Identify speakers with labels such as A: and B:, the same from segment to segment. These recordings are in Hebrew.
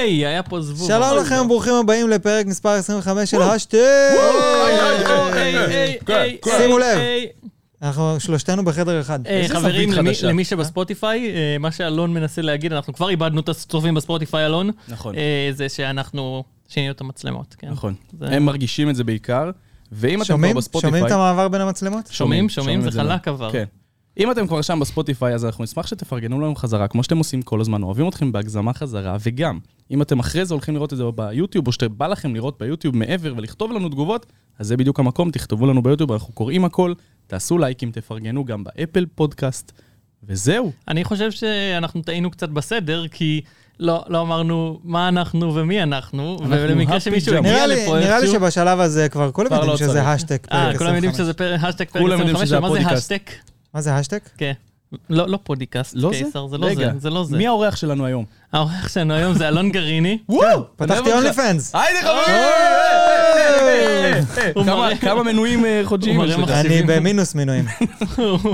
A: היי, היה פה זבוב.
B: שלום
A: אבל-
B: לכם, ברוכים הבאים לפרק מספר 25 של השטי!
A: היי, היי, היי, היי,
C: כן,
A: היי,
C: כן.
A: היי,
B: שימו לב.
A: היי,
B: אנחנו שלושתנו בחדר אחד.
A: אה,
C: איזה
A: חברים,
C: זווית
A: למי-
C: חדשה.
A: למי שבספוטיפיי, אה, מה שאלון מנסה להגיד, אנחנו כבר איבדנו את הצופים בספוטיפיי, אלון.
C: נכון.
A: אה, זה שאנחנו שינינו את המצלמות, כן.
C: נכון.
A: זה-
C: הם מרגישים את זה בעיקר, ואם אתם
B: שומעים?
C: כבר בספוטיפיי...
B: שומעים את המעבר בין המצלמות?
A: שומעים, שומעים,
C: שומעים
A: זה
C: את זה לא.
A: חלק עבר.
C: כן. אם אתם כבר שם בספוטיפיי, אז אנחנו נשמח שתפרגנו לנו חזרה, כמו שאתם עושים כל הזמן, אוהבים אתכם בהגזמה חזרה, וגם, אם אתם אחרי זה הולכים לראות את זה ביוטיוב, או שבא לכם לראות ביוטיוב מעבר ולכתוב לנו תגובות, אז זה בדיוק המקום, תכתבו לנו ביוטיוב, אנחנו קוראים הכל, תעשו לייקים, תפרגנו גם באפל פודקאסט, וזהו.
A: אני חושב שאנחנו טעינו קצת בסדר, כי לא לא אמרנו מה אנחנו ומי אנחנו,
C: אנחנו
A: ולמקרה
C: happy
A: שמישהו
C: jam.
A: הגיע
B: נראה לי-
A: לפה
B: נראה לי
A: איכשהו-
B: שבשלב הזה כבר כולם
C: כבר
B: יודעים
C: לא
B: שזה
C: צריך.
B: השטג
A: אה,
B: פרק
A: כולם יודעים
B: 25.
A: שזה פר- השטג פרק
C: כולם יודעים
A: 25,
C: שזה
A: אבל מה זה
C: הפודקאסט.
A: השטג?
B: מה זה השטג?
A: כן. לא, לא פודיקאסט,
C: לא זה?
A: קיסר, זה לא
C: רגע,
A: זה, זה לא זה.
C: מי האורח שלנו היום?
A: האורח שלנו היום זה אלון גריני.
C: וואו!
B: פתחתי אונלי פאנס.
C: היידה חברים! כמה מנויים אה, חודשיים?
A: הוא
C: יש
A: מראה
C: לך?
B: אני
A: מחשבים.
B: במינוס מינויים.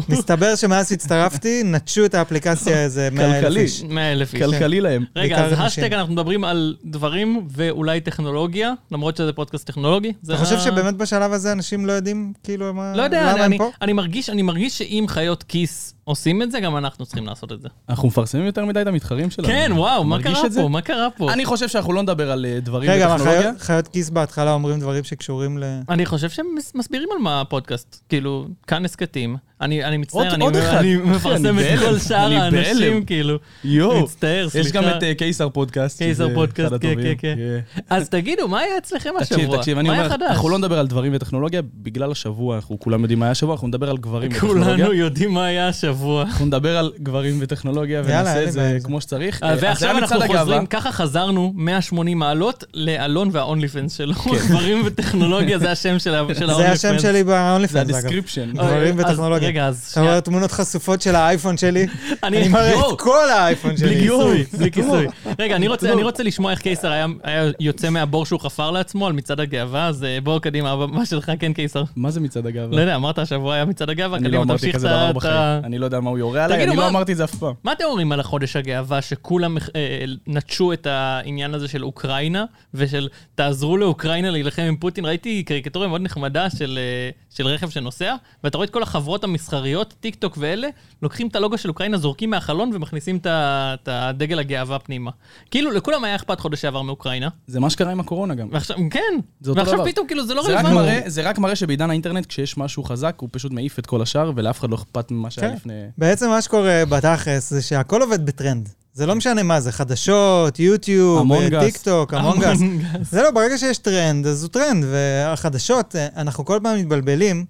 B: מסתבר שמאז שהצטרפתי, נטשו את האפליקציה איזה 100 אלף
C: כלכלי.
B: איש.
A: 100 אלף איש. כן.
C: כלכלי להם.
A: רגע,
B: בעיקר
A: אז
B: אנשים.
A: השטג אנחנו מדברים על דברים ואולי טכנולוגיה, למרות שזה פודקאסט טכנולוגי. זה
B: אתה חושב
A: ה-
B: שבאמת בשלב הזה אנשים לא יודעים כאילו מה...
A: אה. לא יודע,
B: למה
A: אני-
B: הם
A: אני-
B: פה?
A: אני מרגיש אני מרגיש שאם חיות כיס עושים את זה, גם אנחנו צריכים לעשות את זה.
C: אנחנו מפרסמים יותר מדי את המתחרים שלנו.
A: כן, וואו, מה
C: אתה לא, מרגיש
A: קרה
C: את זה?
A: פה? מה קרה פה?
C: אני חושב שאנחנו לא נדבר על אה, דברים
B: רגע, אבל
C: בטכנולוגיה.
B: חיות- חיות כיס בהתחלה אומרים דברים שקשורים ל...
A: אני חושב שהם מס- מסבירים על מה הפודקאסט. כאילו, כאן הסכתים. אני אני
C: עוד-
A: מצטער, אני
C: עוד אחד.
A: אני
C: אחי, אני
A: מפרסם את
C: בהלם.
A: כל שאר
C: אני
A: האנשים,
C: בהלם.
A: כאילו.
C: יואו,
A: מצטער, סליחה.
C: יש גם את אה, קיסר פודקאסט.
A: קיסר
C: שזה
A: פודקאסט,
C: אחד
A: כן,
C: הטובים.
A: כן, כן.
C: Yeah.
A: אז תגידו, מה היה אצלכם
C: תקשיב,
A: השבוע?
C: תקשיב, אני
A: מה
C: אומר,
A: היה חדש?
C: אנחנו לא נדבר על דברים וטכנולוגיה, בגלל השבוע, אנחנו כולם יודעים מה היה השבוע, אנחנו נדבר על גברים וטכנולוגיה.
A: כולנו יודעים מה היה השבוע.
C: אנחנו נדבר על גברים וטכנולוגיה,
B: יאללה, אין
C: ונעשה
B: לי בעיה
C: את זה
B: עם זה.
C: כמו שצריך. אה, אז זה היה
A: ועכשיו אנחנו
C: מצעד הגאווה.
A: חוזרים, ככה חזרנו 180 מעלות לאלון והאונלי פנס שלו.
C: כן.
A: גברים וטכנולוגיה זה השם של האונלי פנס.
B: זה השם שלי באונלי
C: זה
B: פאנס, אגב.
C: הדסקריפשן.
A: אה.
B: גברים וטכנולוגיה.
A: רגע, אז
B: אתה רואה תמונות חשופות של האייפון שלי? אני מראה את כל האייפון
A: בלי
B: שלי.
A: כיסוי, בלי כיסוי. רגע, אני רוצה- אני רוצה לשמוע איך קיסר היה- היה יוצא מהבור שהוא חפר לעצמו על מצעד הגאווה, אז אה, בוא קדימה, הבמה שלך, כן קיסר.
C: מה זה מצעד הגאווה?
A: לא יודע, אמרת השבוע היה מצעד הגאווה,
C: אני לא
A: קדימה,
C: אמרתי
A: תמשיך את
C: כזה
A: ה...
C: דבר
A: את ה-
C: בחיים. אני לא יודע מה הוא יורה עליי,
A: תגידו,
C: אני
A: מה-
C: לא אמרתי את זה אף פעם.
A: מה אתם אומרים על החודש הגאווה, שכולם אה, נטשו את העניין הזה של אוקראינה, ושל תעזרו לאוקראינה להילחם עם פוטין? ראיתי קריקטוריה מאוד נחמדה של, אה, של רכב שנוסע, ואתה רואה את כל החברות המסחריות, טיק טוק ואלה, לוקחים את הלוגו של אוקראינה, זורקים מהחלון ומכניסים את ה- את הדגל הגאווה פנימה. כאילו, לכולם היה אכפת חודש שעבר מאוקראינה,
C: זה מה שקרה עם הקורונה גם.
A: ועכשיו, כן,
C: זה אותו
A: ועכשיו
C: דבר.
A: פתאום כאילו זה לא
C: זה רק,
A: רלוונטי.
C: מראה, זה רק מראה שבעידן האינטרנט, כשיש משהו חזק, הוא פשוט מעיף את כל השאר, ולאף אחד לא אכפת ממה שהיה
B: כן.
C: לפני...
B: בעצם מה שקורה בתכלס זה שהכל עובד בטרנד. זה לא משנה מה זה, חדשות, יוטיוב,
C: Among
B: אה,
C: Us.
B: טיק טוק,
A: המון
B: המונגס.
A: גז.
B: זה לא, ברגע שיש טרנד, אז הוא טרנד, והחדשות, אה, אנחנו כל פעם מתבלבלים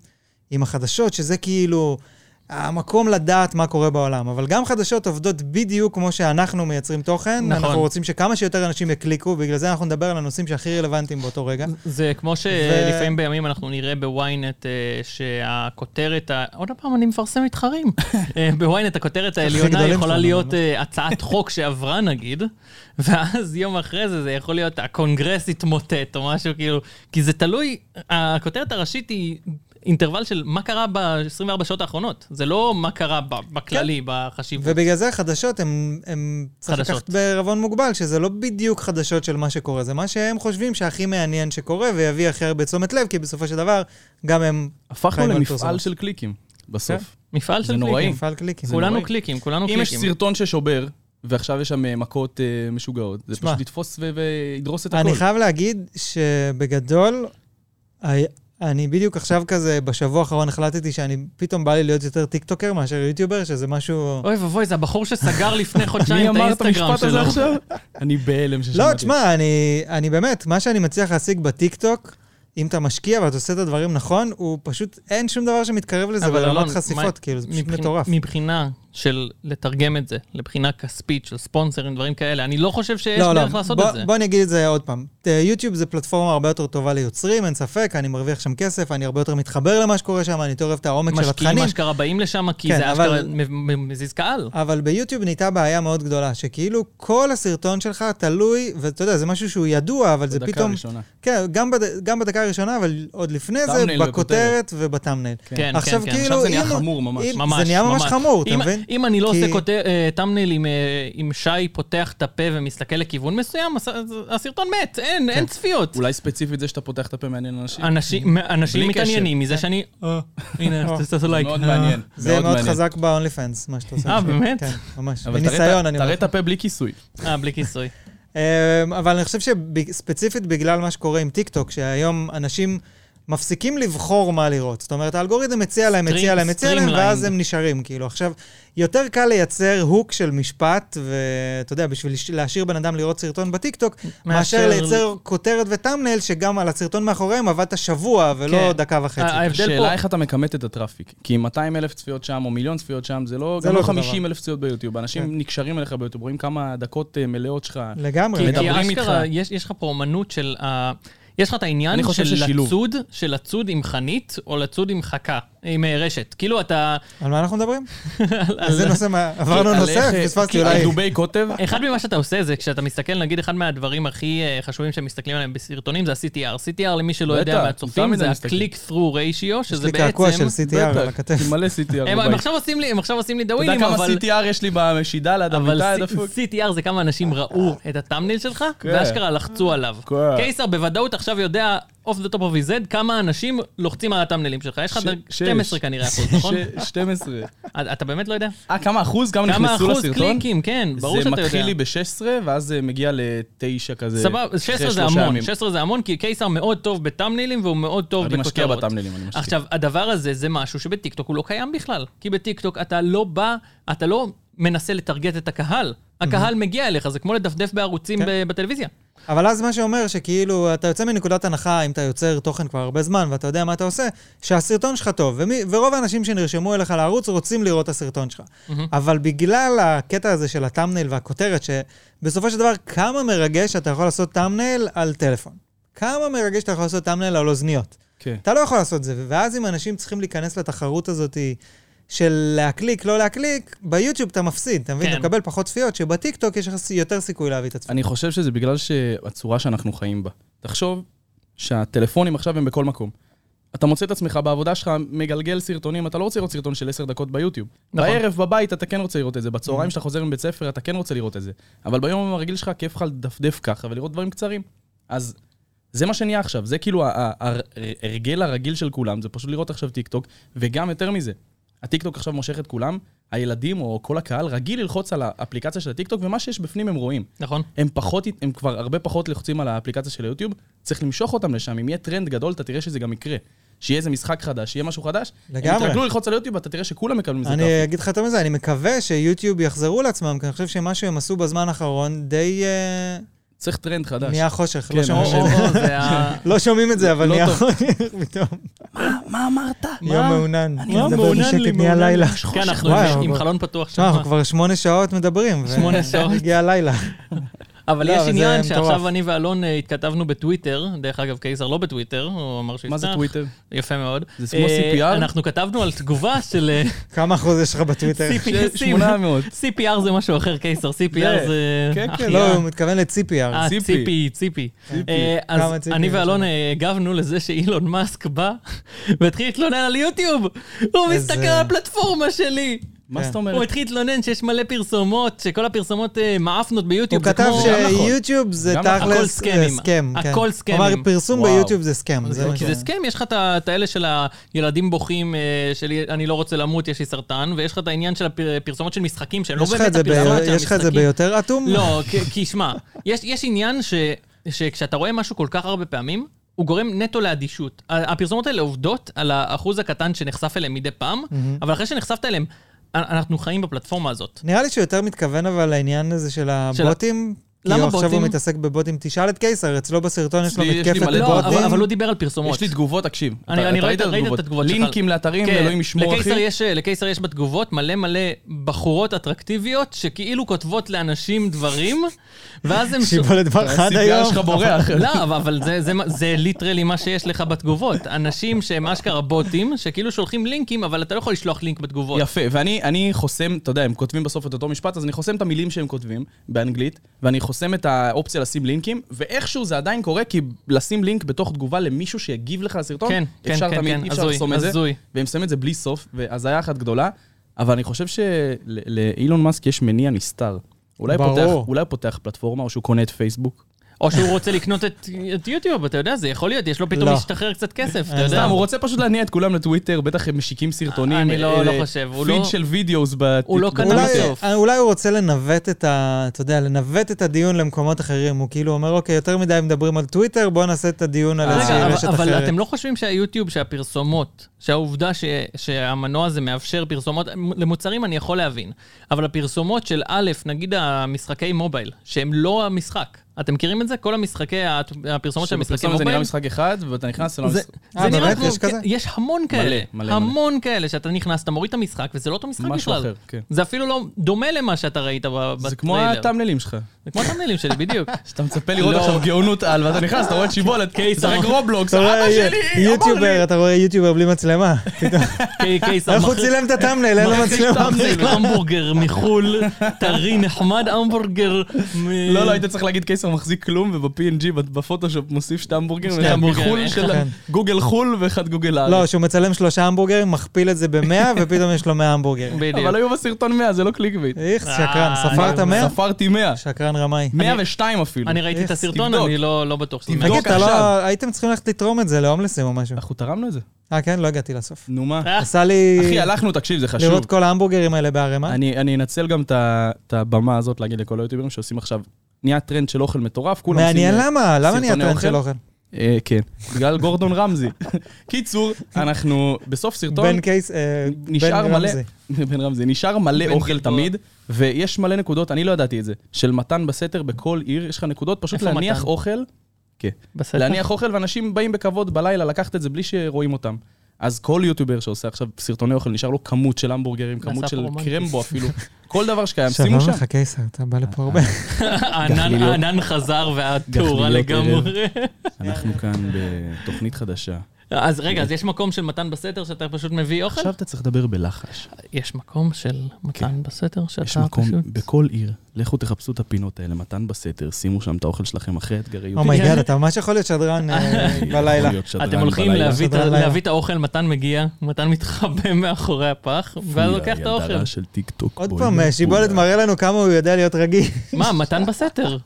B: עם החדשות, שזה כאילו המקום לדעת מה קורה בעולם. אבל גם חדשות עובדות בדיוק כמו שאנחנו מייצרים תוכן.
A: נכון.
B: אנחנו רוצים שכמה שיותר אנשים יקליקו, בגלל זה אנחנו נדבר על הנושאים שהכי רלוונטיים באותו רגע.
A: זה כמו שלפעמים בימים אנחנו נראה בוויינט אה, שהכותרת, ה- עוד פעם אני מפרסם מתחרים, אה, בוויינט הכותרת העליונה
B: גדולים
A: יכולה
B: שלנו,
A: להיות
B: לא?
A: אה, הצעת חוק שעברה נגיד, ואז יום אחרי זה זה יכול להיות הקונגרס התמוטט או משהו כאילו, כי זה תלוי, הכותרת הראשית היא... אינטרוול של מה קרה ב-24 שעות האחרונות, זה לא מה קרה ב- בכללי, בחשיבות.
B: ובגלל כן. זה חדשות הם, הם צריך
A: חדשות.
B: לקחת בערבון מוגבל, שזה לא בדיוק חדשות של מה שקורה, זה מה שהם חושבים שהכי מעניין שקורה ויביא הכי הרבה תשומת לב, כי בסופו של דבר גם הם
C: הפכנו
B: חיים על כן.
C: למפעל
B: פרסומות.
C: של קליקים, בסוף.
A: מפעל של
C: זה נוראי.
A: קליקים.
B: מפעל קליקים.
A: כולנו
C: נוראי.
A: קליקים, כולנו
C: אם יש
A: קליקים.
C: סרטון ששובר, ועכשיו יש שם אה, מכות אה, משוגעות, זה
B: שמע.
C: פשוט יתפוס ו- וידרוס את
B: אני
C: הכול.
B: חייב להגיד שבגדול, הי- אני בדיוק עכשיו כזה, בשבוע האחרון החלטתי שאני, פתאום בא לי להיות יותר טיקטוקר מאשר יוטיובר, שזה משהו...
A: אוי ואבוי, זה הבחור שסגר לפני
C: מי
A: חודשיים את
C: אמר את
A: האינסטגרם
C: המשפט
A: שלו.
C: הזה עכשיו? אני בהלם ששמעתי.
B: לא, תשמע, אני, אני באמת, מה שאני מצליח להשיג בטיקטוק, אם אתה משקיע ואתה עושה את הדברים נכון, הוא פשוט, אין שום דבר שמתקרב לזה
A: אבל
B: ברמת
A: אלון, מה-
B: חשיפות, כאילו, זה פשוט
A: מבחינ-
B: מטורף.
A: מבחינה של לתרגם את זה לבחינה כספית של ספונסרים, דברים כאלה, אני לא חושב שיש
B: לא, לא,
A: דרך לעשות
B: בוא-
A: את זה.
B: בוא אני אגיד את זה עוד פעם. ת- יוטיוב זה פלטפורמה הרבה יותר טובה ליוצרים, אין ספק, אני מרוויח שם כסף, אני הרבה יותר מתחבר למה שקורה שם, אני יותר אוהב את העומק של
A: משקיעים
B: התכנים.
A: אשכרה באים לשם, כי
B: כן,
A: זה
B: אבל-
A: אשכרה מ- מ- מזיז קהל.
B: אבל ביוטיוב נהייתה בעיה מאוד גדולה, שכאילו כל הסרטון שלך תלוי, ואתה יודע, זה משהו שהוא ידוע, אבל זה
C: בדקה
B: פתאום...
C: הראשונה.
B: כן, גם, בד... גם בדקה בדקה הראשונה, אבל עוד לפני זה,
C: Thumbnail
B: בכותרת ובתמנייל.
A: כן, כן,
B: עכשיו
A: כן.
B: כאילו,
C: עכשיו זה נהיה
B: אם-
C: חמור ממש.
B: אם-
A: ממש,
B: זה נהיה ממש חמור, אתה
A: אם-
B: מבין?
A: אם אני לא
B: כי-
A: עושה תמנל עם שי פותח את הפה ומסתכל לכיוון מסוים, הס- אז הסרטון מת,
B: כן.
A: אין, אין צפיות.
C: אולי ספציפית זה שאתה פותח את הפה מעניין אנשים.
A: אנשים אנשים
C: בלי
A: מתעניינים מזה
B: כן.
A: שאני... אה, הנה,
B: אה.
A: תעשה לייק.
C: מאוד מעניין.
B: זה מאוד
C: מעניין.
B: חזק ב-only fans, מה שאתה עושה.
A: אה,
B: עכשיו.
A: באמת?
B: כן, ממש.
C: אבל תראה את ה-
B: מניסיון, אני
C: תראה
B: אומר
C: את
B: לך.
C: הפה בלי כיסוי.
A: אה, בלי כיסוי.
B: אמ, אבל אני חושב שספציפית בגלל מה שקורה עם טיקטוק, שהיום אנשים מפסיקים לבחור מה לראות. זאת אומרת, האלגוריתם מציע להם, מציע להם, מציע להם,
A: streamlined.
B: ואז הם נשארים, כאילו. עכשיו, יותר קל לייצר הוק של משפט, ואתה יודע, בשביל לש- להשאיר בן אדם לראות סרטון בטיקטוק, מאשר
A: מאשר-
B: לייצר כותרת וטאמנל, שגם על הסרטון מאחוריהם עבדת שבוע ולא
A: כן.
B: דקה וחצי.
C: אה,
A: ההבדל פה-
C: השאלה איך אתה מכמת את הטראפיק. כי 200 אלף צפיות שם, או מיליון צפיות שם, זה לא...
B: זה
C: גם
B: לא
C: לא
B: אותו כן.
C: 50 אלף צפיות ביוטיוב. אנשים נקשרים אליך ביוטיוב, רואים כמה דקות אה, כן. מלאות שלך.
B: לגמרי,
A: כי- כי
B: לגמרי.
C: מדברים
A: אשכרה,
C: איתך.
A: יש יש לך פה אומנות של... ה- יש לך את העניין
C: אני חושב
A: של
C: ששילוב.
A: לצוד, של לצוד עם חנית, או לצוד עם חכה, עם אה, רשת. כאילו אתה...
B: על מה אנחנו מדברים? איזה נושא, מה- עברנו
C: על
B: נושא,
C: איך, אה,
B: פספסתי
C: כי- על
B: אולי.
C: דובי קוטב.
A: אחד ממה שאתה עושה זה כשאתה מסתכל, נגיד, אחד מהדברים הכי אה, חשובים שמסתכלים עליהם בסרטונים זה ה-CTR. CTR, למי שלא יודע
C: בטח,
A: מהצופים,
C: תמיד
A: זה
C: אני מסתכל.
A: ה-click through ratio,
B: יש
A: שזה
B: לי קעקוע של
A: בעצם...
B: CTR על הכתף.
C: בטח, תמלא CTR.
A: הם הם
C: בבית.
A: עכשיו עושים לי, הם עכשיו עושים לי
C: אתה יודע
A: דאווינים,
C: כמה
A: אבל...
C: CTR יש לי בשידה ליד
A: אבל
C: המיטה
A: C-
C: דפוק?
A: CTR זה כמה אנשים ראו את הטאמניל שלך,
C: כן.
A: ואשכרה לחצו עליו.
C: כן.
A: קיסר בוודאות עכשיו יודע, off the top of his head, כמה אנשים לוחצים על הטאמנילים שלך. יש לך
C: ש-
A: דרג-
C: שש.
A: 12 כנראה אחוז, נכון?
C: ש- 12.
A: אתה אתה באמת לא יודע?
C: אה, כמה אחוז? כמה
A: כמה
C: נכנסו
A: אחוז
C: לסרטון?
A: קליקים, כן, ברור
C: זה
A: שאתה
C: מתחיל
A: יודע.
C: לי ב-16, ואז זה מגיע ל-9 כזה.
A: סבבה, 16
C: אחרי
A: זה
C: שלושה
A: המון,
C: ימים.
A: 16 זה המון, כי קיסר מאוד טוב בטאמנילים והוא מאוד טוב
C: אני
A: בכותרות.
C: משקיע בטאמנילים, אני משקיע.
A: עכשיו, הדבר הזה זה משהו שבטיקטוק הוא לא קיים בכלל. כי בטיקטוק אתה לא בא, אתה לא מנסה לטרגט את הקהל. הקהל מגיע אליך, זה כמו לדפדף בערוצים
B: כן.
A: ב- בטלוויזיה.
B: אבל אז מה שאומר שכאילו, אתה יוצא מנקודת הנחה, אם אתה יוצר תוכן כבר הרבה זמן ואתה יודע מה אתה עושה, שהסרטון שלך טוב, ומי, ורוב האנשים שנרשמו אליך לערוץ רוצים לראות את הסרטון שלך. אבל בגלל הקטע הזה של הטאמנייל והכותרת, שבסופו של דבר, כמה מרגש אתה יכול לעשות טאמנייל על טלפון. כמה מרגש אתה יכול לעשות טאמנייל על אוזניות.
C: כן.
B: אתה לא יכול לעשות זה, ואז אם אנשים צריכים להיכנס לתחרות הזאת של להקליק, לא להקליק, ביוטיוב אתה מפסיד, אתה מבין?
A: כן.
B: אתה מקבל פחות צפיות, שבטיקטוק יש לך יותר סיכוי להביא את הצפיות.
C: אני חושב שזה בגלל שהצורה שאנחנו חיים בה. תחשוב שהטלפונים עכשיו הם בכל מקום. אתה מוצא את עצמך בעבודה שלך, מגלגל סרטונים, אתה לא רוצה לראות סרטון של 10 דקות ביוטיוב.
A: נכון.
C: נכון. בערב בבית אתה כן רוצה לראות את זה, בצהריים כשאתה חוזר מבית ספר אתה כן רוצה לראות את זה. אבל ביום הרגיל שלך כיף לך לדפדף ככה ולראות דברים קצרים. אז זה מה שנהיה עכשיו, זה כאילו ה- ה- ההרגל הרגיל של כולם, זה פשוט לראות עכשיו טיקטוק, וגם יותר מזה, הטיקטוק עכשיו מושך את כולם, הילדים או כל הקהל רגיל ללחוץ על האפליקציה של הטיקטוק, ומה שיש בפנים הם רואים.
A: נכון?
C: הם פחות, הם כבר הרבה פחות לוחצים על האפליקציה של היוטיוב, צריך למשוך אותם לשם. אם יהיה טרנד גדול, אתה תראה שזה גם יקרה. שיהיה איזה משחק חדש, שיהיה משהו חדש.
B: לגמרי.
C: הם יתרגלו ללחוץ על היוטיוב, אתה תראה שכולם מקבלים מזה טראפיק.
B: אני אגיד לך יותר מזה, אני מקווה שיוטיוב יחזרו לעצמם, כי אני חושב שמה שהם עשו בזמן האחרון די אה,
C: צריך טרנד חדש.
B: נהיה חושך.
C: כן,
B: לא
A: או,
B: שומעים
A: או,
B: את זה.
A: או, זה ה...
B: לא שומעים את זה, אבל
C: לא
B: נהיה
C: טוב.
B: חושך פתאום.
C: מה אמרת?
B: יום מעונן.
A: מה?
B: אני מדבר
A: מעונן לי,
B: בשקט, נהיה
A: מעונן לי.
B: לילה.
A: כן, אנחנו
B: וואי,
A: עם- עם
B: אבל-
A: חלון פתוח
B: תשמע,
A: שם.
B: אנחנו כבר שמונה שעות מדברים. ו-
A: שמונה שעות.
B: הגיע הלילה.
A: אבל
B: לא,
A: יש
B: אבל זה
A: עניין
B: מטורף.
A: שעכשיו אני ואלון אה, התכתבנו בטוויטר, דרך אגב, קיסר לא בטוויטר, הוא אמר שהוא
C: מה זה
A: יפתח.
C: טוויטר?
A: יפה מאוד.
C: זה כמו
A: אה,
C: CPR?
A: אנחנו כתבנו על תגובה של אה,
B: כמה אחוז יש לך בטוויטר?
A: CPR.
C: 800.
A: CPR זה משהו אחר, קיסר, CPR
C: זה-
A: זה...
C: כן, כן,
A: אחי,
B: לא, הוא מתכוון ל-CPR.
A: אה,
C: ציפי.
A: ציפי, ציפי.
C: ציפי.
A: אה,
B: כמה
A: אז
B: ציפי
A: אני
B: יש
A: ואלון
B: לנו?
A: אה, הגבנו לזה שאילון מאסק בא והתחיל להתלונן על יוטיוב. הוא
B: איזה-
A: מסתכל על הפלטפורמה שלי.
C: מה
B: כן.
C: זאת
A: הוא
C: אומרת?
A: התחיל להתלונן שיש מלא פרסומות, שכל הפרסומות אה, מעפנות
B: הוא
A: ביוטיוב. זה
B: כתב
A: כמו-
C: גם נכון.
B: שיוטיוב זה
C: גם נכון.
A: הכל
B: תכלס אה,
A: סקמים.
B: סכם. כן.
A: הכל סקמים.
B: הוא אמר, פרסום
C: וואו.
B: ביוטיוב זה סכם. זה כן. מה
A: כי
B: ש-
A: זה סכם, יש לך את ה- את האלה של הילדים בוכים אה, שלי, אני לא רוצה למות, יש לי סרטן, ויש לך את העניין של הפרסומות של משחקים, שהם לא
B: יש לך את
A: באמת
B: זה ב-
A: הפרסומות של המשחקים.
B: יש לך את זה ביותר אטום?
A: לא, כי- כי שמע, יש, יש עניין ש, שכשאתה רואה משהו כל כך הרבה פעמים, הוא גורם נטו לאדישות. ה- הפרסומות האלה עובדות על האחוז הקטן שנחשף אליהם מדי פעם, אבל אחרי שנחשפת אליהם, אנ- אנחנו חיים בפלטפורמה הזאת.
B: נראה לי שהוא יותר מתכוון אבל לעניין הזה של הבוטים.
A: למה
B: כי הוא עכשיו
A: בוטים?
B: הוא מתעסק בבוטים. תשאל את קיסר, אצלו בסרטון יש לו
C: אצלי יש לי
B: מתקפת
C: מלא
A: לא, אבל, אבל הוא
B: בוטים.
A: דיבר על פרסומות.
C: יש לי תגובות, תקשיב.
A: אני-
C: אתה-
A: אני
C: אתה
A: ראית- ראית את התגובות שלך.
C: לינקים לאתרים,
A: כן,
C: אלוהים ישמור,
A: לקיסר
C: אחי.
A: יש, אה, לקיסר יש בתגובות מלא מלא בחורות אטרקטיביות שכאילו כותבות לאנשים דברים, ואז הם...
B: שיבולת בר חד
C: ה-CPR
B: היום.
C: שלך בורח.
A: לא, אבל- אבל זה, זה, מה- זה ליטרלי מה שיש לך בתגובות. אנשים שהם אשכרה בוטים, שכאילו שולחים לינקים, אבל אתה לא יכול לשלוח לינק בתגובות.
C: יפה, ואני אני חוסם, אתה יודע, הם כותבים בסוף את אותו משפט, אז אני חוסם את המילים שהם כותבים באנגלית, ואני חוס- חוסם את האופציה לשים לינקים, ואיכשהו זה עדיין קורה, כי לשים לינק בתוך תגובה למישהו שיגיב לך לסרטון,
A: כן, כן,
C: אפשר
A: כן,
C: תמיד,
A: כן,
C: אי אפשר
A: הזוי,
C: לחסום את זה,
A: הזוי.
C: והם שמים את זה בלי סוף, והזיה אחת גדולה, אבל אני חושב שלאילון מאסק יש מניע נסתר. אולי
B: ברור.
C: פותח, אולי פותח פלטפורמה, או שהוא קונה את פייסבוק.
A: או שהוא רוצה לקנות את את יוטיוב, אתה יודע, זה יכול להיות, יש לו פתאום
B: לא.
A: להשתחרר קצת כסף, אתה
B: אה,
A: יודע.
C: סתם, הוא רוצה פשוט להניע את כולם לטוויטר, בטח הם משיקים סרטונים.
A: אני לא-
C: אה,
A: לא חושב, הוא
C: פיד
A: לא-
C: של וידאוס בטיקטוק.
A: הוא לא קנה
B: אולי,
A: בסוף.
B: אה, אולי הוא רוצה לנווט את ה... אתה יודע, לנווט את הדיון למקומות אחרים. הוא כאילו אומר, אוקיי, יותר מדי מדברים על טוויטר, בואו נעשה את הדיון על
C: רגע,
B: איזושהי
A: רגע,
B: רשת
A: אבל- אבל
B: אחרת.
A: אתם לא חושבים שהיוטיוב, שהפרסומות, שהעובדה ש- שהמנוע הזה מאפשר פרסומות, למוצרים אני יכול להבין, אבל הפרסומות של א', נגיד המשחקי מובייל, שהם לא המשחק, אתם מכירים את זה? כל המשחקי, הפרסומות של המשחקי
C: שבפרסומת זה נראה
A: מובייל?
C: משחק אחד, ואתה נכנס לא אליו...
A: זה
B: אה,
A: זה נראה
B: באמת?
A: כמו,
B: יש כזה?
A: כן, יש המון כאלה,
C: מלא, מלא.
A: המון כאלה, שאתה נכנס, אתה מוריד את המשחק, וזה לא אותו משחק
C: משהו
A: בכלל.
C: אחר, כן.
A: זה אפילו לא דומה למה שאתה ראית ב- בטריילר.
C: זה כמו הטאמללים שלך. לא.
A: זה כמו התמלילים שלי, בדיוק.
C: שאתה מצפה לראות עכשיו גאונות על, ואתה נכנס, אתה רואה שיבולת,
A: משחק
C: משחק רובלוקס,
B: אתה רואה
C: אבא
B: יו-
C: שלי, אמר
B: יוטיובר, אתה רואה יוטיובר בלי מצלמה.
A: קיי- קיסר
B: איך הוא
A: מחזיק-
B: צילם את הטאמנייל, אין לו
A: מחזיק
B: מצלמה.
A: טאמזיל,
C: לא-
A: המבורגר מחול, טרי נחמד, המבורגר מ...
C: לא, לא, היית צריך להגיד קיסר מחזיק כלום, וב-PNG, בפוטושופ, מוסיף שתי המבורגרים,
A: שני
C: אחד
A: המבורגרים,
C: מחו"ל
A: איך-
C: של
B: כן.
C: גוגל חו"ל ואחד גוגל
B: לא,
C: הארץ.
B: שהוא מצלם שלושה המבורגרים, מכפיל את זה במאה, ופתאום יש לו מאה המבורגרים.
A: בדיוק.
C: אבל היו בסרטון 100, זה לא קליק בייט.
B: איכס,
A: אה,
B: שקרן, ספרת
A: אני-
B: מאה?
C: ספרתי 100,
B: שקרן רמאי.
C: 102 אפילו.
A: אני ראיתי את
B: איך,
A: הסרטון,
C: תבדוק.
A: אני לא לא בטוח שזה...
C: תבדוק.
A: מעניין.
B: תגיד, אתה
C: עכשיו.
B: לא... הייתם צריכים ללכת לתרום את זה להומלסים או משהו.
C: אנחנו תרמנו את זה.
B: אה, כן? לא הגעתי לסוף.
C: נו מה.
A: אה,
B: עשה לי
C: אחי, הלכנו, תקשיב, זה חשוב.
B: לראות כל ההמבורגרים האלה בערימה.
C: אני, אני אנצל גם את ה- את הבמה הזאת להגיד לכל היוטיוברים שעושים עכשיו, נהיה טרנד של אוכל מטורף, כולם
B: מעניין
C: עושים... אה,
B: למה, למה נהיה
C: סרטוני
B: טרנד של
C: אוכל?
B: אוכל?
C: אה, כן, בגלל גורדון רמזי. קיצור, אנחנו בסוף סרטון...
B: בן קייס, אה,
C: נשאר
B: בן
C: מלא,
B: רמזי.
C: בן רמזי, נשאר מלא
A: בן
C: אוכל
A: גלבוע.
C: תמיד, ויש מלא נקודות, אני לא ידעתי את זה, של מתן בסתר בכל עיר, יש לך נקודות, פשוט
A: איפה
C: להניח
A: מתן?
C: אוכל,
A: בסדר.
C: להניח אוכל, ואנשים באים בכבוד בלילה לקחת את זה בלי שרואים אותם. אז כל יוטיובר שעושה עכשיו סרטוני אוכל, נשאר לו כמות של המבורגרים,
A: נעשה
C: כמות
A: פה
C: של
A: רומנטי.
C: קרמבו אפילו, כל דבר שקיים, שימו
B: שלום
C: שם. אה,
B: לך קייסר, אתה בא לפה הרבה.
A: הענן
C: גחליליות.
A: הענן חזר והטורה
C: גחליליות
A: לגמרי.
C: אנחנו כאן בתוכנית חדשה.
A: אז רגע, אז יש מקום של מתן בסתר שאתה פשוט מביא אוכל?
C: עכשיו אתה צריך לדבר בלחש.
A: יש מקום של מתן בסתר
C: כן. יש
A: שאתה
C: מקום
A: פשוט...
C: בכל עיר, לכו תחפשו את הפינות האלה, מתן בסתר, שימו שם את האוכל שלכם אחרי אתגרי יוטיוב.
B: אומייגאד, Oh אתה ממש יכול להיות שדרן אה, בלילה.
A: אתם הולכים להביא את ה-
B: שדרן לילה.
A: להביא את האוכל, מתן מגיע, מתן מתחבא מאחורי הפח, ואז לוקח את האוכל.
C: ילדה של טיק טוק.
B: עוד פעם, אה, שיבולת מראה לנו כמה הוא יודע להיות רגיל.
A: מה, מתן בסתר.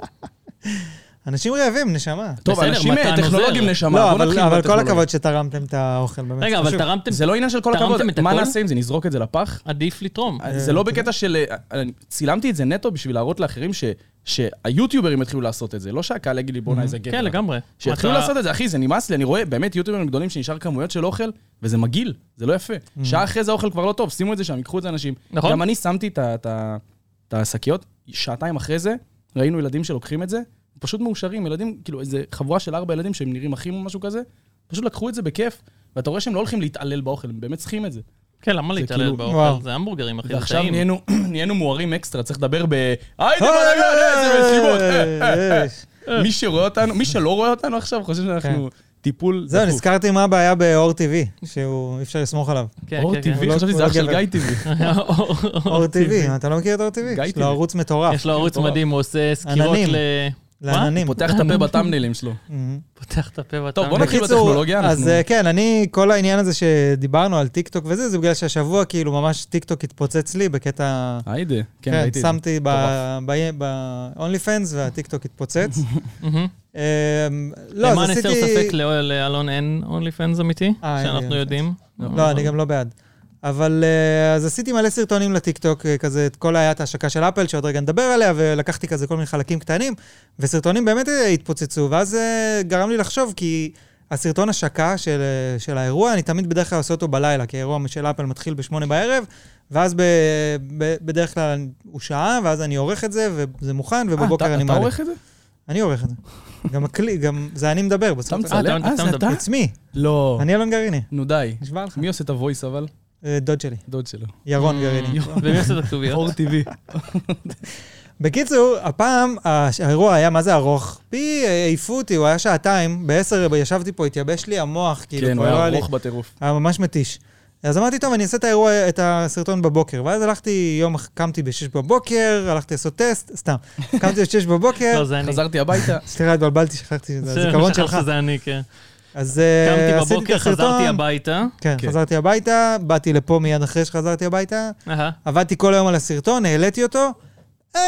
B: אנשים רעבים, נשמה.
C: טוב,
A: בסדר,
C: אנשים
A: מתן
C: טכנולוגים
A: עוזר.
C: נשמה,
B: לא,
C: בוא
B: אבל
C: נתחיל
B: אבל כל
C: בטכנולוגיה.
B: הכבוד שתרמתם את האוכל, באמת.
A: רגע, אבל
B: חשוב.
A: תרמתם...
C: זה לא עניין של כל
A: תרמתם
C: הכבוד,
A: את
C: מה
A: הכל?
C: נעשה עם זה, נזרוק את זה לפח?
A: עדיף לתרום.
C: זה
B: אוקיי.
C: לא בקטע של... אה, אני- צילמתי את זה נטו בשביל להראות לאחרים ש- שהיוטיוברים התחילו לעשות את זה, לא שהקהל יגיד לי בואנה איזה גבר.
A: כן, לגמרי.
C: שיתחילו
A: אתה-
C: לעשות את זה, אחי, זה נמאס לי, אני רואה באמת יוטיוברים גדולים שנשאר כמויות של אוכל, וזה מגעיל, זה לא יפה. שעה אחרי זה האוכל כבר לא טוב, שימו את זה שם, ייקחו את זה אנשים.
A: Mm. נכון.
C: גם אני שמתי את ה- את ה- את השקיות, שעתיים אחרי זה, ראינו ילדים שלוקחים את זה, פשוט מאושרים, ילדים, כאילו איזה חבורה של ארבע ילדים שהם נראים אחים או משהו כזה, פשוט לקחו את זה בכיף, ואתה רואה שהם לא הולכים להתעלל באוכל, הם באמת צריכים את זה.
A: כן, למה להתעלל
C: כאילו-
B: וואו.
A: באוכל? זה המבורגרים, אחי, זה
C: ועכשיו
A: טעים.
C: נהיינו- נהיינו מוארים אקסטרה, צריך לדבר ב... אה, היידה
B: אוי,
C: בלאגן,
B: לא,
C: איזה מסיבות, אה, אה, אה."
B: אה, אה.
C: מי שרואה אותנו, מי שלא רואה אותנו עכשיו, חושב שאנחנו
A: כן.
C: טיפול
B: זהו,
C: דחוף.
B: נזכרתי מה הבעיה באור TV, שהוא אי אפשר לסמוך עליו.
A: כן,
C: אור
A: כן, כן.
C: טבעי,
B: הוא
C: אוקיי, חשבתי
B: לא-
C: שזה
B: הוא
C: אח
B: לא
C: של
B: גבר.
C: גיא טבעי.
B: אור TV, אתה לא מכיר את אור
C: גיא
B: TV? יש
C: TV.
B: לו ערוץ מטורף.
A: יש לו ערוץ
C: מטורף.
A: מדהים, הוא עושה סקירות
B: עננים.
A: ל... מה?
B: לעננים.
C: פותח את הפה בטאמנילים שלו.
B: מהמם.
A: פותח את הפה ואתה...
C: טוב, בוא נתחיל
B: Mm-hmm. בקיצור,
C: בטכנולוגיה, אנחנו-
B: אז אה, כן, אני, כל העניין הזה שדיברנו על טיקטוק וזה, זה בגלל שהשבוע כאילו ממש טיקטוק התפוצץ לי בקטע...
C: היידה, כן,
B: כן,
C: ראיתי את זה.
B: שמתי ב-only fans והטיקטוק התפוצץ.
A: מהמם.
B: אמ, לא, אז
A: למען הסר
B: עשיתי...
A: ספק, לא- לאלון אין אונלי פנס אמיתי,
B: אה, אין
A: שאנחנו
B: OnlyFans.
A: יודעים.
B: לא, אני גם לא בעד. אבל אה, אז עשיתי מלא סרטונים לטיקטוק, אה, כזה, את כל היית ההשקה של אפל, שעוד רגע נדבר עליה, ולקחתי כזה כל מיני חלקים קטנים, וסרטונים באמת אה, התפוצצו, ואז אה, גרם לי לחשוב, כי הסרטון השקה של, אה, של האירוע, אני תמיד בדרך כלל עושה אותו בלילה, כי האירוע של אפל מתחיל בשמונה בערב, ואז ב, ב, בדרך כלל הוא שעה, ואז אני עורך את זה, וזה מוכן,
C: אה,
B: ובבוקר
C: אתה-
B: אני
C: אתה
B: מעלה.
C: עורך את זה?
B: אני עורך את זה. גם הכלי, גם זה אני מדבר
C: אתה
B: בסרטון.
C: מצלם?
A: אתה-
C: אה,
A: אתה
C: זה אתה?
A: מדבר.
B: עצמי,
C: לא.
B: אני אלון גרעיני,
C: נו די.
B: נשבע לך.
C: מי עושה את הוויס אבל?
B: אה, דוד שלי,
C: דוד שלו.
B: ירון גרעיני.
A: ומי עושה את הכתוביות?
C: אור טבעי.
B: כאילו, בקיצור, הפעם הש- האירוע היה מה זה ארוך. פי אה, העיפו אותי, הוא היה שעתיים, בעשר ישבתי פה, התייבש לי המוח, כאילו,
C: כן, הוא
B: כבר לא
C: היה
B: לי-
C: ארוך בטירוף.
B: היה ממש מתיש. אה, אז אמרתי, טוב, אני אעשה את האירוע, את הסרטון בבוקר. ואז הלכתי, יום, אח- קמתי ב-6 בבוקר, הלכתי לעשות טסט, סתם. קמתי ב-6 בבוקר,
A: לא, זה אני.
C: חזרתי הביתה,
B: סליחה, התבלבלתי, שכחתי, זה הזיכרון
A: שכח
B: שלך.
A: שזה אני, כן.
B: אז אה,
A: קמתי
B: עשיתי את
A: בבוקר, חזרתי
B: הסרטון.
A: הביתה.
B: כן,
C: כן.
B: חזרתי הביתה, באתי לפה מיד אחרי שחזרתי הביתה,
A: אהה.
B: עבדתי כל היום על הסרטון, העליתי אותו, אה,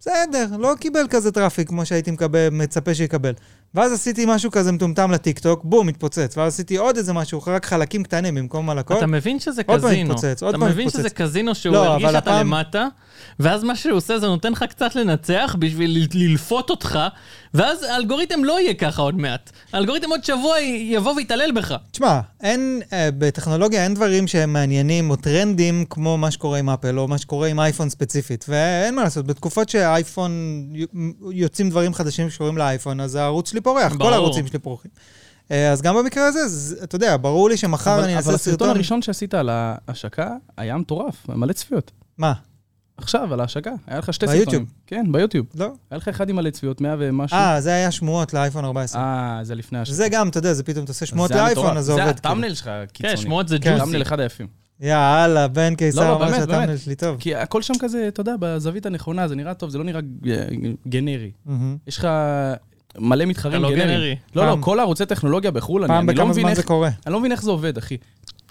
B: בסדר, לא קיבל כזה טראפיק כמו שהייתי מקבל, מצפה שיקבל. ואז עשיתי משהו כזה מטומטם לטיקטוק, בום, התפוצץ. ואז עשיתי עוד איזה משהו, רק חלקים קטנים במקום על הכל.
A: אתה מבין שזה
B: עוד פעם
A: קזינו.
B: מתפוצץ, עוד
A: אתה
B: פעם
A: מבין
B: מתפוצץ.
A: שזה קזינו שהוא
B: לא,
A: הרגיש
B: אבל
A: שאתה
B: הפעם-
A: למטה, ואז מה שהוא עושה זה נותן לך קצת לנצח בשביל ל- ללפות אותך, ואז האלגוריתם לא יהיה ככה עוד מעט. האלגוריתם עוד שבוע י- יבוא ויתעלל בך.
B: תשמע, אין, אה, בטכנולוגיה אין דברים שהם מעניינים או טרנדים כמו מה שקורה עם אפל או מה שקורה עם אייפון ספציפית. ואין מה לעשות, בתקופות שאייפון, י- יוצאים דברים חדשים שקשורים לאייפון, אז הערוץ שלי פורח,
A: ברור.
B: כל הערוצים שלי פורחים. אה, אז גם במקרה הזה, ז- אתה יודע, ברור לי שמחר
C: אבל
B: אני
C: אבל
B: אעשה
C: הסרטון
B: סרטון...
C: הראשון שעשית על ההשקה היה מטורף, מלא צפיות.
B: מה?
C: עכשיו, על ההשקה, היה לך שתי
B: ביוטיוב.
C: סרטונים. כן, ביוטיוב.
B: לא?
C: היה לך אחד עם מלא צפיות, 100 ומשהו.
B: אה, זה היה שמועות לאייפון 14.
C: אה, זה לפני השקה.
B: זה גם, אתה יודע, זה פתאום אתה עושה שמועות
C: זה היה
B: לאייפון, כאילו.
C: מטורף.
B: אז זה עובד.
C: זה הטאמנל שלך, קיצוני.
A: כן, שמועות זה
B: כן.
A: ג'וסי.
C: טאמנל אחד היפים.
B: כאילו. יאללה, בן קיסר
C: לא,
B: אמר
C: באמת,
B: שהטאמנל
C: באמת.
B: שלי טוב.
C: כי הכל שם כזה, אתה יודע, בזווית הנכונה, זה נראה טוב, זה לא נראה אה, גנרי.
B: מהמם.
C: יש לך מלא מתחרים
A: אתה לא
C: גנריים.
A: גנרי.
C: לא,
B: פעם-
C: לא, כל הערוצי טכנולוגיה בחו"ל, אני,
B: פעם
C: אני, לא
B: בכמה
C: מבין
B: זמן
C: איך,
B: זה קורה.
C: אני לא מבין איך זה עובד, אחי.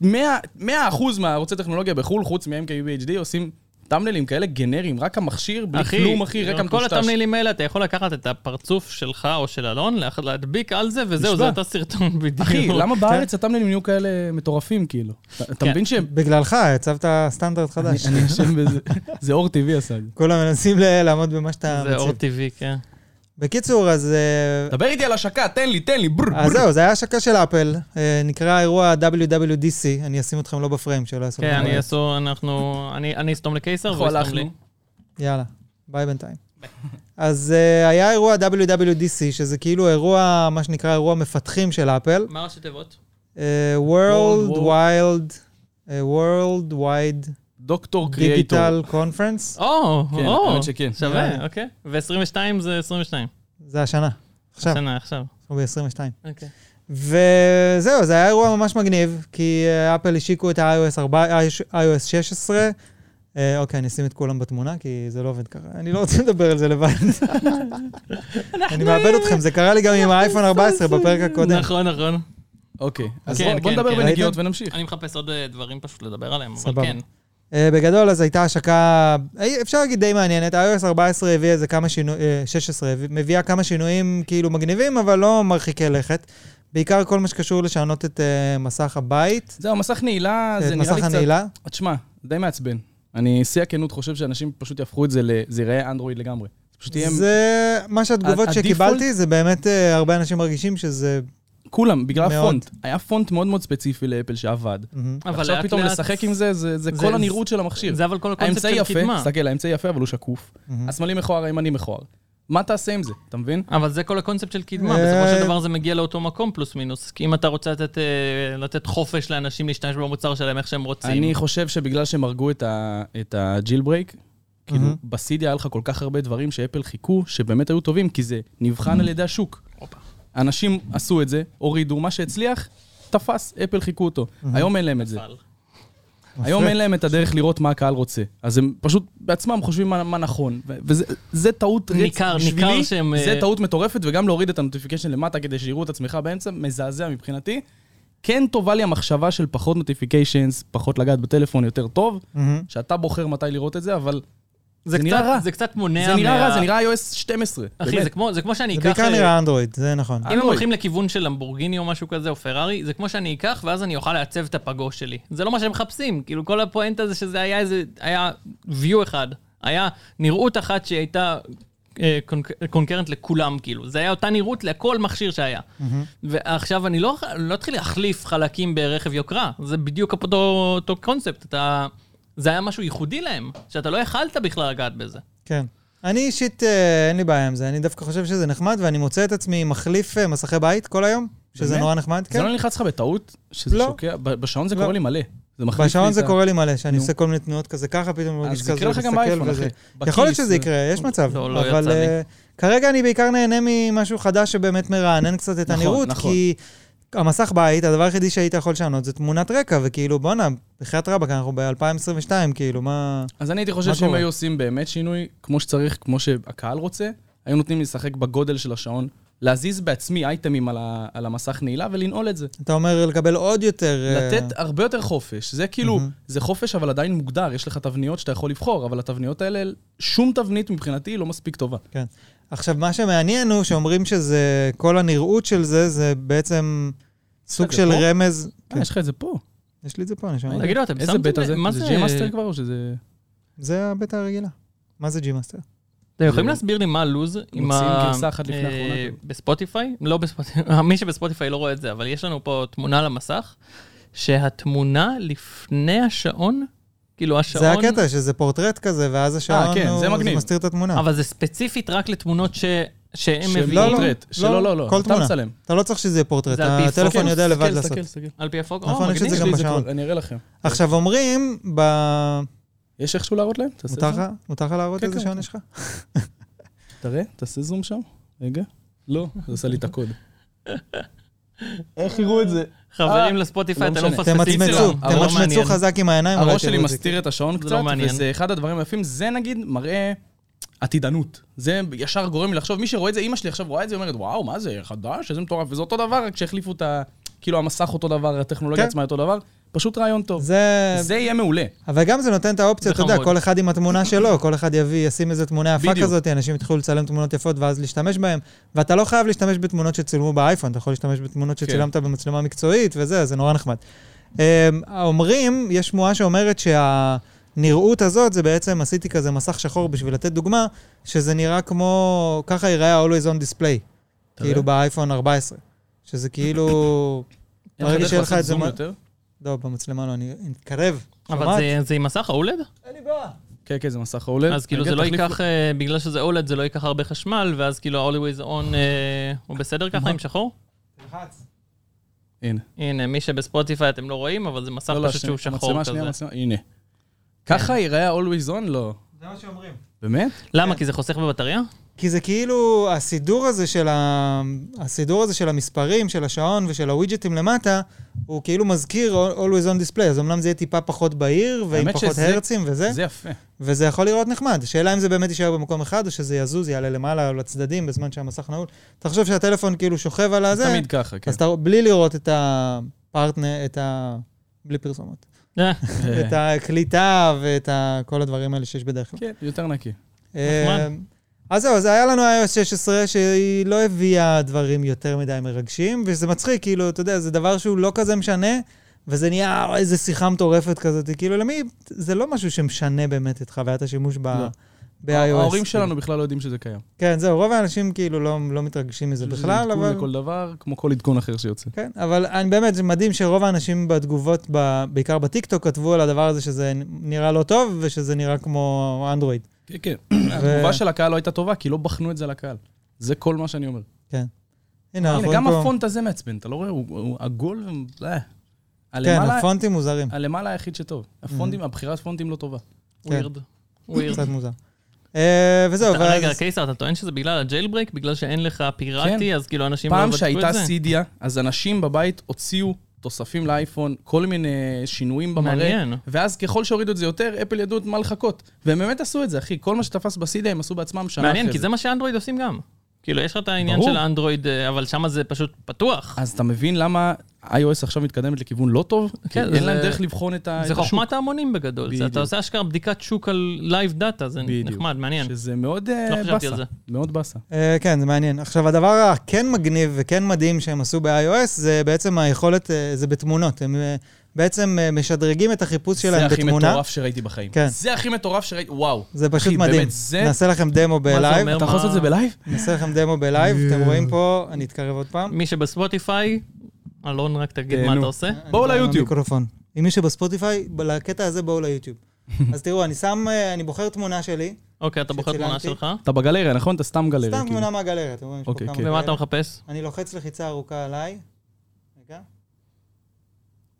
C: 100, 100 אחוז מהערוצי טכנולוגיה בחו"ל, חוץ מ-MKBHD, עושים טאמנלים כאלה גנריים, רק המכשיר, בלי
A: אחי,
C: כלום, אחי, רק
A: גם כל
C: המטושטש.
A: התמלילים האלה, אתה יכול לקחת את הפרצוף שלך או של אלון, לה- להדביק על זה, וזהו,
C: נשבע.
A: זה אותו סרטון בדיוק.
C: אחי, למה בארץ הטאמנלים נהיו כאלה מטורפים, כאילו? אתה- אתה
A: כן.
C: מבין שהם...
B: בגללך, הצבת סטנדרט
C: אני
B: חדש.
C: אני אשם בזה. זה אור טבעי עשה את זה.
B: כולם מנסים ל- לעמוד במה שאתה
A: זה אור
B: מציב.
A: טבעי, כן.
B: בקיצור, אז... אה,
C: דבר איתי על השקה, תן לי, תן לי, בר,
B: אז
C: בר.
B: זהו, זה היה השקה של אפל, אה, נקרא אירוע WWDC, אני אשים אתכם לא בפריים, שלא יעשו...
A: כן,
B: לכם
A: אני
B: בעיה.
A: אעשו, אנחנו, אני אני אסתום לקיסר
C: אנחנו
A: והוא יסתום לי.
C: הלכנו.
B: יאללה, ביי בינתיים. אז אה, היה אירוע WWDC, שזה כאילו אירוע, מה שנקרא אירוע מפתחים של אפל.
A: מה ראשי תיבות?
B: אה,
C: World
B: World
C: War-
B: Wild, אה, World Wide
C: דוקטור קריאייטור.
B: Digital Conference,
A: או,
C: כן,
A: או,
C: האמת שכן. אה.
A: שווה, אוקיי. ו-22 זה 22.
B: זה השנה, עכשיו,
A: שנה עכשיו.
B: אנחנו ב-22.
A: אוקיי.
B: וזהו, זה היה אירוע ממש מגניב, כי אה, אפל השיקו את ה-iOS 4 iOS 16. אה, אוקיי, אני אשים את כולם בתמונה, כי זה לא עובד ככה. אני לא רוצה לדבר על זה לבד. אני מאבד אתכם, זה קרה לי גם עם האייפון 14 בפרק הקודם.
A: נכון, נכון.
C: אוקיי, אז
A: כן,
C: בוא- בוא
A: כן,
C: נדבר
A: כן.
C: בנגיעות
B: ראיתם?
C: ונמשיך.
A: אני מחפש עוד אה, דברים פשוט לדבר עליהם,
B: סבבה.
A: אבל כן.
B: אה, בגדול, אז הייתה השקה, אה, אפשר להגיד די מעניינת. iOS 14 הביאה איזה כמה שינויים, 16, הביא- מביאה כמה שינויים כאילו מגניבים, אבל לא מרחיקי לכת. בעיקר כל מה שקשור לשנות את אה, מסך הבית,
C: זהו, מסך נעילה,
A: אה,
B: את
C: זה נראה
B: מסך
C: לי קצת...
B: הנעילה.
C: תשמע, די מעצבן. אני, שיא הכנות, חושב שאנשים פשוט יהפכו את זה ל... זה ייראה אנדרואיד לגמרי. זה פשוט יהיה...
B: זה מה שהתגובות
C: ה-
B: שקיבלתי, זה באמת אה, הרבה אנשים מרגישים שזה...
C: כולם, בגלל
B: מאוד.
C: הפונט. היה פונט מאוד מאוד ספציפי לאפל שעבד.
B: מהמם.
A: אבל
C: עכשיו
A: לאט
C: פתאום
A: לאט-
C: לשחק עם זה, זה זה
A: זה-
C: כל
A: זה-
C: הנראות של המכשיר.
A: זה אבל כל הקונספט
C: האמצעי
A: של
C: יפה,
A: קדמה.
C: תסתכל, האמצעי יפה, אבל הוא שקוף.
B: מהמם.
C: השמאלי מכוער, הימני מכוער. מה תעשה עם זה? אתה מבין?
A: אבל זה כל הקונספט של קדמה,
B: אה,
A: בסופו של דבר זה מגיע לאותו מקום פלוס מינוס. כי אם אתה רוצה לתת, אה, לתת חופש לאנשים להשתמש במוצר שלהם איך שהם רוצים.
C: אני חושב שבגלל שהם הרגו את ה- את הג'יל ברייק, כאילו, בסיד היה לך כל כך הרבה דברים שאפל חיכו, שבאמת היו טובים, כי זה נבחן על ידי השוק.
A: הופה.
C: אנשים עשו את זה, הורידו, מה שהצליח, תפס, אפל חיכו אותו. היום אין להם את זה.
A: אבל-
C: היום אין להם את הדרך לראות מה הקהל רוצה. אז הם פשוט בעצמם חושבים מה מה נכון. ו- וזה זה טעות רצ-
A: ניכר,
C: בשבילי,
A: ניכר שהם,
C: זה
A: אה,
C: טעות מטורפת, וגם להוריד את הנוטיפיקשן למטה כדי שיראו את עצמך באמצע, מזעזע מבחינתי. כן טובה לי המחשבה של פחות נוטיפיקיישנס, פחות לגעת בטלפון יותר טוב,
B: מהמם.
C: שאתה בוחר מתי לראות את זה, אבל
A: זה
C: זה
A: קצת-
C: נראה רע.
A: זה קצת מונע
C: זה נראה
A: מה-
C: רע, זה נראה iOS 12.
A: אחי,
C: באמת.
A: זה כמו- זה כמו שאני
B: זה
A: אקח...
B: בעיקר
A: אה,
B: נראה אנדרואיד, זה נכון.
A: אם הם
C: אנדרואיד.
A: הולכים לכיוון של למבורגיני או משהו כזה, או פרארי, זה כמו שאני אקח, ואז אני אוכל לעצב את הפגוש שלי. זה לא מה שהם מחפשים. כאילו, כל הפואנטה זה שזה היה איזה, היה view אחד. היה נראות אחת שהייתה אה, קונק- קונקרנט לכולם, כאילו. זה היה אותה נראות לכל מכשיר שהיה. ועכשיו אני לא לא אתחיל להחליף חלקים ברכב יוקרה. זה בדיוק אותו אותו קונספט. אתה... זה היה משהו ייחודי להם, שאתה לא יכלת בכלל לגעת בזה.
B: כן. אני אישית, אה, אין לי בעיה עם זה, אני דווקא חושב שזה נחמד, ואני מוצא את עצמי מחליף אה, מסכי בית כל היום, שזה
C: באמת?
B: נורא נחמד,
C: זה
B: כן.
C: לא נלחץ לך בטעות? שזה
B: לא.
C: שוקע? ב- בשעון זה
B: לא.
C: קורה לי מלא. זה מחליף לי
B: בשעון
C: את
B: זה
C: ה-
B: קורה לי מלא, שאני
C: נו.
B: עושה כל מיני תנועות כזה ככה, פתאום מרגיש
C: אז זה
B: כזה,
C: יקרה לך גם באייפון, אחי.
B: יכול להיות
C: בכיס, אה,
B: שזה יקרה, יש מצב.
A: לא, לא
B: אבל
A: יצא לי.
B: אה, כרגע אני בעיקר נהנה ממשהו חדש שבאמת מרענן קצת את
C: נכון,
B: הנראות,
C: נכון.
B: כי המסך בית, הדבר היחידי שהיית יכול לשנות זה תמונת רקע, וכאילו, בואנה, בחייאת רבאק, אנחנו ב-2022, כאילו, מה...
C: אז אני הייתי
B: מה
C: חושב שאם
B: קורה?
C: היו עושים באמת שינוי, כמו שצריך, כמו שהקהל רוצה, היו נותנים לי לשחק בגודל של השעון, להזיז בעצמי אייטמים על, ה, על המסך נעילה ולנעול את זה.
B: אתה אומר לקבל עוד יותר... אה,
C: לתת הרבה יותר חופש. זה כאילו,
B: מהמם.
C: זה חופש אבל עדיין מוגדר, יש לך תבניות שאתה יכול לבחור, אבל התבניות האלה, שום תבנית מבחינתי היא לא מספיק טובה.
B: עכשיו, מה שמעניין הוא שאומרים שזה, כל הנראות של זה, זה בעצם סוג
C: זה
B: של
C: פה?
B: רמז...
C: אה, יש לך את זה פה.
B: יש לי את זה פה, אני שומע.
A: תגידו, אתם
C: איזה
A: שמתם
C: בטא
A: לב-
C: זה?
A: מה
C: זה
A: זה-
C: ג'י מאסטר כבר או שזה...
B: זה הבטא הרגילה. מה זה ג'י-מאסטר?
A: אתם יכולים
C: זה-
A: להסביר לי מה הלו"ז עם ה...
C: מוציאים גרסה אחת לפני
A: אה,
C: האחרונה, כאילו.
A: בספוטיפיי? לא בספוטיפיי, מי שבספוטיפיי לא רואה את זה, אבל יש לנו פה תמונה על המסך, שהתמונה לפני השעון, כאילו השעון...
B: זה הקטע, שזה פורטרט כזה, ואז השעון
C: כן, זה
B: הוא-
C: מגניב.
B: מסתיר את התמונה.
A: אבל זה ספציפית רק לתמונות ש... שהם
C: של
A: מביאים
C: פורטרט. שלא, לא, לא.
B: כל
C: אתה
B: תמונה.
C: מצלם.
B: אתה לא צריך שזה יהיה פורטרט,
A: זה על פי
B: הטלפון
A: פוקוס.
B: יודע לבד
C: תסתכל,
B: לעשות.
C: תסתכל, תסתכל.
A: על פי הפוק.
B: נכון,
A: או,
B: יש את
A: מגניב.
B: זה
C: יש
B: גם
C: לי את זה
B: בשעון.
C: כבר, אני אראה לכם.
B: עכשיו אומרים, ב-
C: יש איכשהו להראות להם? תעשה
B: מותר
C: זום.
B: לך? מותר לך להראות
C: כן,
B: איזה
C: כן,
B: שעון
C: כן.
B: יש לך?
C: תראה, תעשה זום שם. רגע. לא, זה עשה לי את הקוד. איך יראו את זה?
A: חברים
C: אה,
A: לספוטיפיי,
C: לא
A: אתם לא
C: משנה.
A: מפספסים
B: תמצמצו,
A: כלום. זה לא
B: תמצמצו
A: מעניין.
B: חזק עם העיניים. אולי
C: הראש שלי
B: תראו את זה.
C: מסתיר את השעון
A: זה
C: קצת,
A: אוקיי, לא מעניין.
C: וזה אחד הדברים היפים. זה נגיד מראה עתידנות. זה ישר גורם לי לחשוב, מי שרואה את זה, אימא שלי עכשיו רואה את זה, אומרת, וואו, מה זה, חדש, איזה מטורף. וזה אותו דבר, רק שהחליפו את ה... כאילו המסך אותו דבר, הטכנולוגיה
B: כן.
C: עצמה אותו דבר. פשוט רעיון טוב.
B: זה...
C: זה יהיה מעולה.
B: אבל גם זה נותן את האופציה,
A: זה
B: אתה יודע,
A: חמוד.
B: כל אחד עם התמונה שלו, כל אחד יביא, ישים איזה תמונה יפה
C: בדיוק.
B: כזאת, אנשים יתחילו לצלם תמונות יפות ואז להשתמש בהן. ואתה לא חייב להשתמש בתמונות שצילמו באייפון, אתה יכול להשתמש בתמונות
C: כן.
B: שצילמת במצלמה מקצועית וזה, זה נורא נחמד. אמ, אומרים, יש שמועה שאומרת שהנראות הזאת, זה בעצם, עשיתי כזה מסך שחור בשביל לתת דוגמה, שזה נראה כמו, ככה ייראה ה-Always on Display,
C: תראה.
B: כאילו באייפון 14, שזה כאילו...
C: אין לך
B: ברגע
C: דרך
B: שיהיה לך
C: לעשות
B: את זה
C: זום
B: מה-
C: יותר?
B: לא, במצלמה לא, אני אני אתקרב.
A: אבל
B: שומעת?
A: זה- זה עם מסך האולד?
B: אין לי בעיה.
C: כן, כן, זה מסך אולד.
A: אז כאילו
C: רגע,
A: זה לא
C: תחליף-
A: ייקח, אה, בגלל שזה אולד, זה לא ייקח הרבה חשמל, ואז כאילו ה-Always on אה, הוא בסדר ככה
B: מה?
A: עם שחור?
B: תלחץ.
C: הנה.
A: הנה, מי שבספוטיפיי אתם לא רואים, אבל זה מסך
C: לא, לא,
A: פשוט שהוא
C: השנייה,
A: שחור
C: המצלמה השנייה,
A: כזה. כן.
C: המצלמה- הנה. ככה ייראה ה-Always On? לא.
B: זה מה שאומרים.
C: באמת?
A: למה? כי זה חוסך בבטריה?
B: כי זה כאילו, הסידור הזה של, ה... הסידור הזה של המספרים, של השעון ושל הווידג'טים למטה, הוא כאילו מזכיר All- Always on Display, אז אמנם זה יהיה טיפה פחות בהיר, ועם
C: האמת
B: פחות
C: שזה-
B: הרצים וזה,
C: זה יפה.
B: וזה יכול לראות נחמד. השאלה אם זה באמת יישאר במקום אחד, או שזה יזוז, יעלה למעלה או לצדדים בזמן שהמסך נעול. אתה חושב שהטלפון כאילו שוכב על הזה,
C: תמיד ככה, כן.
B: אז אתה, בלי לראות את הפרטנר, את ה... בלי פרסומות.
C: כן.
A: אה,
B: את הקליטה ואת ה... כל הדברים האלה שיש בדרך כלל.
C: כן, יותר נקי.
A: נחמד.
B: אמ, אז זהו, אז היה לנו iOS 16 שהיא לא הביאה דברים יותר מדי מרגשים, וזה מצחיק, כאילו, אתה יודע, זה דבר שהוא לא כזה משנה, וזה נהיה "אה, איזה שיחה מטורפת כזאת, כאילו, למי, זה לא משהו שמשנה באמת את חוויית השימוש ב...
C: לא.
B: ב-iOS.
C: ההורים
B: כאילו.
C: שלנו בכלל לא יודעים שזה קיים.
B: כן, זהו, רוב האנשים כאילו לא, לא מתרגשים מזה בכלל,
C: עדכון
B: אבל...
C: לכל דבר, כמו כל עדכון אחר שיוצא.
B: כן, אבל אני באמת, זה מדהים שרוב האנשים בתגובות, ב, בעיקר בטיקטוק, כתבו על הדבר הזה שזה נראה לא טוב, ושזה נראה כמו אנדרואיד.
C: כן, כן.
B: ו-
C: התגובה של הקהל לא הייתה טובה, כי לא בחנו את זה לקהל. זה כל מה שאני אומר.
B: הנה, אנחנו
C: הנה,
B: רואים
C: גם
B: אה, נכון, פה...
C: הפונט הזה מעצבן, אתה לא רואה? הוא- הוא עגול ו... אה.
B: כן,
C: הלמעלה-
B: הפונטים מוזרים.
C: הלמעלה היחיד שטוב. הפונטים,
B: Mm-hmm.
C: הבחירת פונטים לא טובה.
A: ווירד. ווירד.
B: קצת מוזר. אה, וזהו,
A: אתה- רגע,
C: כן.
B: ואז...
A: קיסר, אתה טוען שזה בגלל הג'ייל ברייק? בגלל שאין לך פיראטי, אז כאילו אנשים לא
C: פעם
A: בדקו
C: שהייתה
A: את זה?
C: סידיה, אז אנשים בבית הוציאו תוספים לאייפון, כל מיני שינויים במראה.
A: מעניין.
C: ואז ככל שהורידו את זה יותר, אפל ידעו את מה לחכות. והם באמת עשו את זה, אחי. כל מה שתפס בסידיה הם עשו בעצמם שנה אחרי
A: מעניין, כי זה מה שאנדרואיד עושים גם. כאילו, יש לך את העניין
C: ברור. אה,
A: של האנדרואיד, אה, אבל שם זה פשוט פתוח.
C: אז אתה מבין למה iOS עכשיו מתקדמת לכיוון לא טוב? כי אין
A: כן, זה-
C: להם דרך לבחון את ה- את
A: זה
C: השוק.
A: חוכמת ההמונים בגדול. זה- אתה
C: בדיוק.
A: עושה אשכרה בדיקת שוק על לייב דאטה, זה
C: בדיוק.
A: נחמד, מעניין.
C: שזה מאוד אה,
A: לא חשבתי על
C: באסה.
A: זה.
C: מאוד באסה.
B: אה, כן, זה מעניין. עכשיו, הדבר הכן מגניב וכן מדהים שהם עשו ב-iOS, זה בעצם היכולת, אה, זה בתמונות. הם אה, בעצם אה, משדרגים את החיפוש
C: זה
B: שלהם
C: הכי
B: בתמונה.
C: מטורף שראיתי בחיים.
B: כן.
C: זה הכי מטורף שראיתי, וואו.
B: זה פשוט
C: אחי,
B: מדהים.
C: באמת, זה...
B: נעשה לכם דמו בלייב.
A: אומר?
C: אתה יכול לעשות את זה בלייב?
B: נעשה לכם דמו בלייב, אתם רואים פה, אני אתקרב עוד פעם.
A: מי שבספוטיפיי, אלון, רק תגיד מה
C: תהנו.
A: אתה עושה.
B: אני
C: בואו
B: בא עם
C: ליוטיוב.
B: המיקרופון. אם מי שבספוטיפיי, ב- לקטע הזה בואו ליוטיוב. אז תראו, אני שם, אה, אני בוחר תמונה שלי,
A: אוקיי, אתה בוחר תמונה
B: שצילמתי.
A: שלך.
C: אתה בגלריה, נכון? אתה סתם גלריה.
B: סתם
C: כאילו.
B: תמונה מהגלריה, אתם רואים, יש פה
C: אוקיי,
B: כמה
C: כן.
A: ומה אתה
B: כאלה.
A: מחפש?
B: אני לוחץ לחיצה ארוכה עליי. רגע.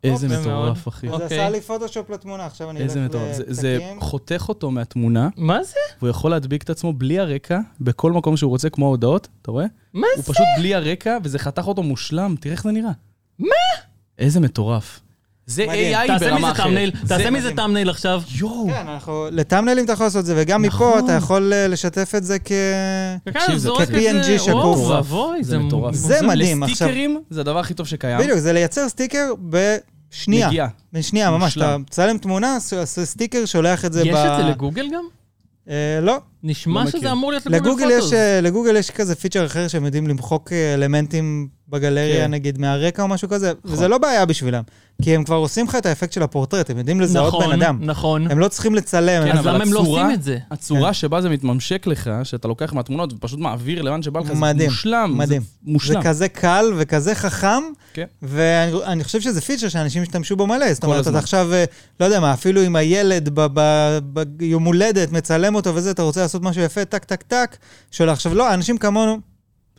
C: איזה
B: אוקיי.
C: מטורף, אחי.
B: אז זה
A: אוקיי.
B: עשה לי פוטושופ לתמונה, עכשיו אני אלך
C: איזה מטורף. זה- זה
B: לפתקים.
C: חותך אותו מהתמונה,
A: מה זה?
C: והוא יכול להדביק את עצמו בלי הרקע, בכל מקום שהוא רוצה, כמו ההודעות, אתה רואה?
A: מה
C: הוא
A: זה?
C: פשוט בלי הרקע, וזה חתך אותו מושלם, תראה איך זה נראה. איזה מטורף. זה
B: מדהים.
C: AI
A: תעשה
C: ברמה
A: מזה תאמנייל,
C: אחרת.
A: תעשה
C: זה-
A: מזה תאמנייל עכשיו.
C: יואו.
B: כן, אנחנו... לטאמנלים אתה יכול לעשות את זה, וגם מפה
C: נכון. כן.
B: אתה יכול אה, לשתף את זה כ...
C: תקשיב, זה
A: זורק את
B: כ-PNG
A: זה,
B: שקוף.
A: אוי ואבוי,
C: זה מטורף.
B: זה מדהים, עכשיו.
C: לסטיקרים זה הדבר הכי טוב שקיים.
B: בדיוק, זה לייצר סטיקר בשנייה.
C: נגיעה.
B: בשנייה, ממש. אתה
C: מושלם.
B: מצלם תמונה, ש- עושה סטיקר, שולח את זה ב...
A: יש את זה לגוגל גם?
B: אה, לא.
A: נשמע
C: לא מכיר.
A: שזה אמור להיות לגוגל
B: לגוגל יש,
A: פוטוס.
B: אה, לגוגל יש כזה פיצ'ר אחר שהם יודעים למחוק אה, אלמנטים בגלריה,
C: כן. נכון.
B: נגיד, מהרקע או משהו כזה, וזה לא בעיה בשבילם, כי הם כבר עושים לך את האפקט של הפורטרט, הם יודעים לזהות
A: נכון,
B: בן אדם.
A: נכון.
B: הם לא צריכים לצלם.
A: כן,
B: הם-
A: אז למה הם לא עושים את זה?
B: כן.
C: הצורה שבה זה מתממשק לך, שאתה לוקח מהתמונות ופשוט מעביר לאן שבא לך, זה
B: מדהים,
C: מושלם. זה
B: מדהים. זה
C: מושלם.
B: כזה קל וכזה חכם,
C: כן.
B: ואני אני חושב שזה פיצ'ר שאנשים השתמשו בו מלא. זאת אומרת,
C: הזמן.
B: אתה עכשיו, אה, לא יודע מה, אפילו עם הילד ב- ב- ביום הולדת, מצלם אותו וזה, אתה רוצה לעשות משהו יפה, טק, טק, טק, שולח. עכשיו, לא, אנשים כמונו,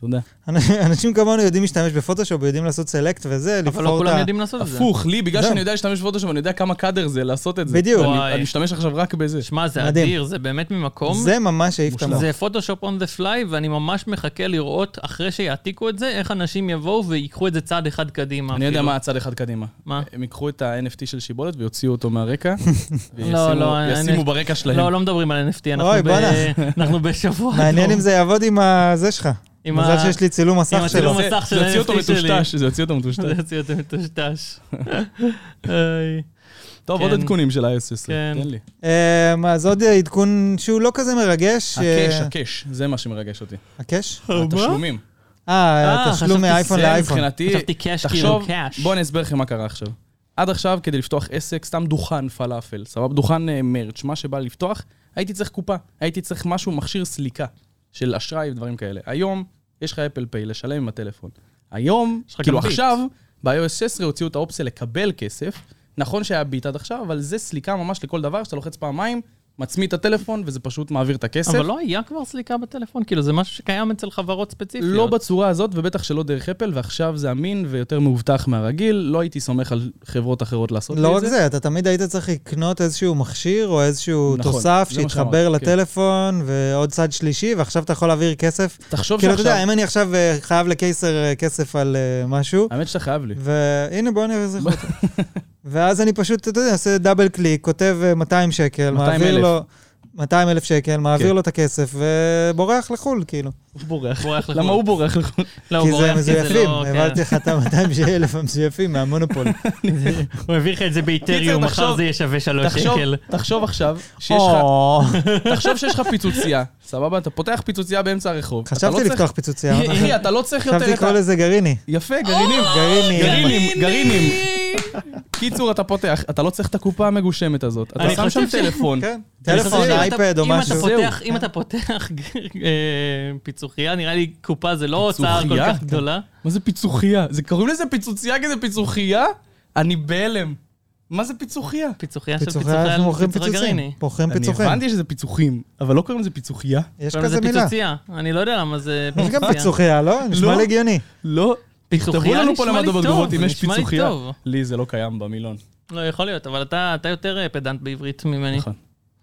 C: תודה.
B: אנ- אנשים כמונו יודעים להשתמש בפוטושופ, יודעים לעשות סלקט וזה,
A: אבל לא
B: לבחור את
A: כולם
B: ה...
A: יודעים לעשות את זה.
C: הפוך, לי, בגלל
B: זהו.
C: שאני יודע להשתמש בפוטושופ, אני יודע כמה קאדר זה לעשות את זה.
B: בדיוק.
C: אני-
A: וואי.
C: אני משתמש עכשיו רק בזה.
A: שמע, זה
B: מדהים.
A: אדיר, זה באמת ממקום.
B: זה ממש העיף את המוח.
A: זה פוטושופ און דה פליי, ואני ממש מחכה לראות, אחרי שיעתיקו את זה, איך אנשים יבואו ויקחו את זה צעד אחד קדימה.
C: אני יודע
A: אפילו.
C: מה הצד אחד קדימה.
A: מה?
C: הם ייקחו את ה-NFT של שיבולת ויוציאו אותו מהרקע,
A: לא,
C: וישימו
A: אני-
C: ברקע שלהם.
A: לא, לא מדברים על NFT, אנחנו
B: אוי,
A: ב-
B: בואנה.
A: אנחנו בשבוע.
B: מעניין
A: אדום.
B: אם זה יעבוד עם הזה שלך.
A: עם
B: מזל
A: ה-
B: שיש לי צילום מסך
A: הצילום
B: שלו.
A: הזה. המסך לא של
C: זה יוציא אותו
A: ה-NFT שלי.
C: מטושטש, זה יוציא אותו
A: זה
C: מטושטש.
A: יוציא אותי מטושטש. איי.
C: טוב,
A: כן.
C: עוד עדכונים של iOS 10,
A: כן.
C: תן לי.
B: אמ, אז עוד עדכון שהוא לא כזה מרגש.
C: הקש,
B: אה,
C: הקש, זה מה שמרגש אותי.
B: הקש?
C: התשלומים.
B: אה,
A: אה,
B: התשלום
A: חשבתי
B: מאייפון
A: זה,
B: לאייפון.
C: מבחינתי,
A: חשבתי קאש, כאילו
C: תחשוב,
A: קאש.
C: בוא אני אסביר לכם מה קרה עכשיו. עד עכשיו, כדי לפתוח עסק, סתם דוכן פלאפל, סבבה? דוכן אה, מרץ', מה שבא לפתוח, הייתי צריך קופה, הייתי צריך משהו, מכשיר סליקה של אשראי ודברים כאלה. היום, יש לך אפל פיי, לשלם עם הטלפון. היום,
A: יש לך
C: כאילו
A: גם ביט.
C: עכשיו, ב-iOS 16 הוציאו את האופציה לקבל כסף. נכון שהיה ביט עד עכשיו, אבל זה סליקה ממש לכל דבר, שאתה לוחץ פעמיים, מצמיד את הטלפון, וזה פשוט מעביר את הכסף.
A: אבל לא היה כבר סליקה בטלפון? כאילו, זה משהו שקיים אצל חברות ספציפיות.
C: לא בצורה הזאת, ובטח שלא דרך אפל, ועכשיו זה אמין ויותר מאובטח מהרגיל. לא הייתי סומך על חברות אחרות לעשות
B: לא
C: לי
B: רק
C: את זה.
B: זה, אתה תמיד היית צריך לקנות איזשהו מכשיר או איזשהו
C: נכון,
B: תוסף
C: זה מה שאמרתי,
B: שיתחבר
C: כן.
B: לטלפון ועוד צד שלישי, ועכשיו אתה יכול להעביר כסף.
C: תחשוב
B: כאילו, אתה יודע,
C: שעכשיו...
B: אם אני עכשיו אה, חייב לקייסר אה, כסף על אה, משהו,
C: האמת שאתה חייב לי.
B: והנה, בוא נראה איזה חוטא. ואז אני פשוט, אתה יודע, עושה דאבל קליק, כותב אה, 200 שקל,
C: 200,000.
B: מעביר לו... 200 אלף שקל, מעביר
C: כן.
B: לו את הכסף ובורח לחו"ל, כאילו.
C: הוא בורח.
A: בורח
B: נכון.
A: לחו"ל.
C: למה הוא בורח לחו"ל?
A: לא, הוא
B: כי זה
A: בורח,
B: מזויפים,
A: לא- כן.
B: העברתי לך את ה-200 אלף המזויפים מהמונופול.
A: הוא הביא לך את זה באיתריום,
C: קיצר,
A: מחר
C: תחשוב-
A: זה יהיה שווה שלוש
C: תחשוב-
A: שקל.
C: תחשוב עכשיו שיש לך...
B: או,
C: תחשוב שיש לך פיצוצייה, סבבה? אתה פותח פיצוצייה באמצע הרחוב. אתה לא
B: חשבתי
C: צריך-
B: לפתוח פיצוצייה. אמרתי לך,
C: אחי, אתה לא צריך
B: חשבתי
C: יותר את ה...
B: לקרוא לזה אה! גרעיני.
C: יפה, גרעינים.
B: גרעיני.
C: גרעינים, גרעינים. קיצור, אתה פותח, אתה לא צריך את הקופה המגושמת הזאת. אתה
A: אני
C: שם שם
A: חושב ש-
C: טלפון.
B: כן,
A: אני חושב
B: טלפון,
A: שאם אתה-
B: אייפד או
A: אם אתה
B: משהו.
C: זהו.
A: פותח- אם אתה פותח אה, פיצוחייה, נראה לי קופה זה לא הוצאה כל
C: פיצוחייה?
A: כך גדולה.
C: מה זה פיצוחייה? זה קוראים לזה פיצוצייה כי זה פיצוחייה? אני בהלם. מה זה פיצוחייה?
A: פיצוחייה של
B: פיצוחי,
A: פיצוחייה
B: אנחנו מוכרים
A: פיצוחי גרעיני.
B: פיצוצים. מוכרים
C: אני
B: פיצוחים.
C: הבנתי שזה פיצוחים, אבל לא קוראים לזה פיצוחייה.
B: יש
A: אבל
B: כזה
A: זה
B: מילה.
A: פיצוצייה, אני לא יודע למה זה
B: יש גם
A: פיצוצייה.
B: פיצוחייה, לא? נשמע
C: לא.
B: לי הגיוני.
C: לא. תכתבו
A: פיצוחייה
C: לנו פה
A: נשמע לי
C: למדו
A: טוב,
C: בגרובות אם
A: זה
C: יש
A: נשמע לי
C: פיצוחייה.
A: טוב.
C: לי זה לא קיים במילון.
A: לא, יכול להיות, אבל אתה אתה יותר אה, פדנט בעברית ממני.
C: נכון.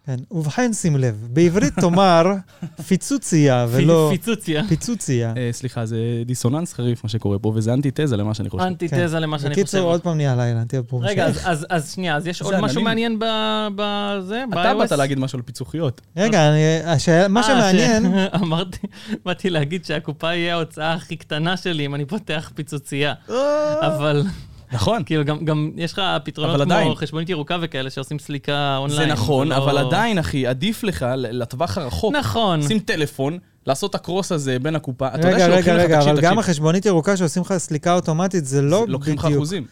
B: כן, ובכן שים לב, בעברית תאמר פיצוצייה ולא
A: פי- פיצוציה.
B: פיצוצייה.
C: אה, סליחה, זה דיסוננס חריף מה שקורה פה, וזה אנטיתזה למה שאני חושב.
A: אנטיתזה למה שאני חושב.
B: כן. בקיצור, עוד פעם כן. נהיה לילה, תהיה פה
A: רגע,
B: משנה.
A: אז- אז- אז שנייה, אז יש עוד
C: אנליטי.
A: משהו מעניין ב- בזה?
C: אתה
A: ב-iOS?
C: באת להגיד משהו על פיצוחיות.
B: רגע, אני- השאלה- מה
A: אה,
B: שמעניין,
A: ש- אמרתי, באתי להגיד שהקופה יהיה ההוצאה הכי קטנה שלי אם אני פותח פיצוצייה. אבל
C: נכון.
A: כאילו גם- גם יש לך
C: אבל
A: פתרונות
C: עדיין.
A: כמו חשבונית ירוקה וכאלה שעושים סליקה אונליין.
C: זה נכון,
A: לא-
C: אבל עדיין, אחי, עדיף לך ל- לטווח הרחוק.
A: נכון.
C: שים טלפון, לעשות את הקרוס הזה בין הקופה. אתה יודע
B: רגע,
C: שלוקחים
B: רגע,
C: לך,
B: רגע,
C: תקשיב,
B: אבל גם
C: תקשיב.
B: החשבונית ירוקה שעושים לך סליקה אוטומטית, זה לא
C: לוקחים לך
B: בדיוק.
C: אחוזים.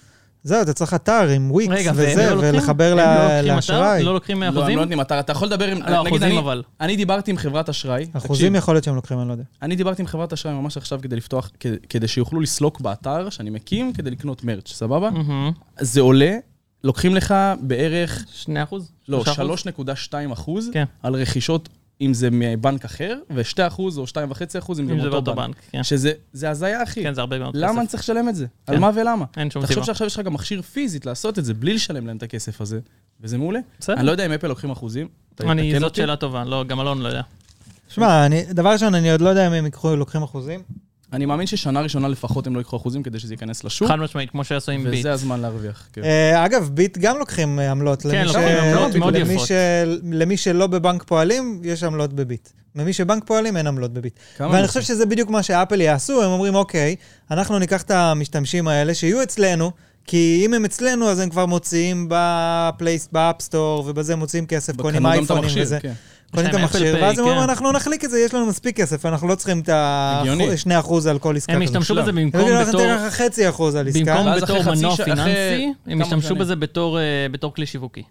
B: זהו, אתה צריך אתר עם וויקס
A: רגע, והם
B: וזה,
A: לא לוקחים?
B: ולחבר
A: הם
B: ל-
A: לא לוקחים אתר?
B: לאשראי.
A: לא לוקחים
C: לא, אני
A: מאחוזים?
C: לא יודעים, אתה אתה יכול לדבר עם...
A: לא,
C: נגיד,
A: אחוזים
C: אני-
A: אבל.
C: אני דיברתי עם חברת אשראי.
B: אחוזים יכול להיות שהם לוקחים, אני לא יודע.
C: אני דיברתי עם חברת אשראי ממש עכשיו כדי לפתוח, כדי, כדי שיוכלו לסלוק באתר שאני מקים כדי לקנות מרץ', סבבה?
A: מהמם.
C: זה עולה, לוקחים לך בערך,
A: שני אחוז?
C: לא,
A: שלושה אחוז?
C: 3.2 אחוז
A: כן.
C: על רכישות, אם זה מבנק אחר, ו-2 אחוז או 2.5 אחוז אם זה
A: אם זה
C: מאותו
A: באותו
C: בנק.
A: בנק, כן.
C: שזה זה הזיה, אחי.
A: כן, זה הרבה מאוד כסף. כן.
C: למה אני צריך לשלם את זה? על מה ולמה?
A: אין שום
C: תחשוב
A: סיבה.
C: שעכשיו יש לך גם מכשיר פיזית לעשות את זה בלי לשלם להם את הכסף הזה, וזה מעולה.
A: בסדר.
C: אני לא יודע אם אפל לוקחים אחוזים. אתה
A: אני,
C: תתקן
A: זאת
C: אותי.
A: שאלה טובה, לא, גם אלון לא יודע.
B: שמע, אני- דבר ראשון, אני עוד לא יודע אם הם ייקחו- לוקחים אחוזים.
C: אני מאמין ששנה ראשונה לפחות הם לא ייקחו אחוזים כדי שזה ייכנס לשוק,
A: חד משמעית, כמו שעשו עם ביט.
C: וזה הזמן להרוויח. כן.
B: אה, אגב, ביט גם לוקחים אה, עמלות.
A: כן,
B: למי
A: לוקחים
B: ש-
A: עמלות מאוד
B: למי
A: יפות.
B: ש- למי שלא בבנק פועלים, יש עמלות בביט. למי שבנק פועלים, אין עמלות בביט.
C: כמה
B: ואני
C: עמלות?
B: חושב שזה בדיוק מה שאפל יעשו, הם אומרים, אוקיי, אנחנו ניקח את המשתמשים האלה שיהיו אצלנו, כי אם הם אצלנו, אז הם כבר מוציאים בפלייס, באפסטור, ובזה מוציאים כסף, קונים
C: וקנו גם את
B: אייפונים
C: המכשיר,
B: וזה.
C: כן.
B: קונים את
A: להם אפל
B: המכשיר,
A: פיי,
B: ואז הם אומרים,
A: כן.
B: אנחנו נחליק את זה, יש לנו מספיק כסף, אנחנו לא צריכים את
C: הגיוני.
B: ה-2% על כל עסקה.
A: הם
B: כזאת."
A: השתמשו בזה
B: הם
A: במקום
C: לא
B: יגידו, "אנחנו
A: בתור...
B: ניתן לך חצי אחוז על עסקה.
A: במקום
C: ואז אחרי
A: בתור
C: חצי
A: מנוע
C: ש- אחרי
A: פיננסי, הם
C: כמה
A: השתמשו
C: שנים.
A: בזה בתור, אה, בתור כלי שיווקי.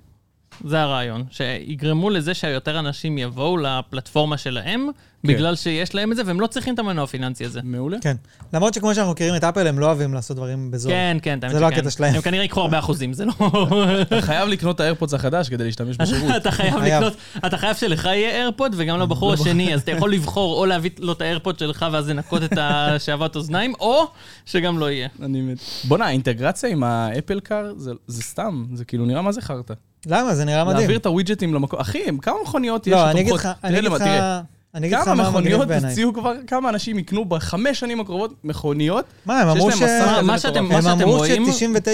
A: זה הרעיון, שיגרמו לזה שיותר אנשים יבואו לפלטפורמה שלהם,
C: כן.
A: בגלל שיש להם את זה, והם לא צריכים את המנוע הפיננסי הזה.
C: מעולה.
B: כן. למרות שכמו שאנחנו מכירים את אפל, הם לא אוהבים לעשות דברים בזול.
A: כן, כן, האמת
B: זה לא
A: שכן.
B: הקטע שלהם.
A: הם כנראה ייקחו הרבה אחוזים, זה לא...
C: אתה אה, חייב לקנות את האיירפודס החדש כדי להשתמש בשירות.
A: אתה חייב
B: חייב. נכון.
A: לקנות, אתה חייב שלך יהיה איירפוד וגם לבחור השני, אז אתה יכול לבחור או להביא לו את האיירפוד שלך ואז לנקות את השאבת אוזניים, או שגם לא יהיה.
C: אני מת. בואנה, האינטגרציה עם האפל קאר, זה- זה סתם, זה כאילו נראה מה זה חרטא.
B: למה? זה נראה מדהים.
C: להעביר את הווידג'טים למקום. אחי, הם- כמה מכוניות יש
B: לא, אני אגיד
C: שתומכות?
B: לך, אני
C: תראה
B: אגיד
C: למה,
B: לך,
C: תראה.
B: אני אגיד לך
C: כמה
B: מה מגניב
C: מכוניות
B: בעיניי.
C: הוציאו כבר, כמה אנשים יקנו בחמש שנים הקרובות מכוניות?
B: מה, הם
C: שיש
B: אמרו
C: להם
B: ש-
C: מסך
B: מה-
C: כזה
A: מה
C: מטורף.
A: שאתם-
B: הם
A: שאתם
B: אמרו
A: רואים-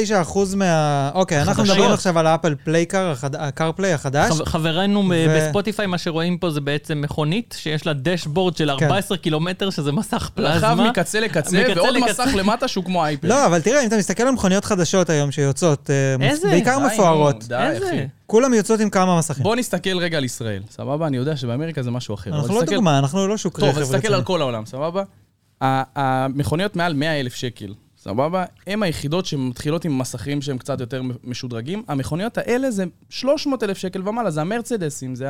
B: ש-99% מה... אוקיי, אנחנו
A: חדשות.
B: מדברים עכשיו על האפל פלייקר, הקארפליי החדש.
A: חב- חברינו מ-
B: ו-
A: בספוטיפיי, מה שרואים פה זה בעצם מכונית שיש לה דשבורד של
B: כן.
A: 14 קילומטר, שזה מסך
C: רחב
A: פלזמה.
C: מקצה לקצה,
A: מקצה
C: ועוד
A: לקצה.
C: מסך למטה שהוא כמו אייפד.
B: לא, אבל תראה, אם אתה מסתכל על מכוניות חדשות היום שיוצאות, אה, מפ-
A: איזה?
B: בעיקר
C: די, נו,
B: מפוארות,
C: די,
A: איזה?
C: אחי.
B: כולם יוצאות עם כמה מסכים.
C: בוא נסתכל רגע על ישראל, סבבה? אני יודע שבאמריקה זה משהו אחר. אבל
B: אנחנו לא
C: נסתכל-
B: דוגמה, אנחנו לא שוק
C: טוב,
B: רכב
C: אז תסתכל על
B: רציני.
C: כל העולם, סבבה? ה- המכוניות מעל 100 אלף שקל, סבבה? הן היחידות שמתחילות עם מסכים שהם קצת יותר משודרגים. המכוניות האלה זה 300 אלף שקל ומעלה, זה המרצדסים, זה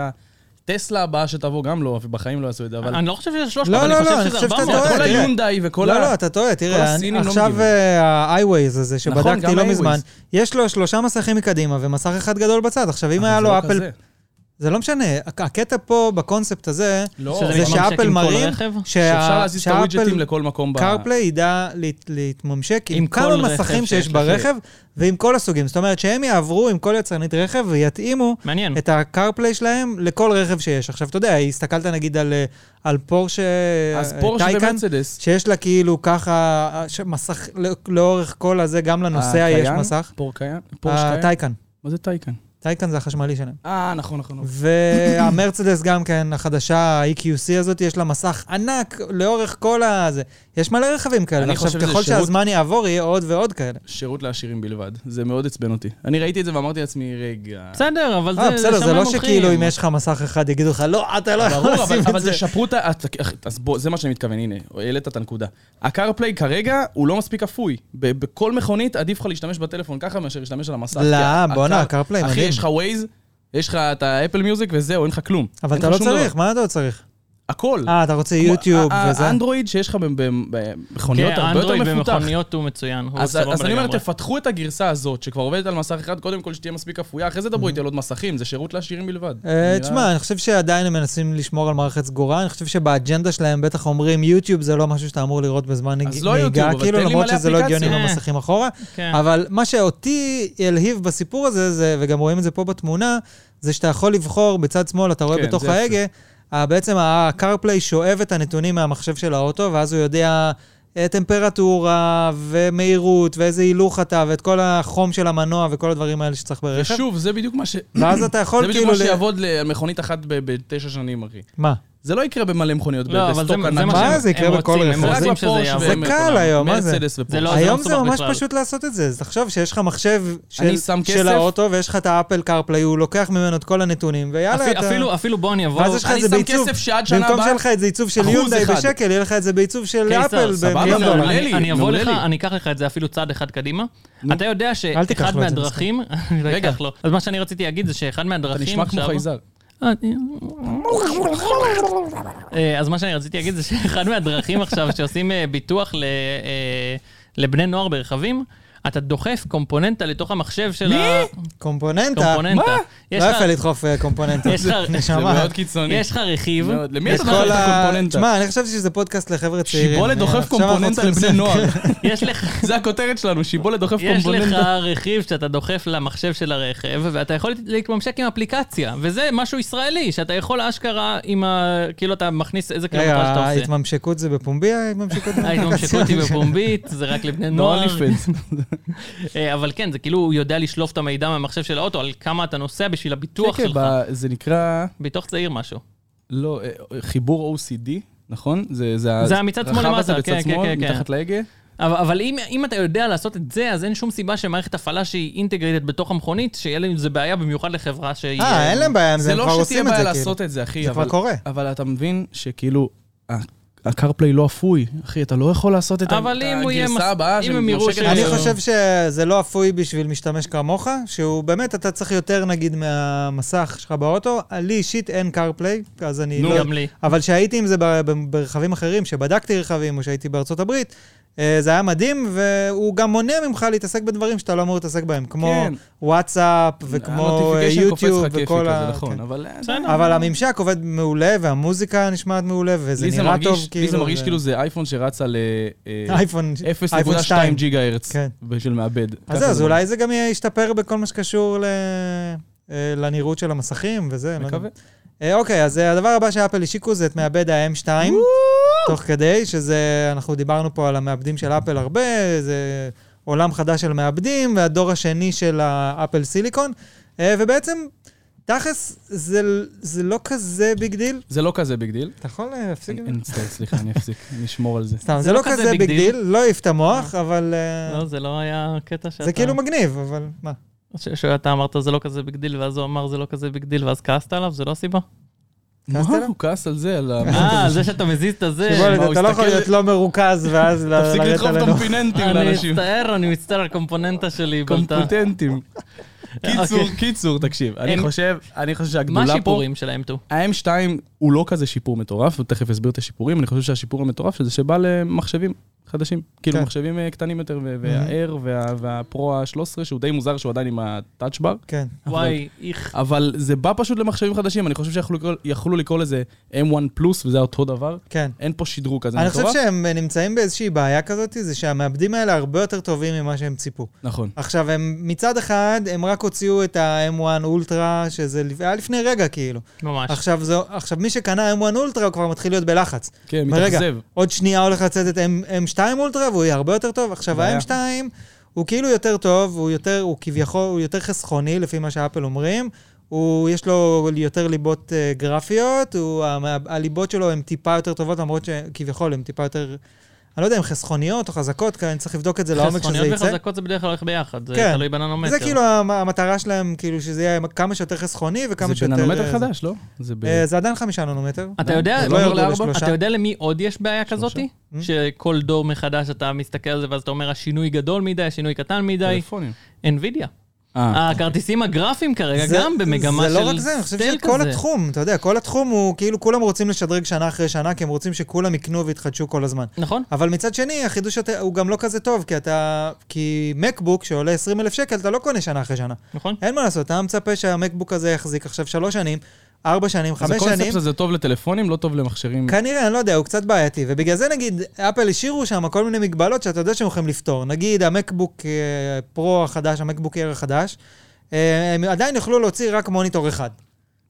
C: הטסלה הבאה שתבוא, גם לא, ובחיים לא יעשו את זה, אבל...
A: אני לא חושב שזה 300,
B: לא,
A: אני
B: לא, לא,
A: חושב
B: אני
A: שזה
B: חושב שאתה
A: 400.
B: טועה.
C: כל
B: תראה.
C: היונדאי וכל
B: לא,
C: ה...
B: לא, אתה טועה, תראה, אני-
C: הסינים לא
B: עכשיו
C: מגיבים. נכון,
B: אה, ה-iWays הזה שבדקתי
C: גם
B: לא
C: ה-iWays.
B: מזמן, יש לו שלושה מסכים מקדימה ומסך אחד גדול בצד. עכשיו, אם
C: אבל
B: היה
C: זה
B: לו
C: לא
B: אפל...
C: כזה.
B: זה לא משנה, הק- הקטע פה בקונספט הזה,
C: לא,
A: שזה
B: זה
A: מתממשק עם
B: שאפל
A: כל
B: מראים
A: הרכב?
C: שאפשר להזיז את הווידג'טים לכל מקום ב...
B: קרפליי ידע להת- להתממשק עם
A: עם
B: כמה
A: כל רכב
B: מסכים שיש
A: שיש לך.
B: ברכב ועם כל הסוגים. זאת אומרת שהם יעברו עם כל יצרנית רכב ויתאימו
A: מעניין.
B: את הקרפליי שלהם לכל רכב שיש. עכשיו, אתה יודע, הסתכלת נגיד על, אה, על פורשה
C: אז
B: אה,
C: פורש
B: טייקן,
C: ומרצדס.
B: שיש לה כאילו ככה אה, ש- מסך לא- לאורך כל הזה, גם לנוסע יש
C: הקיאן?
B: מסך. אה,
C: פורקיין? פורש קיין?
B: הטייקן,
C: מה זה טייקן?
B: טייקן זה החשמלי שלהם.
C: אה, נכון, נכון. נכון.
B: והמרצדס גם כן, החדשה, ה-EQC הזאת, יש לה מסך ענק לאורך כל הזה. יש מלא רכבים כאלה.
C: אני
B: עכשיו,
C: חושב שזה
B: ככל
C: שירות-
B: שהזמן יעבור, יהיה עוד ועוד כאלה.
C: שירות לעשירים בלבד. זה מאוד עצבן אותי. אני ראיתי את זה ואמרתי לעצמי, רגע...
A: בסדר, אבל זה...
B: אה, בסדר,
A: שם
B: זה
A: הם
B: לא
A: הולכים.
B: שכאילו אם יש לך מסך אחד, יגידו לך, לא, אתה לא יכול
C: ברור, אבל,
B: לשים
C: אבל
B: את זה.
C: תשפרו את ה... את- אז בוא, זה מה שאני מתכוון, הנה, העלית את הנקודה. הקארפליי כרגע הוא לא מספיק אפוי. ב- בכל מכונית עדיף לך להשתמש בטלפון ככה מאשר להשתמש על המסך.
B: לא,
C: כי ה-
B: בואנה,
C: הקאר-
B: הקארפליי
C: אחי,
B: מדהים.
C: יש לך ווייז, יש לך את האפל מיוזיק וזהו, אין לך כלום.
B: אבל
C: אין
B: אתה
C: לך
B: לא
C: שום
B: צריך,
C: דבר.
B: מה אתה לא צריך?
C: הכל.
B: אה, אתה רוצה יוטיוב
C: ה- ה-
B: וזה?
C: האנדרואיד שיש לך ב- ב- ב- במכוניות
A: כן,
C: הרבה יותר
A: אנדרואיד
C: מפותח.
A: במכוניות הוא מצוין. הוא
C: אז,
A: סבבה
C: אז אני אומר,
A: לגמרי.
C: תפתחו את הגרסה הזאת, שכבר עובדת על מסך אחד, קודם כל שתהיה מספיק אפויה, אחרי זה דברו איתי על עוד מסכים, זה שירות לעשירים בלבד.
B: Mhm.
C: לא-
B: אה,
C: נראה-
B: תשמע, אני חושב שעדיין הם מנסים לשמור על מערכת סגורה, אני חושב שבאג'נדה שלהם בטח אומרים, יוטיוב זה לא משהו שאתה אמור לראות בזמן
C: אז לא
B: נהיגה,
C: יוטיוב, אבל
B: כאילו,
C: תן לי
B: למרות
C: מלא
B: שזה לא הגיוני עם
A: אפליקציה.
B: המסכים אחורה.
A: כן.
B: אבל מה שאותי הלהיב בסיפור הזה, זה, וגם רואים את זה פה בתמונה, זה שאתה יכול לבחור בצד שמאל, אתה רואה
C: כן,
B: בתוך
C: זה יפה.
B: ההגה, ה- בעצם ה-CarPlay שואב את הנתונים מהמחשב של האוטו, ואז הוא יודע אה, טמפרטורה ומהירות ואיזה הילוך אתה, ואת כל החום של המנוע וכל הדברים האלה שצריך ברכב.
C: ושוב, זה בדיוק מה ש...
B: ואז אתה יכול
C: זה
B: כאילו...
C: בדיוק מה
B: ל-
C: שיעבוד ל- על מכונית אחת ב- בתשע שנים, אחי.
B: מה?
C: זה לא יקרה במלא מכוניות, ב-
A: לא, אבל זה
C: בסטוק
A: זה
C: ענק.
A: מה
B: מה
A: שהם-
B: זה יקרה
A: הם
B: בכל
A: רוצים,
B: רכב?
A: הם
C: רק
A: רוצים שזה
C: בפורש
A: יעבור.
B: זה
C: ו-
B: קל היום, מה זה?
C: מרצדס
A: זה לא-
C: ופורש.
A: עוזר
B: היום זה
A: מסובך
B: ממש
A: בכלל.
B: פשוט לעשות את זה. אז תחשוב שיש לך מחשב של,
C: אני שם
B: של
C: כסף.
B: האוטו ויש לך את האפל קרפליי, הוא לוקח ממנו את כל הנתונים, ויאללה,
A: אפי-
B: אתה...
A: אפילו- אפילו בוא אני אבוא...
B: ואז יש לך
C: אני
B: איזה
C: שם
B: בעיצוב,
C: כסף שעד שנה
B: במקום
C: הבאה-
B: שיהיה לך איזה עיצוב של
C: אחוז
B: יונדאי
C: אחד. כן,
B: בשקל, יהיה לך איזה בעיצוב של
A: קיסר,
B: אפל
C: סבבה,
B: במיליון
C: מעולה
B: דולר.
A: כן, אני-
C: לי,
A: אני אבוא
C: מעולה
A: לך,
C: לי.
A: אני אקח לך את זה אפילו צעד אחד קדימה. אתה יודע
B: אל תיקח
A: שאחד
B: לו את זה,
A: מהדרכים... אני לא
C: רגע.
A: אקח לו. אז מה שאני רציתי להגיד זה שאחד
C: אתה
A: מהדרכים
C: נשמע כמו חייזר.
A: אה, אה, אז מה שאני רציתי להגיד זה שאחד מהדרכים עכשיו שעושים אה, ביטוח ל- אה, לבני נוער ברכבים, אתה דוחף קומפוננטה לתוך המחשב של ה...
B: קומפוננטה.
A: קומפוננטה. יש
B: לא
A: לך-
B: יפה לדחוף אה, קומפוננטה.
A: יש לך-
C: זה
B: נשמה.
C: מאוד קיצוני.
A: יש לך רכיב,
C: מאוד. למי
A: יש
C: אתה
B: את
A: לך-
C: דוחף
B: כל ה...
C: הקומפוננטה?
B: תשמע, אני חשבתי שזה פודקאסט לחבר'ה צעירים.
C: שיבולת
B: אה,
C: דוחף
B: עכשיו אנחנו
C: קומפוננטה
B: צריכים
C: לבני
B: לסיים.
C: נוער.
A: יש לך...
C: זה הכותרת שלנו, שיבולת דוחף
A: יש לך
C: קומפוננטה.
A: רכיב שאתה דוחף למחשב של הרכב, ואתה יכול להתממשק עם אפליקציה, וזה משהו ישראלי, שאתה יכול אשכרה עם ה... כאילו אתה מכניס איזה
B: רגע,
A: קילומטר שאתה עושה.
B: ההתממשקות זה בפומבי? ההתממשקות אה, זה
A: ההתממשקות היא
B: באפליקציה?
A: בפומבית, זה רק לבני
C: נוער
A: נוער.
C: ליפנס.
A: אה, אבל כן, זה כאילו, הוא יודע לשלוף את המידע מהמחשב של האוטו, על כמה אתה נוסע בשביל הביטוח
C: כן, כן,
A: שלך.
C: ב- זה נקרא,
A: ביטוח צעיר משהו.
C: לא, אה, חיבור OCD, נכון? זה ה-
A: זה המצד שמאל
C: הרחב
A: למטה,
C: הזה בצד
A: כן, כן,
C: שמאל,
A: כן, כן.
C: מתחת להגה.
A: אבל, אבל אם, אם אתה יודע לעשות את זה, אז אין שום סיבה שמערכת הפעלה שהיא אינטגרטית בתוך המכונית, שיהיה להם עם זה בעיה במיוחד לחברה שהיא...
B: אה, אין להם בעיה עם זה,
C: זה
B: הם כבר
C: לא שתהיה
B: עושים את
C: בעיה
B: זה, כאילו.
C: לעשות את זה, אחי,
B: זה כבר
C: אבל-
B: קורה.
C: אבל אתה מבין שכאילו, ה- הקרפליי לא אפוי, אחי, אתה לא יכול לעשות את ה-
A: אבל אם הוא יהיה מס-
C: הגרסה הבאה
A: אם הם יראו
C: שמתממשקת
A: ש-
B: אני
C: ל-
B: חושב שזה לא אפוי בשביל משתמש כמוך, שהוא באמת, אתה צריך יותר נגיד מהמסך שלך באוטו. לי אישית אין CarPlay, אז אני
A: נו,
B: לא...
A: גם לי.
B: אבל כשהייתי עם זה ב- ב- ברכבים אחרים, שבדקתי רכבים או שהייתי בארצות הברית, אה, זה היה מדהים, והוא גם מונע ממך להתעסק בדברים שאתה לא אמור להתעסק בהם, כמו
C: כן.
B: וואטסאפ וכמו אה,
C: ה-notification קופץ לך
B: יוטיוב
C: כיפי
B: וכל
C: כזה,
B: ה...
C: נכון,
B: כן.
C: אבל... אה,
A: בסדר.
B: אבל הממשק עובד מעולה, והמוזיקה נשמעת מעולה, וזה
C: לי זה
B: נראה
C: מרגיש-
B: טוב, כאילו...
C: לי זה מרגיש כאילו זה אייפון שרץ על אה, אה,
B: אייפון, אייפון
C: 0.2
B: 2.
C: ג'יגה הרץ
B: כן.
C: בשביל מעבד.
B: אז
C: ככה
B: זהו, אז
C: זה
B: אולי זה גם יהיה- ישתפר בכל מה שקשור ל... אה, לנראות של המסכים וזה. לא יודע.
C: מקווה.
B: אה, אוקיי, אז אה, הדבר הבא שאפל השיקו זה את מעבד ה-M2, תוך כדי, שזה, אנחנו דיברנו פה על המעבדים של אפל הרבה, זה עולם חדש של מעבדים, והדור השני של האפל סיליקון, אה, ובעצם, תכלס, זה, זה לא כזה ביג דיל.
C: זה לא כזה ביג דיל.
B: אתה יכול אה, להפסיק את זה?
C: אני מצטער, סליחה, אני אפסיק, נשמור על זה.
B: כן. סתם, זה לא כזה ביג דיל, לא העיף את המוח, אבל אה,
A: לא, זה לא היה קטע שאתה...
B: זה כאילו מגניב, אבל מה?
A: ש- שאתה אמרת זה לא כזה ביג דיל, ואז הוא אמר זה לא כזה ביג דיל, ואז כעסת עליו, זה לא הסיבה?
C: מה?
B: כעסת עליו?
C: הוא כעס על זה, על ה...
A: אה, זה שאתה מזיז את הזה.
C: מה,
B: שבולד,
C: הוא
B: אתה לא
C: הסתכל-
B: יכול להיות לא מרוכז ואז ל-
C: תפסיק
B: לרדת
C: לדחוף
B: עלינו.
C: קומפיננטים
A: אני
C: לאנשים.
A: מצטער, אני מצטער, הקומפוננטה שלי בלטה.
C: קומפוטנטים. קיצור,
A: אוקיי.
C: קיצור, תקשיב, אני
A: הם-
C: חושב, אני חושב
A: מה
C: שהגדולה פה...
A: השיפורים שלהם טו?
C: ה-M2 הוא לא כזה שיפור מטורף, ותכף אסביר את השיפורים, אני חושב שהשיפור המטורף שזה שבא למחשבים חדשים. כאילו
B: כן.
C: מחשבים אה, קטנים יותר, ו- וה-Air וה- והפרו ה-13, שהוא די מוזר שהוא עדיין עם ה-Touch Bar.
B: כן.
A: וואי, איך.
C: אבל זה בא פשוט למחשבים חדשים, אני חושב שיכלו לקרוא- יכלו לקרוא לזה M1 פלוס, וזה היה אותו דבר.
B: כן.
C: אין פה שדרוג כזה
B: אני
C: מטורף.
B: חושב שהם נמצאים באיזושהי בעיה כזאת, זה שהמעבדים האלה הרבה יותר טובים ממה שהם ציפו.
C: נכון.
B: עכשיו, הם מצד אחד, הם רק הוציאו את ה-M1 אולטרה, שזה לפ- היה לפני רגע כאילו.
A: ממש.
B: עכשיו, זה, עכשיו, מי שקנה M1 אולטרה, הוא כבר מתחיל להיות בלחץ.
C: כן,
B: אומר, "רגע,
C: מתאכזב.
B: עוד שנייה הולך לצאת את M- M2 אולטרה, והוא יהיה הרבה יותר טוב. עכשיו,
C: בעיה.
B: ה-M2 הוא כאילו יותר טוב, הוא יותר, הוא כביכול, הוא יותר חסכוני, לפי מה שאפל אומרים. הוא, יש לו יותר ליבות אה, גרפיות, הוא, המ- הליבות שלו הן טיפה יותר טובות, למרות שכביכול הן טיפה יותר, אני לא יודע, הן חסכוניות או חזקות, כי אני צריך לבדוק את זה לעומק שזה
A: חסכוניות
B: יצא.
A: וחזקות לא. זה בדרך כלל הולך ביחד, זה
B: כן.
A: תלוי בננומטר.
B: זה כאילו המ- המטרה שלהם, כאילו שזה יהיה כמה שיותר חסכוני וכמה
C: זה
B: שיותר...
C: בננומטר
B: אה,
C: חדש, לא? זה ב...
B: זה. אה, זה עדיין חמישה ננומטר.
A: אתה יודע,
B: זה לא ירדו
C: לארבע?
B: לשלושה. Hmm?
A: אתה יודע למי עוד יש בעיה כזאתי? שכל דור מחדש אתה מסתכל על זה ואז אתה אומר, השינוי גדול מדי, השינוי קטן מדי.
C: טלפונים.
A: NVIDIA.
C: אה,
A: הכרטיסים הגרפיים כרגע
B: זה-
A: גם במגמה של
B: זה לא רק זה, אני חושב
A: סטייל
B: שכל
A: כזה.
B: התחום, אתה יודע, כל התחום הוא כאילו כולם רוצים לשדרג שנה אחרי שנה, כי הם רוצים שכולם יקנו ויתחדשו כל הזמן.
A: נכון?
B: אבל מצד שני, החידוש הת- הוא גם לא כזה טוב, כי אתה... כי מקבוק שעולה 20 אלף שקל, אתה לא קונה שנה אחרי שנה.
A: נכון.
B: אין מה לעשות, אתה מצפה שהמקבוק הזה יחזיק עכשיו שלוש שנים, ארבע שנים,
C: אז
B: חמש
C: הקונספט
B: שנים.
C: הזה טוב לטלפונים, לא טוב למכשירים.
B: כנראה, אני לא יודע, הוא קצת בעייתי. ובגלל זה, נגיד, אפל השאירו שם כל מיני מגבלות שאתה יודע שהם יכולים לפתור. נגיד, המקבוק אה, פרו החדש, המקבוק אייר החדש, אה, הם עדיין יוכלו להוציא רק מוניטור אחד.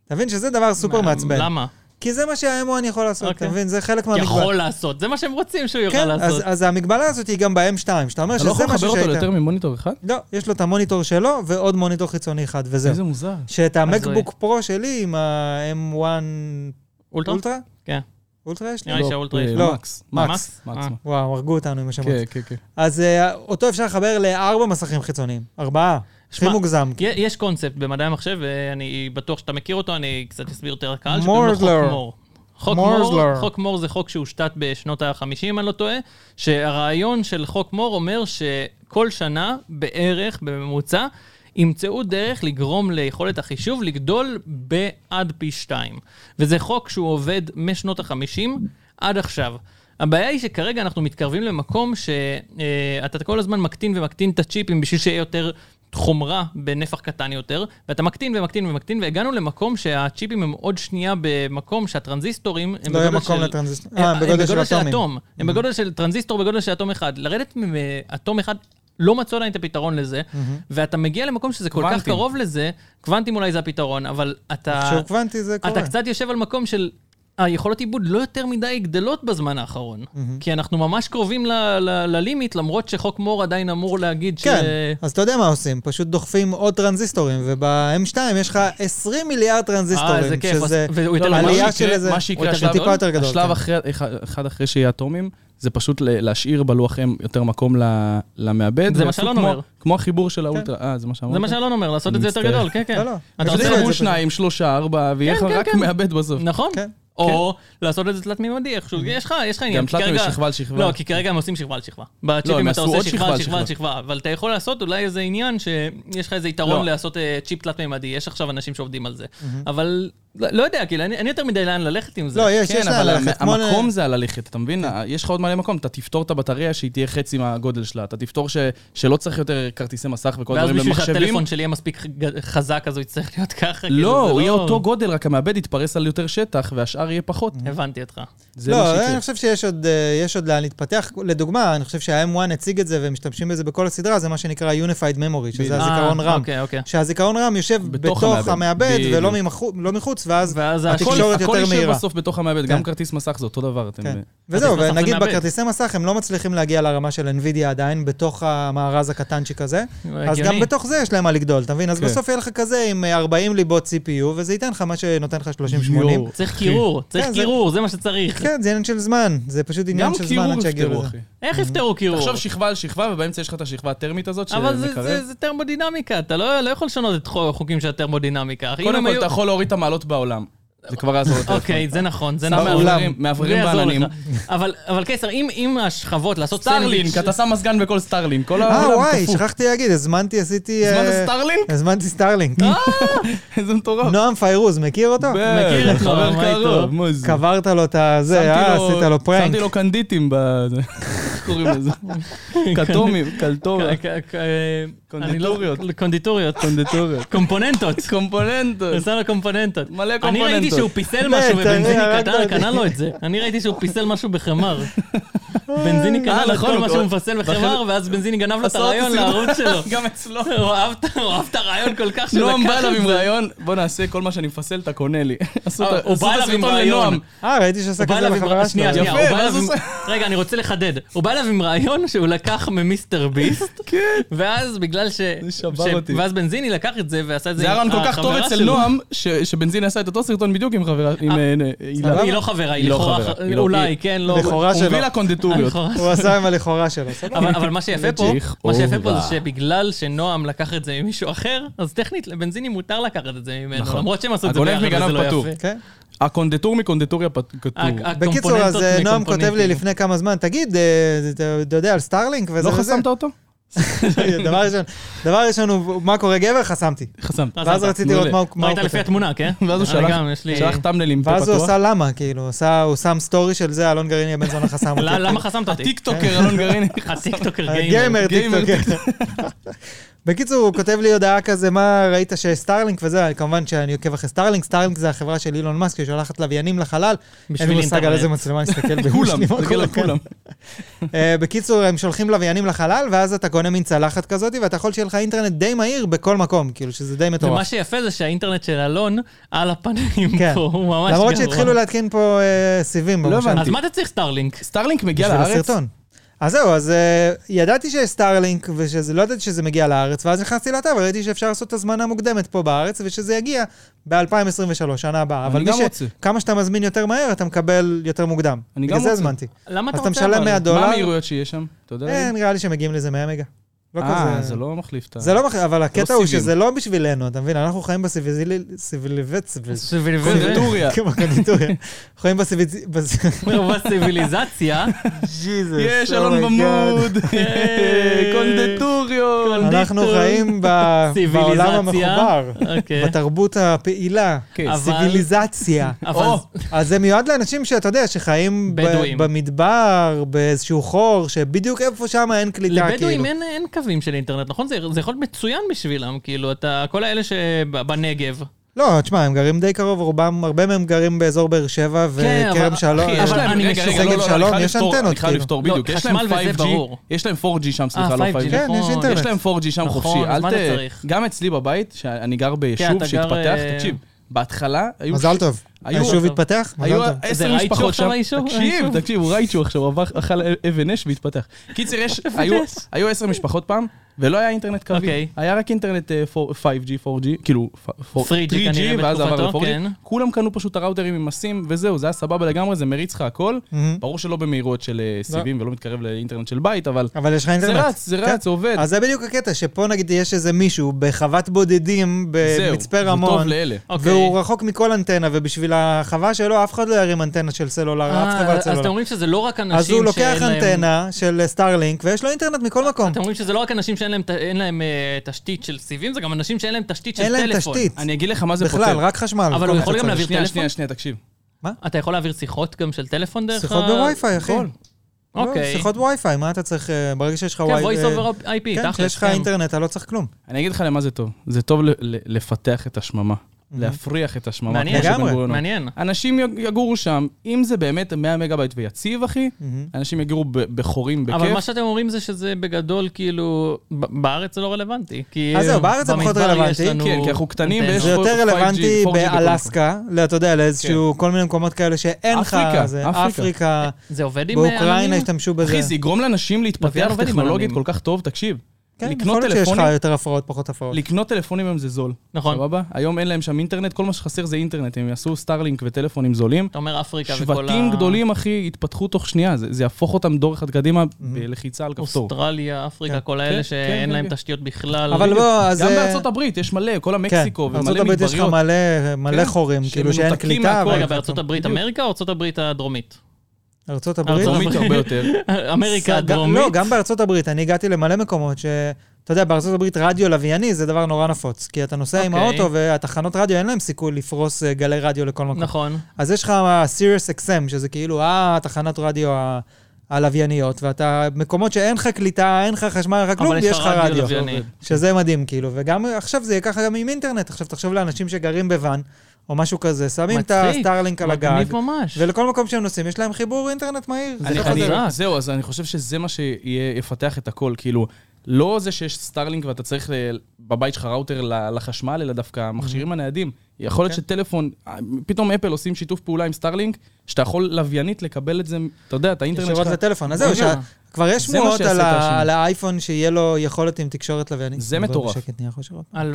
B: אתה מבין שזה דבר סופר
A: מה-
B: מעצבן.
A: למה?
B: כי זה מה שה-M1 יכול לעשות,
A: אוקיי.
B: אתה מבין? זה חלק מהמגבלה.
A: יכול לעשות, זה מה שהם רוצים שהוא יוכל
B: כן, אז,
A: לעשות.
B: אז המגבלה הזאת היא גם ב-M2, שאתה אומר
C: אתה לא
B: שזה
C: יכול לחבר
B: משהו
C: אותו
B: שהיית...
C: ליותר ממוניטור אחד?
B: לא, יש לו את המוניטור שלו ועוד מוניטור חיצוני אחד, וזהו.
C: איזה מוזר.
B: שאת המקבוק
A: הזוי.
B: פרו שלי עם ה-M1
A: אולטרה?
B: אולטרה?
A: כן.
B: אולטרה יש לי?
A: נראה לי שהאולטרה יש.
B: לא.
C: מקס.
A: מקס.
C: מקס. מקס.
A: אה.
C: מקס.
B: וואו, הרגו אותנו עם השמות.
C: כן, כן, כן.
B: אז אה, אותו אפשר לחבר לארבע מסכים חיצוניים. ארבעה. הכי
A: שמע,
B: מוגזם.
A: י- יש קונספט במדעי המחשב, ואני בטוח שאתה מכיר אותו, אני קצת אסביר יותר לקהל,
B: מורזלר.
A: שקוראים לו חוק מור. חוק מור,
B: מורזלר.
A: חוק מור זה חוק שהושתת בשנות ה-50, אני לא טועה, שהרעיון של חוק מור אומר שכל שנה בערך, בממוצע, ימצאו דרך לגרום ליכולת החישוב לגדול בעד פי שתיים. וזה חוק שהוא עובד משנות ה-50 עד עכשיו. הבעיה היא שכרגע אנחנו מתקרבים למקום שאתה כל הזמן מקטין ומקטין את הצ'יפים בשביל שיהיה יותר חומרה בנפח קטן יותר, ואתה מקטין ומקטין ומקטין, והגענו למקום שהצ'יפים הם עוד שנייה במקום שהטרנזיסטורים אה, הם
B: לא יהיה
A: בגודל
B: מקום
A: של...
B: לטרנזיסטור.
A: הם-
B: אה,
A: הם
B: בגודל של אטומים. Mm-hmm.
A: אטום. הם בגודל של טרנזיסטור, בגודל של אטום אחד. לרדת מאטום אחד, לא מצאו עדיין את הפתרון לזה,
B: Mm-hmm.
A: ואתה מגיע למקום שזה כל כך
C: קוונטים.
A: קרוב לזה, קוונטים אולי זה הפתרון, אבל אתה...
B: עכשיו קוונטי זה קורה.
A: אה, אתה קצת יושב על מקום של היכולות עיבוד לא יותר מדי גדלות בזמן האחרון.
B: Mm-hmm.
A: כי אנחנו ממש קרובים ל- ל- ללימיט, למרות שחוק מור עדיין אמור להגיד ש...
B: כן, אז אתה יודע מה עושים, פשוט דוחפים עוד טרנזיסטורים, וב-M2 יש לך 20 מיליארד
A: אה, איזה
B: טרנזיסטורים,
A: כיף.
B: שזה...
A: אז- והוא יותר
C: לא, לא,
A: ממש-
B: עלייה
C: מה
B: של
C: שיקרה-
B: איזה-
C: מה שיקרה
A: הוא יותר
C: השלב,
B: טיפה יותר גדול,
C: השלב
B: כן.
C: אחרי, אחד- אחד אחרי שיהיה אטומים, זה פשוט ל- להשאיר בלוח אם יותר מקום ל- למעבד.
A: זה מה
C: ויעשו
A: שאלון
C: כמו-
A: אומר.
C: כמו החיבור של האולטרה,
B: כן.
C: אה, זה מה שאמרת?
A: זה מה שאלון אומר, לעשות את זה יותר
C: מצטער.
A: גדול, כן, כן.
B: לא, לא.
A: אתה
C: אז
A: רוצה
B: זה
A: לעשות-
B: זה
C: יגמרו
B: פשוט.
C: שניים, שלושה, ארבע, ויהיה לך
A: כן, כן,
C: רק
A: כן.
C: מעבד בסוף.
A: נכון?
B: כן. אוקיי.
A: או לעשות את זה תלת-מימדי איכשהו, יש לך, יש לך עניין.
C: גם
A: כי
C: תלת-מימדי,
A: כרגע-
C: שכבה על שכבה.
A: כן, לא, כי כרגע הם עושים שכבה על שכבה.
C: לא, הם
A: בצ'יפים אתה
C: עשו
A: עושה
C: עוד
A: שכבה
C: שכבה
A: על
C: על
A: שכבה על
C: שכבה.
A: שכבה, אבל אתה יכול לעשות אולי איזה עניין שיש לך איזה יתרון
C: לא.
A: לעשות אה, צ'יפ תלת-מימדי, יש עכשיו אנשים שעובדים על זה. אבל לא לא יודע, כאילו, אני אין יותר מדי לאן ללכת עם זה.
B: לא, יש, יש
C: כן,
B: לה
C: אבל המ-
B: ללכת. כמו ל- כן.
C: המקום זה על הלכת, אתה מבין? ה- יש לך עוד מלא מקום, אתה תפתור את הבטריה שהיא תהיה חצי מהגודל שלה, אתה תפתור ש- שלא צריך יותר כרטיסי מסך וכל
A: ואז
C: הדברים
A: בשביל
C: במחשבים.
A: שהטלפון שלי יהיה מספיק ג- חזק, אז הוא יצטרך להיות ככה. כאילו,
C: לא,
A: זה
C: הוא יהיה אותו גודל, רק המעבד יתפרס על יותר שטח, והשאר יהיה פחות.
A: הבנתי אותך.
C: זה מה
B: לא, אני
C: שיקרה.
B: חושב שיש עוד, אה, יש עוד לאן להתפתח. לדוגמה, אני חושב שה-M1 הציג את זה והם משתמשים בזה בכל הסדרה, זה מה שנקרא Unified Memory, שזה
C: בדיוק.
B: הזיכרון
A: אה,
B: רם.
A: אוקיי, אוקיי.
B: שהזיכרון רם יושב
C: בתוך
B: בתוך
C: המעבד.
B: המעבד
C: בדיוק.
B: ולא ממחו- לא מחוץ, ואז...
A: ואז
B: התקשורת
A: הכל-
B: יותר
C: הכל
B: מהירה.
C: יישב בסוף בתוך המעבד,
B: כן.
C: גם כרטיס מסך זה אותו דבר. אתם-
B: כן.
A: אז
B: וזהו,
A: יש מסך
B: ונגיד
A: למעבד.
B: בכרטיסי מסך הם לא מצליחים להגיע לרמה של NVIDIA עדיין, בתוך המארז הקטנצ'יק הזה. אז
A: הגיוני.
B: גם בתוך זה יש להם מה לגדול, אתה מבין? אז
C: כן.
B: בסוף יהיה לך כזה עם 40 ליבות CPU, וזה ייתן לך מה שנותן לך 30-80.
A: צריך קירור, צריך
B: כן, זה-
A: קירור, זה מה שצריך.
B: כן, זה עניין של זמן, זה פשוט עניין
C: גם
B: של זמן
C: קירור
B: עד שיגיעו
C: יפתרו,
B: לזה.
C: אחי.
A: איך יפתרו קירור?
C: תחשוב שכבה על שכבה, ובאמצע יש לך את השכבה הטרמית הזאת,
A: לא. אבל זה-
C: שמקרב.
A: זה- זה טרמודינמיקה, אתה לא לא יכול לשנות את חו- חוקים של הטרמודינמיקה. אחי. אם
C: קודם
A: הם
C: כל,
A: היו-
C: אתה יכול להוריד את המעלות בעולם. זה כבר יעזור לטלפון.
A: אוקיי, זה נכון, זה
C: סתם,
A: נכון.
C: מאווררים-
A: זה
C: מאווררים
A: יעזור
C: בעננים.
A: לך. אבל אבל קיסר, אם אם השכבות, לעשות סנדוויץ'...
C: סטארלינק, אתה שם מזגן בכל סטארלינק. כל
B: אה,
C: העולם
B: וואי,
C: קפוא.
B: שכחתי להגיד, הזמנתי, עשיתי...
C: הזמנת
B: אה,
C: סטארלינק? אה.
B: הזמנתי סטארלינק.
C: איזה מטורף.
B: נועם פיירוז, מכיר אותו?
A: מכיר את נועם, מה איתו?
C: מה זה?
B: קברת לו את הזה,
C: שמתי
B: אה,
C: לו-
B: עשית לו פרנק.
C: שמתי לו קנדיטים ב... זה- איך קוראים לזה? כתומים, קלטוריה.
A: ק- ק- אה, אני לא-
C: קונדיטוריות.
A: קונדיטוריות.
C: קונדיטוריות.
A: קומפוננטות.
C: קומפוננטות.
A: הוא שם לו קומפוננטות.
C: מלא
A: אני
C: קומפוננטות. אה,
A: ראיתי שהוא פיסל
B: מת,
A: משהו
B: אני
A: ובנזיני
B: הרגת
A: קטן,
B: אותי.
A: קנה לו את זה. אני ראיתי שהוא פיסל משהו בחמר. בנזיני קנה
C: אה,
A: לו את
C: נכון,
A: כל מה
C: הוא-
A: שהוא מפסל בחמר, ואז בנזיני גנב לו את
C: עשה אותי
A: הרעיון
C: סרטון.
A: לערוץ שלו.
C: גם אצלו.
A: הוא אהב את- הוא אהב את הרעיון כל כך שלקח
C: נועם בא
A: את
C: אליו עם
A: זה.
C: רעיון, בוא נעשה כל מה שאני מפסל, אתה קונה לי. עשו את
A: אה,
C: ה-
A: הוא
C: עשו
A: בא
C: את
A: אליו עם
C: הסרטון
A: רעיון.
C: לנועם.
B: אה, ראיתי
A: הוא
B: שעשה
A: בא
B: כזה
A: אליו עם...
B: לחברה שלו.
A: שנייה, שנייה,
C: יפה,
A: הוא בא
C: ואז
A: אליו
C: הוא
A: עם... רגע, אני רוצה לחדד. הוא בא אליו עם רעיון שהוא לקח ממיסטר ביסט,
B: כן.
A: ואז בגלל ש...
C: זה שבר
A: ש-
C: אותי.
A: ואז בנזיני לקח את זה ועשה את זה
C: זה היה רעיון כל כך טוב
A: החברה
C: אצל
A: שלו.
C: נועם, ש- שבנזין עשה את אותו סרטון בדיוק עם חברה, עם אה, הילה.
A: היא לא חברה, היא
C: היא לא
A: לכאורה...
C: חברה,
A: ח-
C: היא לא-
A: אולי,
C: היא-
A: כן, לא...
B: לכאורה שלו.
C: הובילה קונדיטוריות.
A: לכאורה
B: הוא עשה עם הלכאורה שלו.
C: לא-
B: סבבה.
A: אבל, אבל מה שיפה פה,
C: לג'יך
A: מה שיפה פה
C: אורה.
A: זה שבגלל שנועם לקח את זה ממישהו אחר, אז טכנית לבנזיני מותר לקחת את זה ממנו,
C: נכון.
A: למרות שהם עשו את זה
C: הגונב
A: ביחד,
C: מגנב
A: וזה לא
C: פטור.
A: יפה.
B: כן.
C: הקונדטור מקונדטוריה פ-
A: הק-
C: כתוב.
A: הקומפוננטות
B: בקיצור, אז אה, נועם כותב לי
A: מקומפוננטים.
B: לפני כמה זמן, תגיד, אה, זה- אתה אתה יודע על סטארלינק וזה
C: לא
B: וזה?
C: חסמת אותו?
B: דבר ראשון, דבר ראשון הוא מה קורה גבר, חסמתי.
C: חסמת.
A: אה,
B: ואז
A: סבבה,
B: רציתי
C: מעולה.
B: לראות מה הוא
A: מה
B: מה הוא
A: הייתה לפי
B: כותב.
A: התמונה, כן?
C: ואז הוא
A: אני
C: שלח,
A: גם, יש לי...
C: שלח תמללים פה
B: ואז הוא
C: פתוח.
B: עשה למה, כאילו, הוא עשה- הוא שם סטורי של זה, אלון גרעיני הבן זונה חסם אותי.
A: ל- למה חסמת אותי?
C: הטיקטוקר אלון גרעיני.
A: הטיקטוקר גיימר.
B: גיימר
C: גיימר, כן.
B: טיקטוקר. בקיצור, הוא כותב לי הודעה כזה, מה ראית שסטארלינק וזה, כמובן שאני עוקב אחרי סטארלינק, סטארלינק זה החברה של אילון מאסק, היא שולחת לוויינים לחלל, אין
A: בשביל
B: לי מושג על
A: אינטרנט. כאילו
B: איזה מצלמה להסתכל בגוש
C: כולם,
B: לי, מה
C: תסתכל
B: קורה
C: על
B: כאן.
C: כאילו כולם.
B: אה, בקיצור, הם שולחים לוויינים לחלל, ואז אתה קונה מין צלחת כזאת, ואתה יכול שיהיה לך אינטרנט די מהיר בכל מקום, כאילו, שזה די
A: ומה
B: מטורף.
A: שיפה זה שהאינטרנט של אלון על הפנים
B: כן.
A: פה, הוא ממש
B: למרות
A: גרוע.
B: שהתחילו להתקין פה אה, סיבים.
C: לא
B: במושב.
C: הבנתי.
A: אז מה אתה צריך סטארלינק?
C: סטארלינק מגיע
B: בשביל
C: לארץ,
B: הסרטון. אז זהו, אז אה, ידעתי שיש סטארלינק, ולא ידעתי שזה מגיע לארץ, ואז נכנסתי לאתר וראיתי שאפשר לעשות הזמנה מוקדמת פה בארץ, ושזה יגיע ב-2023, שנה הבאה. אבל
C: אני
B: מי
C: גם
B: ש-
C: רוצה.
B: כמה שאתה מזמין יותר מהר, אתה מקבל יותר מוקדם.
C: אני
B: בגלל
C: גם
B: זה
C: רוצה.
B: הזמנתי.
A: למה אתה
B: אז אתה
A: רוצה...
B: משלם
A: אבל?
B: 100
C: מה
B: דולר.
C: המהירויות שיש שם? אתה יודע?
B: אה,
C: להגיד?
B: נראה לי שמגיעים לזה 100 מגה. לא
C: אה,
B: כזה-
C: זה לא מחליף את ה...
B: זה לא מחליף, אבל הקטע הוא
C: סיבים.
B: שזה לא בשבילנו, אתה מבין? אנחנו חיים בסיביליבט...
C: קונדיטוריה.
B: בקונדיטוריה. כן, חיים בסיביליז...
A: בסיביליזציה,
B: ג'יזוס.
C: יש, אלון במוד!
B: אה,
C: אה, קונדטוריות!
B: אנחנו
A: קונדיטור.
B: חיים ב- בעולם
A: ציוויליזציה.
B: המחובר,
A: אוקיי.
B: בתרבות הפעילה,
C: כן.
A: אבל-
B: סיביליזציה.
A: אבל
C: או,
B: אז זה מיועד לאנשים שאתה יודע, שחיים ב-
A: בדואים.
B: במדבר, באיזשהו חור, שבדיוק איפה שם אין קליטה, כאילו.
A: לבדואים אין, אין קווים של אינטרנט, נכון? זה, זה יכול להיות מצוין בשבילם, כאילו, אתה, כל האלה שבנגב.
B: לא, תשמע, הם גרים די קרוב, רובם, הרבה מהם גרים באזור באר שבע
A: כן, אבל-
B: וכרם שלום.
A: אחי, יש להם- אני משוגע.
C: לא, לא,
B: שגב
C: לא, אני
B: שלום,
C: חייב
B: יש
C: לפתור-
B: אנטנות,
C: אני חייב
B: כאילו.
C: לפתור,
A: לא,
C: בדיוק. יש להם
A: חשמל וזה
C: 5G,
A: ברור.
C: יש להם 4G שם,
A: אה,
C: סליחה, לא 5G.
B: כן, יש אינטרנט.
C: יש להם 4G שם
A: נכון,
C: חופשי. אל
A: אז מה
C: ת-
A: אתה צריך?
C: גם אצלי בבית, שאני גר
A: כן, אתה
C: ביישוב
A: גר,
C: שהתפתח,
A: אה,
C: תקשיב, בהתחלה היו...
B: מזל טוב.
C: היו-
B: היישוב התפתח? מזל
C: היו
B: טוב.
A: זה
C: עשר
A: רייצ'ו
C: משפחות
A: עכשיו
C: שם,
A: היישוב? היישוב?
C: תקשיב, תקשיב, הוא רייצ'ו עכשיו, הוא עבר- אכל אבן אש והתפתח. קיצר, יש- היו-
A: אש.
C: היו עשר משפחות פעם, ולא היה אינטרנט קווי.
A: אוקיי.
C: היה רק אינטרנט אה, 4- 5G, 4G, כאילו פ-
A: 3G
C: 3G,
A: כנראה
C: ואז עבר
A: בתקופתו,
C: ל-4G.
A: כן.
C: כולם קנו פשוט את הראוטרים עם הסים, וזהו, זה היה סבבה לגמרי, זה מריץ לך הכל.
A: Mm-hmm.
B: מהמם.
C: ברור שלא במהירות של
A: לא.
C: אה, סיבים ולא מתקרב לאינטרנט של בית, אבל
B: אבל יש לך
C: זה לא-
B: אינטרנט.
C: רץ, זה
B: כן.
C: רץ, זה עובד.
B: אז זה בדיוק הקטע, שפה נגיד יש איזה מישהו בחוות בודדים
A: אה,
C: זהו,
B: במצפה
C: זה טוב
B: רמון,
C: לאלה.
A: אוקיי.
B: והוא רחוק מכל אנטנה, ובשביל החווה שלו אף אחד לא ירים אנטנה של סלולר, אף
A: אה,
B: חברת
A: אז אתם
B: סלולר.
A: אומרים שזה לא רק אנשים
B: אז הוא לוקח
A: שאין להם-
B: אנטנה של סטארלינק, ויש לו אינטרנט מכל מקום.
A: אתם אומרים שזה לא רק אנשים שאין להם, ת- אין להם אה, תשתית של סיבים, זה גם אנשים שאין להם תשתית של
B: אין
A: טלפון. לא
B: להם תשתית.
C: אני אגיד לך מה זה פותר.
B: בכלל, רק חשמל.
A: אבל
B: כל
A: הוא
B: מה
A: יכול גם
B: שאתה צריך.
A: להעביר
C: שנייה,
A: טלפון?
C: שנייה, שנייה, תקשיב.
A: אתה יכול להעביר שיחות גם של טלפון דרך כן.
B: שיחות בווי-פיי, אחי.
C: הכל.
B: לא,
A: אוקיי.
B: שיחות ווי-פיי, מה אתה צריך, אה, ברגע שיש לך
A: כן,
B: ווי...
A: voice
B: אה,
A: over IP, תכלס.
B: כן, כשיש לך
A: כן.
B: אינטרנט, אתה לא צריך כלום.
C: אני אגיד לך למה זה טוב. זה טוב ל- ל- לפתח את השממה. להפריח את השממה.
A: מעניין.
C: כמו שבן
B: לגמרי,
C: גוריון אמר.
A: מעניין.
C: אנשים יג- יגורו שם, אם זה באמת 100 מגה בייט ויציב, אחי,
A: Mm-hmm.
B: מהמם.
C: אנשים יגורו ב- בחורים בכיף.
A: אבל מה שאתם אומרים זה שזה בגדול, כאילו, ב- בארץ זה לא רלוונטי. כי
B: אז אה, זהו, בארץ זה פחות
A: במדבר יש
B: רלוונטי.
A: לנו
C: כן, כי אנחנו קטנים
A: אנטנות.
C: ויש
B: זה
C: פה
B: יותר
C: 5G,
B: רלוונטי
C: 4G בכל
B: באלסקה, לא, אתה יודע, לאיזשהו
A: כן.
B: כל מיני מקומות כאלה שאין לך...
C: אפריקה,
B: זה-
C: אפריקה.
B: אפריקה.
A: זה עובד עם... אה,
B: באוקראינה
A: עננים?
B: השתמשו בזה.
C: אחי, זה יגרום לאנשים להתפתח
A: לוויין עובד עם
C: טכנולוגית
A: עננים.
C: כל כך טוב, תקשיב.
B: כן,
C: לקנות
B: יכול להיות שיש לך
C: טלפונים-
B: יותר הפרעות, פחות הפרעות.
C: לקנות טלפונים היום זה זול.
A: נכון.
C: סבבה? היום אין להם שם אינטרנט, כל מה שחסר זה אינטרנט. הם יעשו סטארלינק וטלפונים זולים.
A: אתה אומר אפריקה וכל ה...
C: שבטים גדולים, אחי, יתפתחו תוך שנייה. זה זה יהפוך אותם דור אחד קדימה בלחיצה על כפתור.
A: אוסטרליה, אפריקה,
B: כן.
A: כל האלה
C: כן,
A: שאין
C: כן,
A: להם
C: כן.
A: תשתיות בכלל.
B: אבל בוא, אז...
C: גם
B: אה,
C: בארצות הברית יש מלא, כל המקסיקו
B: כן,
C: ומלא
B: ארצות
C: מדבריות.
B: הברית יש לך מלא, מלא
C: כן,
B: חורים,
C: שהם
B: כאילו שאין
C: מנותקים
B: קליטה.
C: מהכל.
B: אבל-
A: רגע, בארצות הברית
C: בדיוק.
A: אמריקה או ארצות הברית הדרומית?
B: ארצות הברית?
A: ארצות
C: דרומית הרבה יותר.
A: אמריקה
B: סג-
A: הדרומית?
B: לא, גם בארצות הברית. אני הגעתי למלא מקומות ש... אתה יודע, בארצות הברית רדיו לווייני זה דבר נורא נפוץ. כי אתה נוסע עם
A: אוקיי.
B: האוטו והתחנות רדיו, אין להם סיכוי לפרוס אה, גלי רדיו לכל מקום.
A: נכון.
B: אז יש לך סיריוס אקסם, שזה כאילו התחנת רדיו ה- הלווייניות, ואתה, מקומות שאין לך קליטה, אין לך חשמל, אין לך כלום,
A: אבל יש
B: ויש לך רדיו.
A: לווייני.
B: שזה מדהים, כאילו. וגם עכשיו זה יהיה ככה גם עם אינטרנט. עכשיו תחשוב לאנשים שגרים בוואן, או משהו כזה, שמים את
A: מצחיק,
B: הסטארלינק על הגג,
A: מגניב ממש.
B: ולכל מקום שהם נוסעים יש להם חיבור אינטרנט מהיר.
A: זה
B: לא
C: אני-
A: ככה
C: אני-
A: נראה.
C: זהו, אז אני חושב שזה מה שיפתח את הכל, כאילו, לא זה שיש סטארלינק ואתה צריך אה, בבית שלך ראוטר ל- לחשמל, אלא דווקא המכשירים הניידים. יכול להיות
B: כן.
C: שטלפון, אה, פתאום אפל עושים שיתוף פעולה עם סטארלינק, שאתה יכול לוויינית לקבל את זה, אתה יודע, את האינטרנט
B: ישירות
C: שלך.
B: לטלפון. אז זהו,
A: בוא'נה.
B: שה- כבר יש
C: זה מה
B: שמועות
C: שיעשה
B: על
C: את
B: ה-
C: השינוי.
B: על האייפון שיהיה לו יכולת עם תקשורת לוויינית.
C: זה
B: אני מדבר
C: מטורף.
B: בשקט, נהיה חושך עוד פעם.
A: על-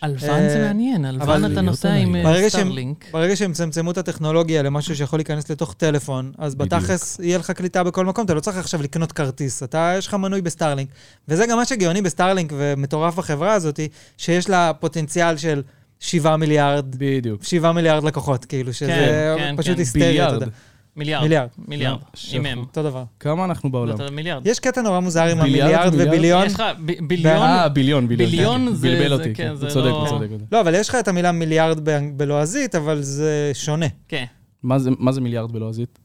A: על ואן זה
B: אה,
A: מעניין, על
B: אבל-
A: ואן אתה נוסע
C: להיות
A: עם אה,
B: ברגע שהם-
A: סטארלינק.
B: ברגע שהם צמצמו את הטכנולוגיה למשהו שיכול להיכנס לתוך טלפון, אז
C: בדיוק.
B: בתכלס יהיה לך קליטה בכל מקום, אתה לא צריך עכשיו לקנות כרטיס, אתה, יש לך מנוי בסטארלינק. וזה גם מה שגאוני בסטארלינק ומטורף בחברה הזאת, שיש לה פוטנציאל של 7 מיליארד,
C: בדיוק.
B: 7 מיליארד לקוחות, כאילו, שזה
A: כן,
B: פשוט
A: כן.
B: היסטריה, אתה יודע.
C: ביליארד.
A: מיליארד.
B: מיליארד.
A: מיליארד.
C: לא,
A: עם אם.
B: אותו דבר.
C: כמה אנחנו בעולם?
A: אתה מיליארד.
B: יש קטע נורא מוזר עם
C: ביליארד,
B: המיליארד
C: מיליארד?
B: וביליון.
A: יש לך ב- ביליון,
C: אה, ביליון, ביליון.
A: ביליון
C: כן,
A: זה-
C: בלבל
A: זה-
C: אותי,
A: כן,
C: כן,
A: זה
C: הוא צודק,
A: לא-
C: הוא צודק. הוא צודק.
B: לא, אבל יש לך את המילה מיליארד ב- בלועזית, אבל זה שונה.
A: כן,
C: מה זה- מה זה מיליארד בלועזית?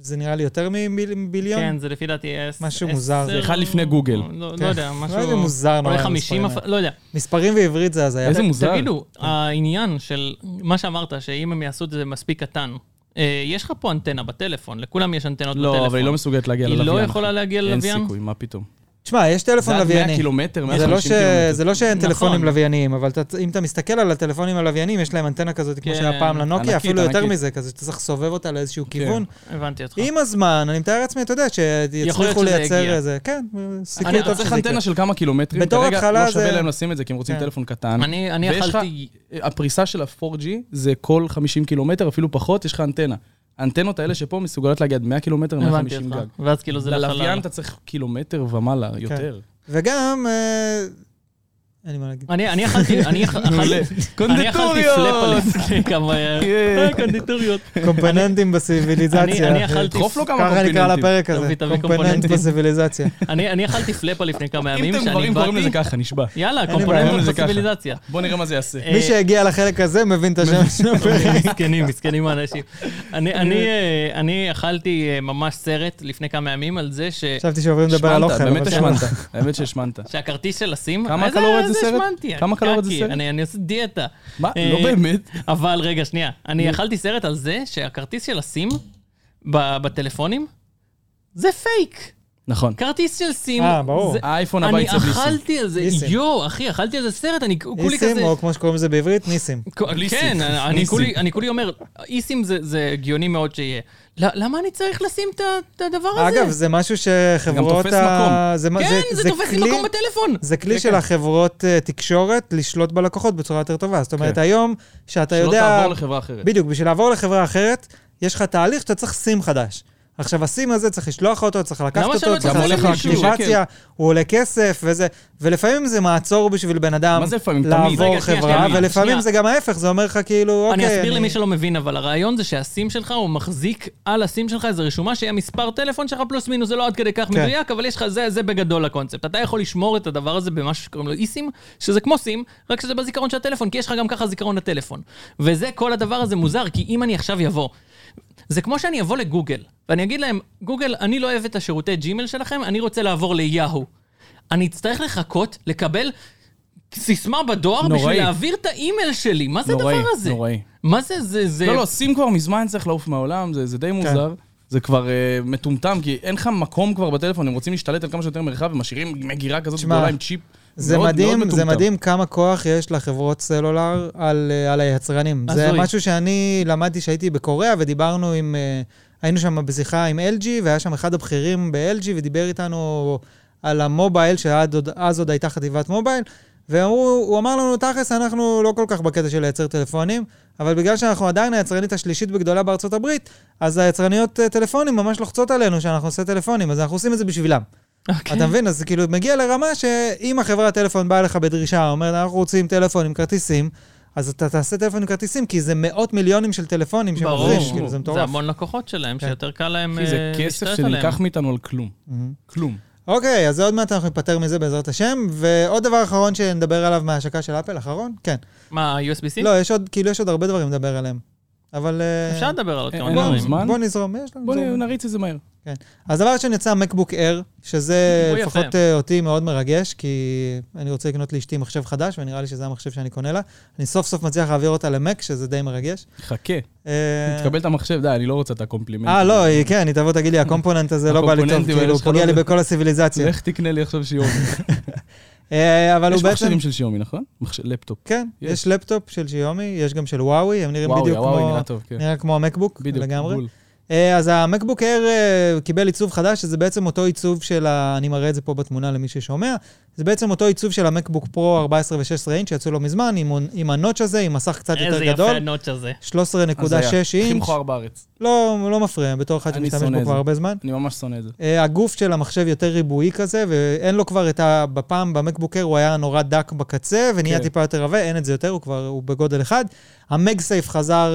B: זה נראה לי יותר מביליון.
A: כן, זה לפי דעתי עשר-
B: משהו מוזר, זה
A: עשר-
C: אחד לפני גוגל.
A: לא
B: כן.
A: לא יודע,
B: לא יודע,
A: משהו...
B: מוזר נורא.
A: אולי
B: המספרים
A: 50,
B: האלה.
A: אפ- לא יודע.
B: מספרים בעברית זה הזיה.
C: איזה מוזר.
A: תגידו, העניין של מה שאמרת, שאם הם יעשו את זה מספיק קטן, אה, יש לך פה אנטנה בטלפון, לכולם יש אנטנות בטלפון.
C: לא, אבל היא לא מסוגלת להגיע
A: היא
C: ללוויין.
A: לא יכולה להגיע
C: אין
A: ללוויין?
C: סיכוי, מה פתאום?
B: תשמע, יש
C: זה
B: טלפון
C: עד 100
B: לווייני.
C: קילומטר,
B: זה לא
C: 150
B: ש-
C: קילומטר.
B: זה לא שאין
A: נכון.
B: טלפונים לווייניים, אבל אתה- אם אתה מסתכל על הטלפונים הלוויינים, יש להם אנטנה כזאת, כמו
A: כן.
B: שהיה פעם לנוקיה,
C: ענקית,
B: אפילו יותר
C: ענקית.
B: מזה, כזה שאתה צריך לסובב אותה לאיזשהו כיוון.
A: הבנתי אותך.
B: עם הזמן, אני מתאר לעצמי, אתה יודע, שיצליחו
A: שזה
B: לייצר
A: יגיע.
B: איזה... כן, סיכוי
A: אני-
B: טוב
C: אתה
B: שזה
C: צריך
B: יקרה.
C: אנטנה של כמה קילומטרים,
B: בתור
C: כרגע
B: התחלה
C: לא שווה
B: זה-
C: להם לשים את זה, כי הם רוצים
B: כן.
C: טלפון קטן.
A: אני אני
C: ויש לך-
A: אכלתי...
C: הפריסה של ה-4G זה כל 50 קילומטר, אפילו פחות, יש לך אנטנה. האנטנות האלה שפה מסוגלות להגיע עד 100 קילומטר,
A: הבנתי
C: 150 גג.
A: אותך. ואז כאילו זה לחלל.
B: כן.
C: ללוויין אתה צריך קילומטר ומעלה, יותר.
B: וגם, אה, אין לי מה להגיד.
A: אני אני אכלתי, אני אכ-
C: מעולה.
A: אכלתי, אני אכלתי
C: קונדיטוריות!
A: פלאפל לפני כמה... אה,
C: כן.
A: קונדיטוריות.
B: קומפוננטים בסיביליזציה.
A: אני- אני אכלתי-
C: דחוף לו כמה
B: ככה נקרא
C: קומפיננטים.
B: לפרק הזה,
A: תביא, תביא
B: קומפוננט
A: קומפוננטים.
B: בסיביליזציה.
A: אני אני אכלתי פלאפל לפני כמה ימים,
C: אם אתם
A: שאני
C: גברים קוראים לזה
A: באתי,
C: ככה, נשבע.
A: יאללה,
B: לי
A: קומפוננט
B: בעיה.
C: קוראים לזה ככה.
A: פסיביליזציה.
C: בוא נראה מה זה יעשה.
A: אה,
B: מי שהגיע לחלק הזה מבין את השם של הפרק.
A: מסכנים, מסכנים האנשים. אני- אני, אה, אני אכלתי אה, ממש סרט לפני כמה ימים על זה ש-
B: חשבתי שעוברים לדבר על אוכל.
C: באמת
B: אבל
C: השמנת,
B: בסדר.
C: האמת שהשמנת.
A: שהכרטיס של הסים... אה,
C: כמה
A: איזה-
C: קלוריות זה
A: איזה
C: סרט?
A: השמנתי,
C: כמה
A: אני
C: קלוריות זה
A: קקי,
C: סרט?
A: אני אני עושה דיאטה.
C: מה?
A: אה,
C: לא באמת.
A: אבל רגע, שנייה. אני אכלתי סרט על זה שהכרטיס של הסים ב- בטלפונים זה פייק.
C: נכון.
A: כרטיס של סים.
B: אה, ברור.
A: זה-
C: האייפון הבא
A: אני
C: יצא בלי סים.
A: אכלתי על זה,
B: ניסים.
A: יואו, אחי, אכלתי על זה סרט, אני כולי
B: ניסים,
A: כזה...
B: או כמו שקוראים לזה בעברית, ניסים.
C: בלי סים.
A: כן, אני- אני
C: ניסים.
A: כולי- אני כולי אומר, איסים זה- זה הגיוני מאוד שיהיה. ל- למה אני צריך לשים את ה- את הדבר הזה?
B: אגב, זה משהו שחברות...
C: תופס
B: ה-
C: מקום.
B: זה מה-
A: כן, זה תופס לי
B: כלי-
A: מקום בטלפון.
B: זה כלי
C: כן,
B: של
C: כן.
B: החברות אה, תקשורת לשלוט בלקוחות בצורה יותר טובה. זאת אומרת,
C: כן.
B: היום, שאתה
C: שלא
B: יודע...
C: תעבור לחברה אחרת.
B: בדיוק, בשביל לעבור לחברה אחרת, יש לך תהליך שאתה צריך סים חדש. עכשיו, הסים הזה, צריך לשלוח אותו, צריך לקחת
A: למה שלא
B: אותו, צריך
C: תזמין
B: לעשות לו
C: מישהו?
B: אקטיבציה,
C: כן,
B: הוא עולה כסף וזה, ולפעמים זה מעצור בשביל בן אדם
C: מה זה לפעמים? תמיד.
B: לעבור
A: רגע, שנייה,
B: חברה,
A: שנייה,
B: ולפעמים
A: שנייה.
B: זה גם ההפך, זה אומר לך כאילו,
A: אני
B: אוקיי,
A: אסביר למי שלא מבין, אבל הרעיון זה שהסים שלך, הוא מחזיק על הסים שלך איזו רשומה שהיא המספר טלפון שלך פלוס מינוס, זה לא עד כדי
C: כן.
A: כך מדויק, אבל יש לך, זה זה בגדול הקונספט. אתה יכול לשמור את הדבר הזה במשהו שקוראים לו איסים, שזה כמו סים, רק שזה בזיכרון של הטלפון, כי יש לך גם ככה זיכרון לטלפון. וזה, כל הדבר הזה מוזר, כי אם אני עכשיו יבוא, זה כמו שאני אבוא לגוגל, ואני אגיד להם, גוגל, אני לא אוהב את השירותי ג'ימל שלכם, אני רוצה לעבור ליהו. אני אצטרך לחכות, לקבל סיסמה בדואר
C: נוראי.
A: בשביל להעביר את האימייל שלי. מה זה
C: נוראי,
A: הדבר הזה?
C: נוראי.
A: מה זה, זה, זה...
C: לא, לא, סים כבר מזמן צריך לעוף מהעולם, זה זה די
B: כן.
C: מוזר. זה כבר אה, מטומטם, כי אין לך מקום כבר בטלפון, הם רוצים להשתלט על כמה שיותר מרחב, ומשאירים מגירה כזאת
B: תשמע,
C: גדולה עם צ'יפ.
B: זה
C: מאוד- מאוד
B: מדהים, זה
C: מטומטם.
B: מדהים כמה כוח יש לחברות סלולר על, אה, על היצרנים. זה
A: הזוי.
B: משהו שאני למדתי שהייתי בקוריאה, ודיברנו עם, אה, היינו שם בשיחה עם LG, והיה שם אחד הבכירים ב-LG, ודיבר איתנו על המובייל, שאז עוד הייתה חטיבת מובייל, והוא אמר לנו, תכלס, אנחנו לא כל כך בקטע של לייצר טלפונים, אבל בגלל שאנחנו עדיין היצרנית השלישית בגדולה בארצות הברית, אז היצרניות אה, טלפונים ממש לוחצות עלינו שאנחנו עושים טלפונים, אז אנחנו עושים את זה בשבילם.
A: אוקיי.
B: אתה מבין? אז זה כאילו מגיע לרמה שאם החברת טלפון באה לך בדרישה, אומרת, אנחנו רוצים טלפון עם כרטיסים, אז אתה תעשה טלפון עם כרטיסים, כי זה מאות מיליונים של טלפונים שמוכרים,
A: ברור.
B: כאילו, זה
A: זה
B: מטורף.
A: המון לקוחות שלהם,
B: כן.
A: שיותר קל להם
C: אחי, זה
A: אה,
C: כסף
A: להשתלט עליהם.
C: שנלקח מאיתנו על כלום.
B: מהמם.
C: כלום.
B: אוקיי, אז עוד מעט אנחנו ניפטר מזה בעזרת השם, ועוד דבר אחרון שנדבר עליו מההשקה של אפל, אחרון? כן.
A: מה, USB-C?
B: לא, יש עוד, כאילו, יש עוד הרבה דברים לדבר עליהם. אבל... אה,
A: אפשר לדבר על עוד
C: אין
A: כמה
C: לנו
A: דברים.
C: זמן.
B: בוא נזרום, יש לנו
C: בואו
B: זמן.
C: נריץ את זה מהר.
B: אז דבר ראשון יצא מקבוק אייר, שזה
A: הוא
B: לפחות
A: יפה.
B: אה, אותי מאוד מרגש, כי אני רוצה לקנות לאשתי מחשב חדש, ונראה לי שזה המחשב שאני קונה לה. אני סוף סוף מצליח להעביר אותה למק, שזה די מרגש.
C: חכה,
B: אה,
C: תקבל את המחשב, די, אני לא רוצה את הקומפלימנט.
B: אה, לא, היא- כן, היא תבוא, תגיד לי, הקומפוננט הזה לא בא לי טוב,
C: הקומפוננטים האלה
B: כאילו, הוא
C: שלך לא
B: פוגע לי
C: זה-
B: בכל הסיביליזציה.
C: לך תקנה לי עכשיו שיומי.
B: אה, אבל הוא
C: יש
B: בעצם...
C: מחשבים של שיומי, נכון? מחשב- לפטופ.
B: כן,
C: יש.
B: יש לפטופ של שיומי, יש גם של וואוי, הם נראים
C: וואו,
B: בדיוק
C: וואו,
B: כמו...
C: נראה טוב, כן.
B: נראה כמו המקבוק,
C: בדיוק,
B: לגמרי.
C: בול.
B: אה, אז המקבוק אייר אה, קיבל עיצוב חדש, שזה בעצם אותו עיצוב של ה... אני מראה את זה פה בתמונה למי ששומע. זה בעצם אותו עיצוב של המקבוק פרו 14 ו-16 אינץ' שיצאו לא מזמן, עם, עם הנוץ' הזה, עם מסך קצת יותר
A: איזה יפה
B: גדול.
A: הנוטש הזה.
B: 13.6
C: הזיה. הכי
B: אינץ'.
C: מכוער בארץ.
B: לא, לא מפריע, בתור אחד
C: אני
B: שמשתמש
C: שונא
B: בו
C: את
B: כבר
C: זה.
B: הרבה זמן.
C: אני ממש שונא את זה.
B: אה, הגוף של המחשב יותר ריבועי כזה, ואין לו כבר את ה... בפעם, במקבוקר הוא היה נורא דק בקצה, ונהיה
C: כן.
B: טיפה יותר עבה, אין את זה יותר, הוא כבר, הוא בגודל אחד. המגסייף חזר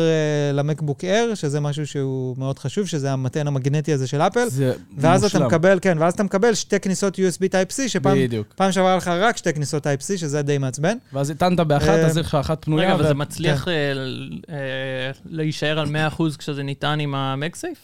B: uh, למקבוק אייר, שזה משהו שהוא מאוד חשוב, שזה המתן המגנטי הזה של אפל.
C: זה
B: ואז אתה
C: מושלם.
B: מקבל, כן, ואז אתה מקבל שתי כניסות USB Type-C, שפעם
C: בדיוק.
B: פעם שעברה היה לך רק שתי כניסות Type-C, שזה היה די מעצבן.
C: ואז הטענת באחת,
B: אה,
C: אז יש לך אחת פנויה.
A: רגע, אבל זה
C: ואת-
A: מצליח אה, ל- אה, להישאר על 100% כשזה ניתן עם המקסייף?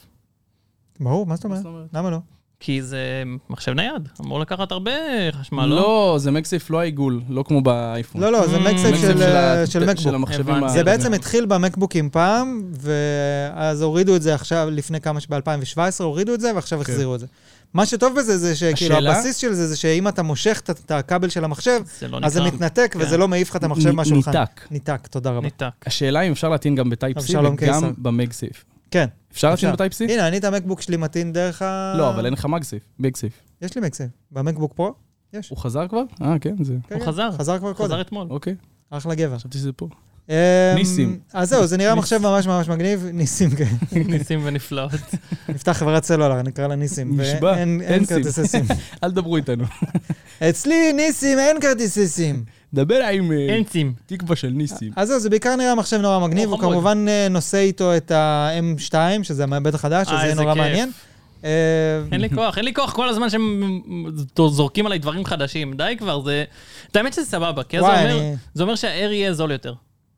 B: ברור, מה זאת אומרת? למה לא?
A: כי זה מחשב נייד, אמור לקחת הרבה חשמל, לא?
C: לא, זה מקסייף לא העיגול, לא כמו באייפון.
B: לא, לא, זה
A: Mm,
B: מקסייף
C: המקסייף
B: של,
C: ה-
B: אה, של מקבוק.
C: של המחשבים
A: הבנתי.
C: ה-
B: זה בעצם התחיל במקבוקים פעם, ואז הורידו את זה עכשיו, לפני כמה ש... ב-2017 הורידו את זה, ועכשיו
C: כן.
B: החזירו את זה. מה שטוב בזה, זה שכאילו
C: השאלה-
B: הבסיס של זה, זה שאם אתה מושך את- את הכבל של המחשב,
A: זה
C: נכון.
A: לא
B: אז זה
A: נקרא.
B: מתנתק,
A: כן.
B: וזה לא מעיף לך את המחשב
C: נ-
B: מהשולחן.
C: ניתק.
B: ניתק, תודה רבה.
A: ניתק.
C: השאלה אם אפשר להטעין גם בטייפ-C
B: אבשלום קיסר.
C: וגם במגסייף.
B: כן,
C: אפשר להטעין
B: לא אפשר. אה,
C: בטייפ-C?
B: הנה, אני את המקבוק שלי מתאים דרך ה...
C: לא, אבל אין לך מגסייף, בגסייף.
B: יש לי מקסייף. במקבוק פרו? יש.
C: הוא חזר כבר? אה, כן, זה...
B: כן,
A: הוא
B: כן.
A: חזר,
B: חזר כבר קודם.
A: חזר אתמול.
C: אוקיי,
B: אחלה גבר.
C: חשבתי שזה פה.
B: אמ,
C: ניסים.
B: אז זהו, זה נראה
A: ניס-
B: מחשב ממש ממש מגניב, ניסים, כן.
C: אוקיי.
A: ניסים ונפלאות.
B: נפתח חברת סלולר, נקרא לה ניסים.
C: נשבע,
B: ואין-
C: אין
B: אין
C: סים.
B: כרטיסי סים.
C: אל תדברו איתנו.
B: אצלי ניסים אין כרטיסי סים.
C: דבר עם אה,
A: אינצים.
C: תקווה של ניסים.
A: אה,
B: אז זהו, זה בעיקר נראה מחשב נורא מגניב, הוא
A: חמוד.
B: כמובן אה, נושא איתו את ה-M2, שזה המעבד החדש,
A: אה,
B: שזה יהיה
A: איזה
B: נורא
A: כיף.
B: מעניין. אה,
A: אין לי כוח, אין לי כוח כל הזמן שהם זורקים עליי דברים חדשים. די כבר, זה... את האמת שזה סבבה, כי אז זה
B: וואי,
A: אומר-
B: אני-
A: זה אומר שה-Air יהיה זול יותר.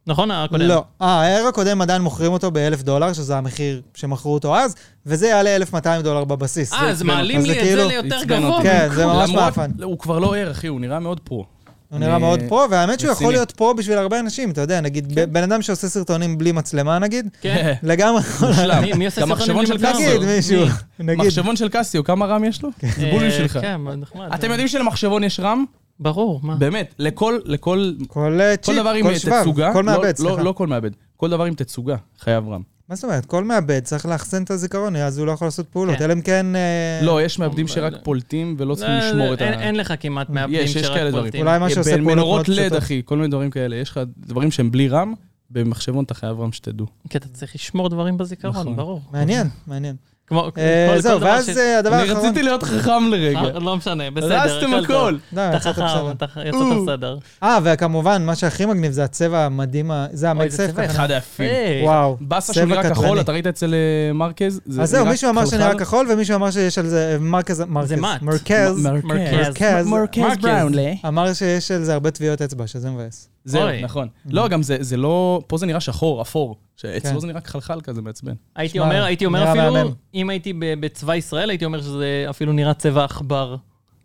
A: נכון, הקודם?
B: לא. אה, האר הקודם עדיין מוכרים אותו ב-1,000 דולר, שזה המחיר שמכרו אותו אז, וזה יעלה 1,200 דולר בבסיס.
A: אה, אז
C: עצבן אותי.
A: מעלים
B: אז זה
A: לי את זה
B: כאילו-
A: ליותר
C: עצבן
A: אה, גבוה.
C: אותי.
B: כן, זה ממש
C: למרות-
B: מעפן.
C: לא, הוא כבר לא ער, אחי, הוא נראה מאוד פרו.
B: הוא נראה מאוד פרו, והאמת שהוא יכול
C: רציני.
B: להיות פרו בשביל הרבה אנשים, אתה יודע, נגיד, ב- בן אדם שעושה סרטונים בלי מצלמה, נגיד,
A: כן.
B: לגמרי יכול...
C: מושלם.
A: מי- מי עושה
C: גם
A: סרטונים
C: מחשבון
A: בלי
C: של
A: מצלמה?
C: קאסיו.
B: נגיד מישהו, נגיד,
C: מחשבון של קאסיו, כמה רם יש לו? זה בולים
A: אה,
C: שלך.
A: כן, אה. נחמד.
C: אתם יודעים שלמחשבון יש רם?
A: ברור, מה?
C: באמת, לכל, לכל,
B: כל אה,
C: כל
B: צ'יפ,
C: דבר עם
B: כל
C: אה,
B: שבב,
C: תצוגה.
B: כל
C: לא-
B: מעבד,
C: לא-
B: סליחה.
C: לא כל מעבד, כל דבר עם תצוגה, חייב רם.
B: מה זאת אומרת? כל מעבד צריך לאחסן את הזיכרון, אז הוא לא יכול לעשות פעולות,
A: כן.
B: אלא אם כן... אה,
C: לא, יש מעבדים
A: לא,
C: שרק
A: לא.
C: פולטים ולא צריכים
A: לא,
C: לשמור
A: לא,
C: את
A: אין-
C: ה...
A: אין לך כמעט מעבדים
C: יש, יש כאלה
A: שרק
C: דברים.
A: פולטים.
B: אולי מה שעושה פעולות מאוד
C: מנורות לד,
B: פשוטות.
C: אחי, כל מיני דברים כאלה. יש לך דברים שהם בלי רם, במחשבון אתה חייב רם שתדעו.
A: כי אתה צריך לשמור דברים
C: נכון.
A: בזיכרון, ברור.
B: מעניין, מעניין.
A: כמו-
B: אה,
A: כל- כל
B: זהו,
A: דבר
B: ואז
A: ש-
B: אה, הדבר
C: אני
B: האחרון...
C: רציתי להיות חכם לרגע.
A: אה, לא משנה, בסדר.
C: רסתם
A: טוב.
C: הכל.
B: לא,
A: אתה
B: יצאת
A: חכם,
B: בסדר.
A: אתה ח- יצאת
C: או.
A: בסדר.
B: אה, וכמובן, מה שהכי מגניב זה הצבע המדהים, ה- זה
A: אוי,
B: המצפת.
A: זה צבע אחד.
C: אחד היפים.
A: היי.
B: וואו.
C: באסה
B: צבע
C: שהוא נראה כחול,
B: קטלני.
C: אתה ראית אצל אה, מרקז? זה
B: אז זהו,
C: נראה
B: מישהו אמר
C: חלחל.
B: שנראה כחול, ומישהו אמר שיש על זה... מרקז, מרקז,
A: מאט.
B: מרכז,
A: מרכז.
B: מרכז,
C: מרקז בראונלי.
B: אמר שיש על זה הרבה טביעות אצבע, שזה מבאס.
C: זהו,
A: אוי.
C: נכון. לא, גם זה זה לא... פה זה נראה שחור, אפור. שאצלו
B: Mm-hmm. כן.
C: זה נראה כחלחל כזה מעצבן.
A: הייתי
B: שמע,
A: אומר, הייתי אומר
B: נראה
A: אפילו,
B: מהמם.
A: אם הייתי ב- בצבא ישראל, הייתי אומר שזה אפילו נראה צבע עכבר.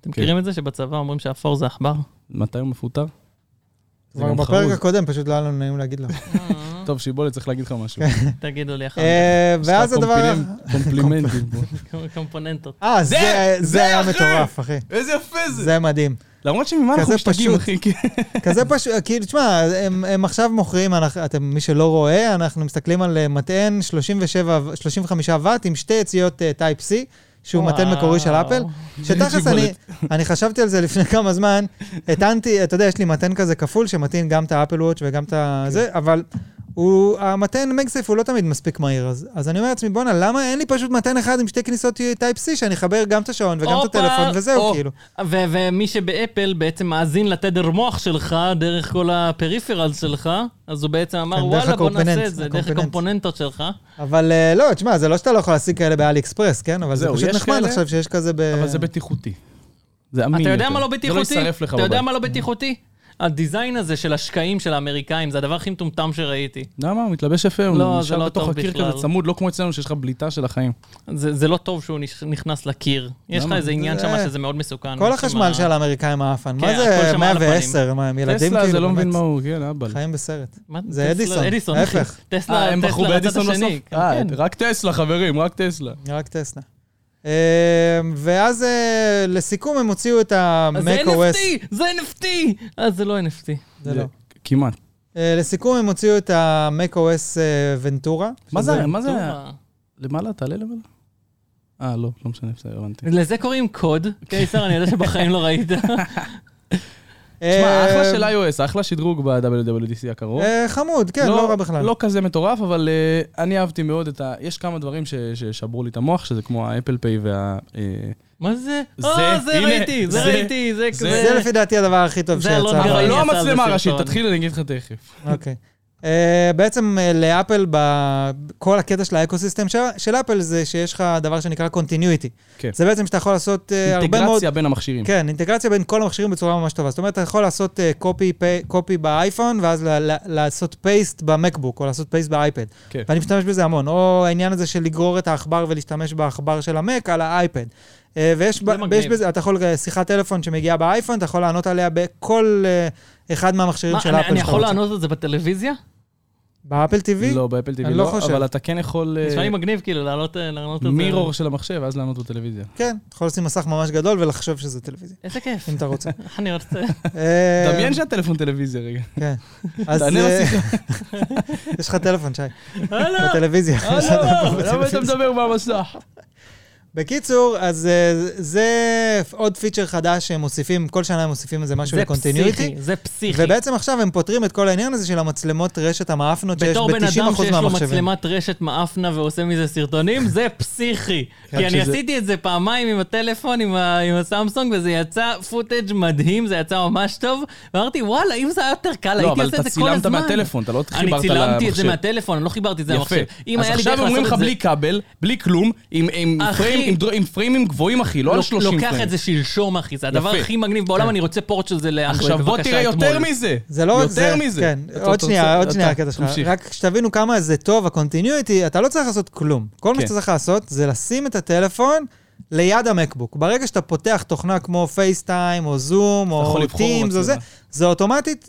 A: אתם
C: כן.
A: מכירים את זה שבצבא אומרים שאפור זה עכבר?
C: מתי הוא מפוטר?
A: Mm-hmm.
C: זה
B: כבר
C: גם
B: בפרק
C: חרוז. אה,
B: הקודם פשוט לא היה לנו נעים להגיד לו.
C: טוב, שיבולת, צריך להגיד לך משהו.
A: תגידו לי אחר
B: אה,
C: יש לך
B: כן, ואז הדבר...
C: קומפילים- קומפלימנטים פה.
A: כך, קומפוננטות.
B: אה, זה-
C: זה-
B: זה
C: זה
B: היה
C: אחי!
B: מטורף, אחי.
C: איזה יפה זה!
B: זה מדהים.
C: למרות שממה אנחנו
B: כזה
C: משתגעים,
B: פשוט.
C: אחי. כן.
B: כזה פשוט, כאילו, תשמע, הם, הם עכשיו מוכרים, אנחנו, אתם, מי שלא רואה, אנחנו מסתכלים על אה, מטען 37, 35 ואט עם שתי יציאות טייפ-C, שהוא מטען
A: וואו.
B: מקורי של אפל, שתכלס אני, אני חשבתי על זה לפני כמה זמן, הטענתי, אתה יודע, יש לי מטען כזה כפול שמטעין גם את האפל וואץ' וגם את
A: כן.
B: ה... זה, אבל... הוא, המתן מגסייף הוא לא תמיד מספיק מהיר, אז, אז אני אומר לעצמי, בואנה, למה אין לי פשוט מתן אחד עם שתי כניסות טייפ-C שאני אחבר גם את השעון וגם את
A: הופה,
B: הטלפון וזהו,
A: או.
B: כאילו.
A: ו- ומי שבאפל בעצם מאזין לתדר מוח שלך, דרך כל הפריפרל שלך, אז הוא בעצם אמר,
B: כן, דרך
A: וואלה, בוא
B: הקומפוננט,
A: נעשה את זה, דרך
B: הקומפוננט."
A: הקומפוננטות שלך.
B: אבל אה, לא, תשמע, זה לא שאתה לא יכול להשיג כאלה באלי אקספרס, כן? אבל זה
C: זהו,
B: פשוט
C: יש
B: נחמד
C: כאלה,
B: עכשיו שיש כזה ב...
C: אבל זה בטיחותי. זה אמין
A: אתה יודע
C: יותר.
A: מה לא בטיחותי?
C: זה לא יישרף לך
A: אתה יודע
C: בבית.
A: מה לא בטיחותי? הדיזיין הזה של השקעים של האמריקאים, זה הדבר הכי מטומטם שראיתי.
C: למה? הוא מתלבש יפה,
A: לא,
C: הוא
A: זה לא
C: נשאר בתוך
A: טוב
C: הקיר
A: בכלל.
C: כזה צמוד, לא כמו אצלנו שיש לך בליטה של החיים.
A: זה, זה לא טוב שהוא נכ- נכנס לקיר. יש לך
C: למה?
A: איזה עניין
B: זה-
A: שם שזה מאוד מסוכן.
B: כל
A: יש שם
B: החשמל של האמריקאים האפן. מה
A: כן, הכל
B: זה
A: שם על
B: 110? מה, הם ילדים כאילו,
C: טסלה, זה לא
B: באמת,
C: מבין מה הוא, כן, אבל.
B: חיים בסרט.
A: מה?
B: זה
A: טסלה-
B: אדיסון,
A: אדיסון,
B: ההפך.
A: אחי.
C: אה,
A: טסלה,
C: הם בחרו
A: טסלה
C: באדיסון
A: לצד השני.
C: בסוף. אה,
A: כן.
C: רק טסלה, חברים, רק טסלה.
B: רק טסלה. אה, ואז אה, לסיכום הם הוציאו את
A: אז זה
B: ה-Mac OS.
A: NFT! זה NFT! אז זה לא NFT.
B: זה לא.
C: כמעט.
B: אה, לסיכום הם הוציאו את ה-Mac OS אה, ונטורה.
C: מה
B: שזה-
C: זה, מה זה,
A: טוב.
C: למעלה, תעלה למעלה? אה, לא, לא משנה, בסדר, הבנתי.
A: לזה קוראים קוד. קיסר, אני יודע שבחיים לא ראית.
B: אה,
C: תשמע, אחלה של iOS, אחלה שדרוג ב-WWDC הקרוב.
B: אה, חמוד, כן, לא רע בכלל.
C: לא כזה מטורף, אבל אה, אני אהבתי מאוד את ה... יש כמה דברים ש- ששברו לי את המוח, שזה כמו האפל פיי וה... אה,
A: מה זה?
C: זה,
A: אה, זה
C: הנה,
A: ראיתי, זה
C: זה-
A: ראיתי, זה
C: זה-
B: זה לפי דעתי הדבר הכי טוב
A: זה
B: שיצא.
A: אלון גרעיני.
C: אבל
A: אני
C: לא
A: עשה על זה
C: המצלמה הראשית,
A: סרטון.
C: תתחיל, אני אגיד לך תכף.
B: אוקיי. Uh, בעצם uh, לאפל, ב- כל הקטע של האקוסיסטם של, של אפל זה שיש לך דבר שנקרא continuity.
C: כן.
B: זה בעצם שאתה יכול לעשות uh, הרבה מאוד...
C: אינטגרציה בין המכשירים.
B: כן, אינטגרציה בין כל המכשירים בצורה ממש טובה. זאת אומרת, אתה יכול לעשות uh, copy, pa- copy באייפון, ואז ל- ל- לעשות paste במקבוק, או לעשות paste באייפד.
C: כן.
B: ואני משתמש בזה המון. או העניין הזה של לגרור את העכבר ולהשתמש בעכבר של המק על האייפד. אה, ויש ב-
A: מגניב.
B: ויש בזה, אתה יכול, אה, שיחת טלפון שמגיעה באייפון, אתה יכול לענות עליה בכל אה, אחד מהמכשירים
A: מה,
B: של
A: אני-
B: אפל שאתה
A: אני יכול
B: רוצה.
A: לענות את זה בטלוויזיה?
C: אה,
B: באפל TV?
C: לא, באפל TV
B: אני לא
C: לא,
B: חושב.
C: אבל אתה כן יכול... אה,
A: נשמע לי מגניב כאילו לעלות אה, לענות את זה.
C: מירור של המחשב, ואז לענות בטלוויזיה.
B: כן, אתה יכול לשים מסך ממש גדול ולחשוב שזה טלוויזיה,
A: איזה כיף.
B: אם אתה רוצה.
A: אני רוצה.
B: אה,
C: דמיין שהטלפון טלוויזיה רגע.
B: כן. אז
C: תענה
B: אה,
C: לשיחה.
B: יש לך טלפון, שי,
A: הלו!
B: בטלוויזיה.
C: אה, לא, לא, למה אתה מדבר במסך?
B: בקיצור, אז אה, זה עוד פיצ'ר חדש שהם מוסיפים, כל שנה הם מוסיפים איזה משהו
A: זה
B: לקונטיניויטי.
A: פסיכי, זה פסיכי.
B: ובעצם עכשיו הם פותרים את כל העניין הזה של המצלמות רשת המאפנות שיש
A: בתור בן אדם שיש
B: ב-90%
A: לו
B: מהמחשבים.
A: מצלמת רשת מאפנה ועושה מזה סרטונים, זה פסיכי. כי
C: רק
A: אני
C: שזה-
A: עשיתי את זה פעמיים עם הטלפון, עם ה- עם הסמסונג, וזה יצא פוטאג' מדהים, זה יצא ממש טוב. ואמרתי, וואלה, אם זה היה יותר קל,
C: לא,
A: הייתי
C: אבל
A: עושה
C: אתה
A: את זה כל הזמן.
C: צילמת מהטלפון, אתה לא
A: אני
C: חיברת
A: צילמתי את זה
C: למחשב.
A: מהטלפון, אני לא חיברתי את זה
C: יפה.
A: למחשב. אם
C: אז
A: היה לי
C: עכשיו
A: דרך
C: אומרים
A: לעשות
C: לך
A: את זה-
C: בלי כבל, בלי כלום, עם- עם
A: אחי.
C: פריים- עם דרו- עם פריימים גבוהים, אחי, לא על 30 פריים.
A: לוקח את זה שלשום, אחי, זה הדבר
C: יפה. כן.
A: הכי מגניב בעולם, אני רוצה פורט של זה לאנדרואיד,
C: עכשיו בוא
A: בבקשה,
C: תראה יותר
A: אתמול.
C: מזה.
B: זה לא רק זה.
C: יותר מזה.
B: כן,
C: אתה-
B: עוד
C: אתה
B: שנייה,
C: רוצה-
B: עוד שנייה
C: אתה-
B: הקטע שלך.
C: תמשיך.
B: רק שתבינו כמה זה טוב, הקונטיניויטי, אתה לא צריך לעשות כלום. כל מה
C: כן.
B: שאתה צריך לעשות זה לשים את הטלפון ליד המקבוק. ברגע שאתה פותח תוכנה כמו פייסטיים, או זום, או
C: יכול לבחור
B: טימס, או זה,
C: במצלמה.
B: זה אוטומטית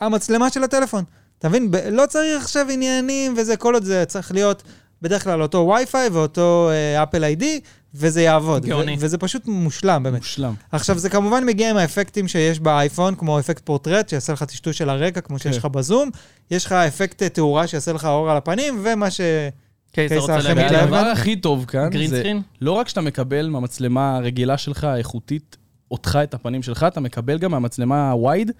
B: אה, המצלמה של הטלפון. אתה מבין? ב- לא צריך עכשיו עניינים וזה, כל עוד זה צריך להיות בדרך כלל אותו וי-פיי ואותו אה, אפל איי-די, וזה יעבוד. ו-
A: גאוני.
B: וזה פשוט מושלם, באמת.
C: מושלם.
B: עכשיו, זה כמובן מגיע עם האפקטים שיש באייפון, כמו אפקט פורטרט, שיעשה לך טשטוש של הרקע, כמו שיש
C: כן.
B: לך בזום, יש לך אפקט אה, תאורה שיעשה לך אור על הפנים, ומה ש...
A: אוקיי, אתה
B: קייס
A: רוצה
B: האחים
A: להגיד
B: מתלהב.
A: דבר?
B: לבן?
C: הדבר הכי טוב כאן,
A: גרין
C: זה
A: סקרין?
C: לא רק שאתה מקבל מהמצלמה הרגילה שלך, האיכותית, אותך, את הפנים שלך, אתה מקבל גם מהמצלמה הווייד,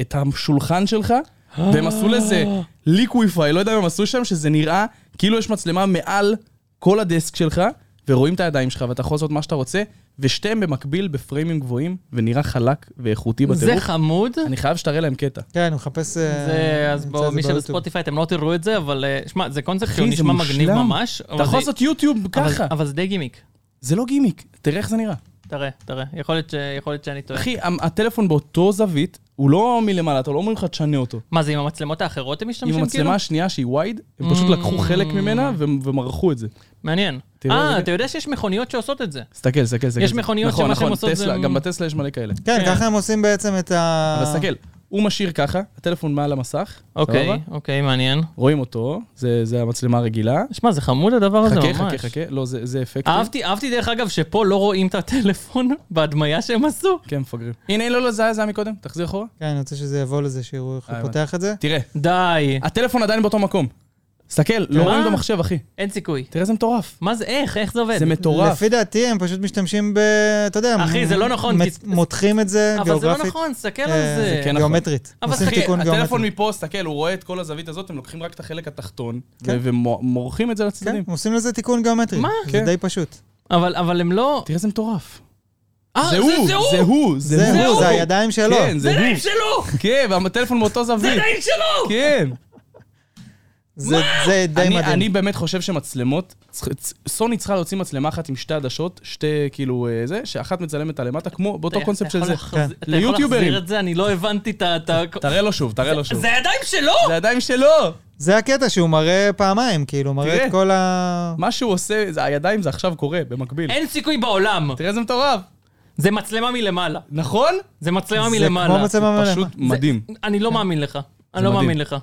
C: את השולחן שלך, והם עשו לזה ליקוויפיי, לא יודע מה הם עשו שם, שזה נראה כאילו יש מצלמה מעל כל הדסק שלך, ורואים את הידיים שלך, ואתה יכול לעשות מה שאתה רוצה, ושתיהם במקביל בפריימים גבוהים, ונראה חלק ואיכותי
A: זה
C: בטירוף.
A: חמוד.
C: אני חייב שתראה להם קטע.
B: כן, הוא מחפש... אה,
A: זה, אז
B: נמצא
A: בואו,
B: את
A: מי
B: זה ביוטיוב.
A: שבספוטיפיי, אתם לא תראו את זה, אבל אה, שמע, זה קונספט
C: אחי,
A: שהוא
C: זה
A: נשמע מגניב
C: מושלם.
A: ממש.
C: אתה
A: אבל
C: יכול
A: זה-
C: לעשות יוטיוב
A: אבל-
C: ככה,
A: אבל זה די גימיק.
C: זה לא גימיק, תראה איך זה נראה.
A: תראה, תראה. יכול להיות ש- יכול להיות שאני טועה.
C: אחי, המ- הטלפון באותו זווית, הוא לא מלמעלה, אתה לא אומרים לך תשנה אותו.
A: מה זה, עם המצלמות האחרות הם
C: עם
A: משתמשים כאילו? Mm.
C: המצלמה השנייה שהיא וייד, הם פשוט לקחו חלק ממנה ו- ומרחו את זה.
A: מעניין.
C: תראה
A: אה,
C: רגע.
A: אתה יודע שיש מכוניות שעושות את זה.
C: תסתכל, תסתכל, תסתכל.
A: יש מכוניות
C: נכון,
A: שמה שהם
C: נכון,
A: עושות זה-
C: טסלה, גם בטסלה יש מלא כאלה.
B: כן,
A: כן.
B: ככה הם עושים בעצם את ה...
C: אבל תסתכל, הוא משאיר ככה, הטלפון מעל המסך,
A: אוקיי,
C: סבבה?
A: אוקיי, מעניין.
C: רואים אותו, זה זה המצלמה הרגילה.
A: שמע, זה חמוד הדבר הזה
C: חכה,
A: ממש.
C: חכה, חכה, לא, זה זה אפקטים.
A: אהבתי, אהבתי דרך אגב שפה לא רואים את הטלפון בהדמיה שהם עשו.
C: כן, מפגרים. הנה, לא, לא, זה היה זה היה מקודם, תחזיר אחורה.
B: כן, אני רוצה שזה יבוא לזה, שיראו איך הוא
C: אה,
B: פותח את זה.
C: תראה,
A: די,
C: הטלפון עדיין באותו מקום. תסתכל, לא
A: מה?
C: רואים את המחשב, אחי.
A: אין סיכוי.
C: תראה איזה מטורף.
A: מה זה, איך, איך זה עובד?
C: זה מטורף.
B: לפי דעתי, הם פשוט משתמשים ב... אתה יודע,
A: אחי, זה לא נכון,
B: מת-
A: כי-
B: מותחים את זה
A: אבל זה
B: גיאוגרפית.
A: לא נכון, סתכל על
B: אה,
A: זה.
C: כן נכון.
B: גיאומטרית.
A: אבל
B: עושים
A: תחי,
B: תיקון
C: הטלפון
B: גיאומטרי.
C: מפה, סתכל, הוא רואה את כל הזווית הזאת, הם לוקחים רק את החלק התחתון,
B: כן.
C: ו- ומורחים את זה
B: כן,
C: לצדדים.
B: הם עושים לזה תיקון גיאומטרי.
A: מה?
B: זה
C: כן.
B: די פשוט.
A: אבל, אבל הם לא...
C: תראה איזה מטורף.
A: אה,
C: זה הוא, זה הוא,
B: זה הוא, זה הידיים שלו.
C: כן, זה
A: עדיין
C: הוא.
A: שלו!
C: כן, והטלפון מאותו זווית.
A: עדיין שלו!
C: כן.
B: זה זה די
C: אני-
B: מדהים.
C: אני באמת חושב שמצלמות, צ- צ- סוני צריכה להוציא מצלמה אחת עם שתי עדשות, שתי כאילו אה, זה, שאחת מצלמת על למטה, כמו באותו קונספט של זה.
A: אתה
B: כן.
A: יכול
C: ליוטיוברים.
A: להחזיר את זה? אני לא הבנתי את ה... את ה-
C: תראה לו שוב, תראה לו שוב.
A: זה הידיים שלו!
C: זה הידיים שלו!
B: זה הקטע שהוא מראה פעמיים, כאילו, הוא מראה
C: תראה.
B: את כל ה...
C: מה שהוא עושה, זה- הידיים זה עכשיו קורה, במקביל.
A: אין סיכוי בעולם!
C: תראה איזה מטורף.
A: זה מצלמה מלמעלה.
C: נכון?
A: זה מצלמה
B: זה
A: מלמעלה.
B: כמו מצלם
C: פשוט
B: המלאמה.
C: מדהים.
A: אני לא מאמין לך. אני לא
C: מדהים.
A: מאמין לך.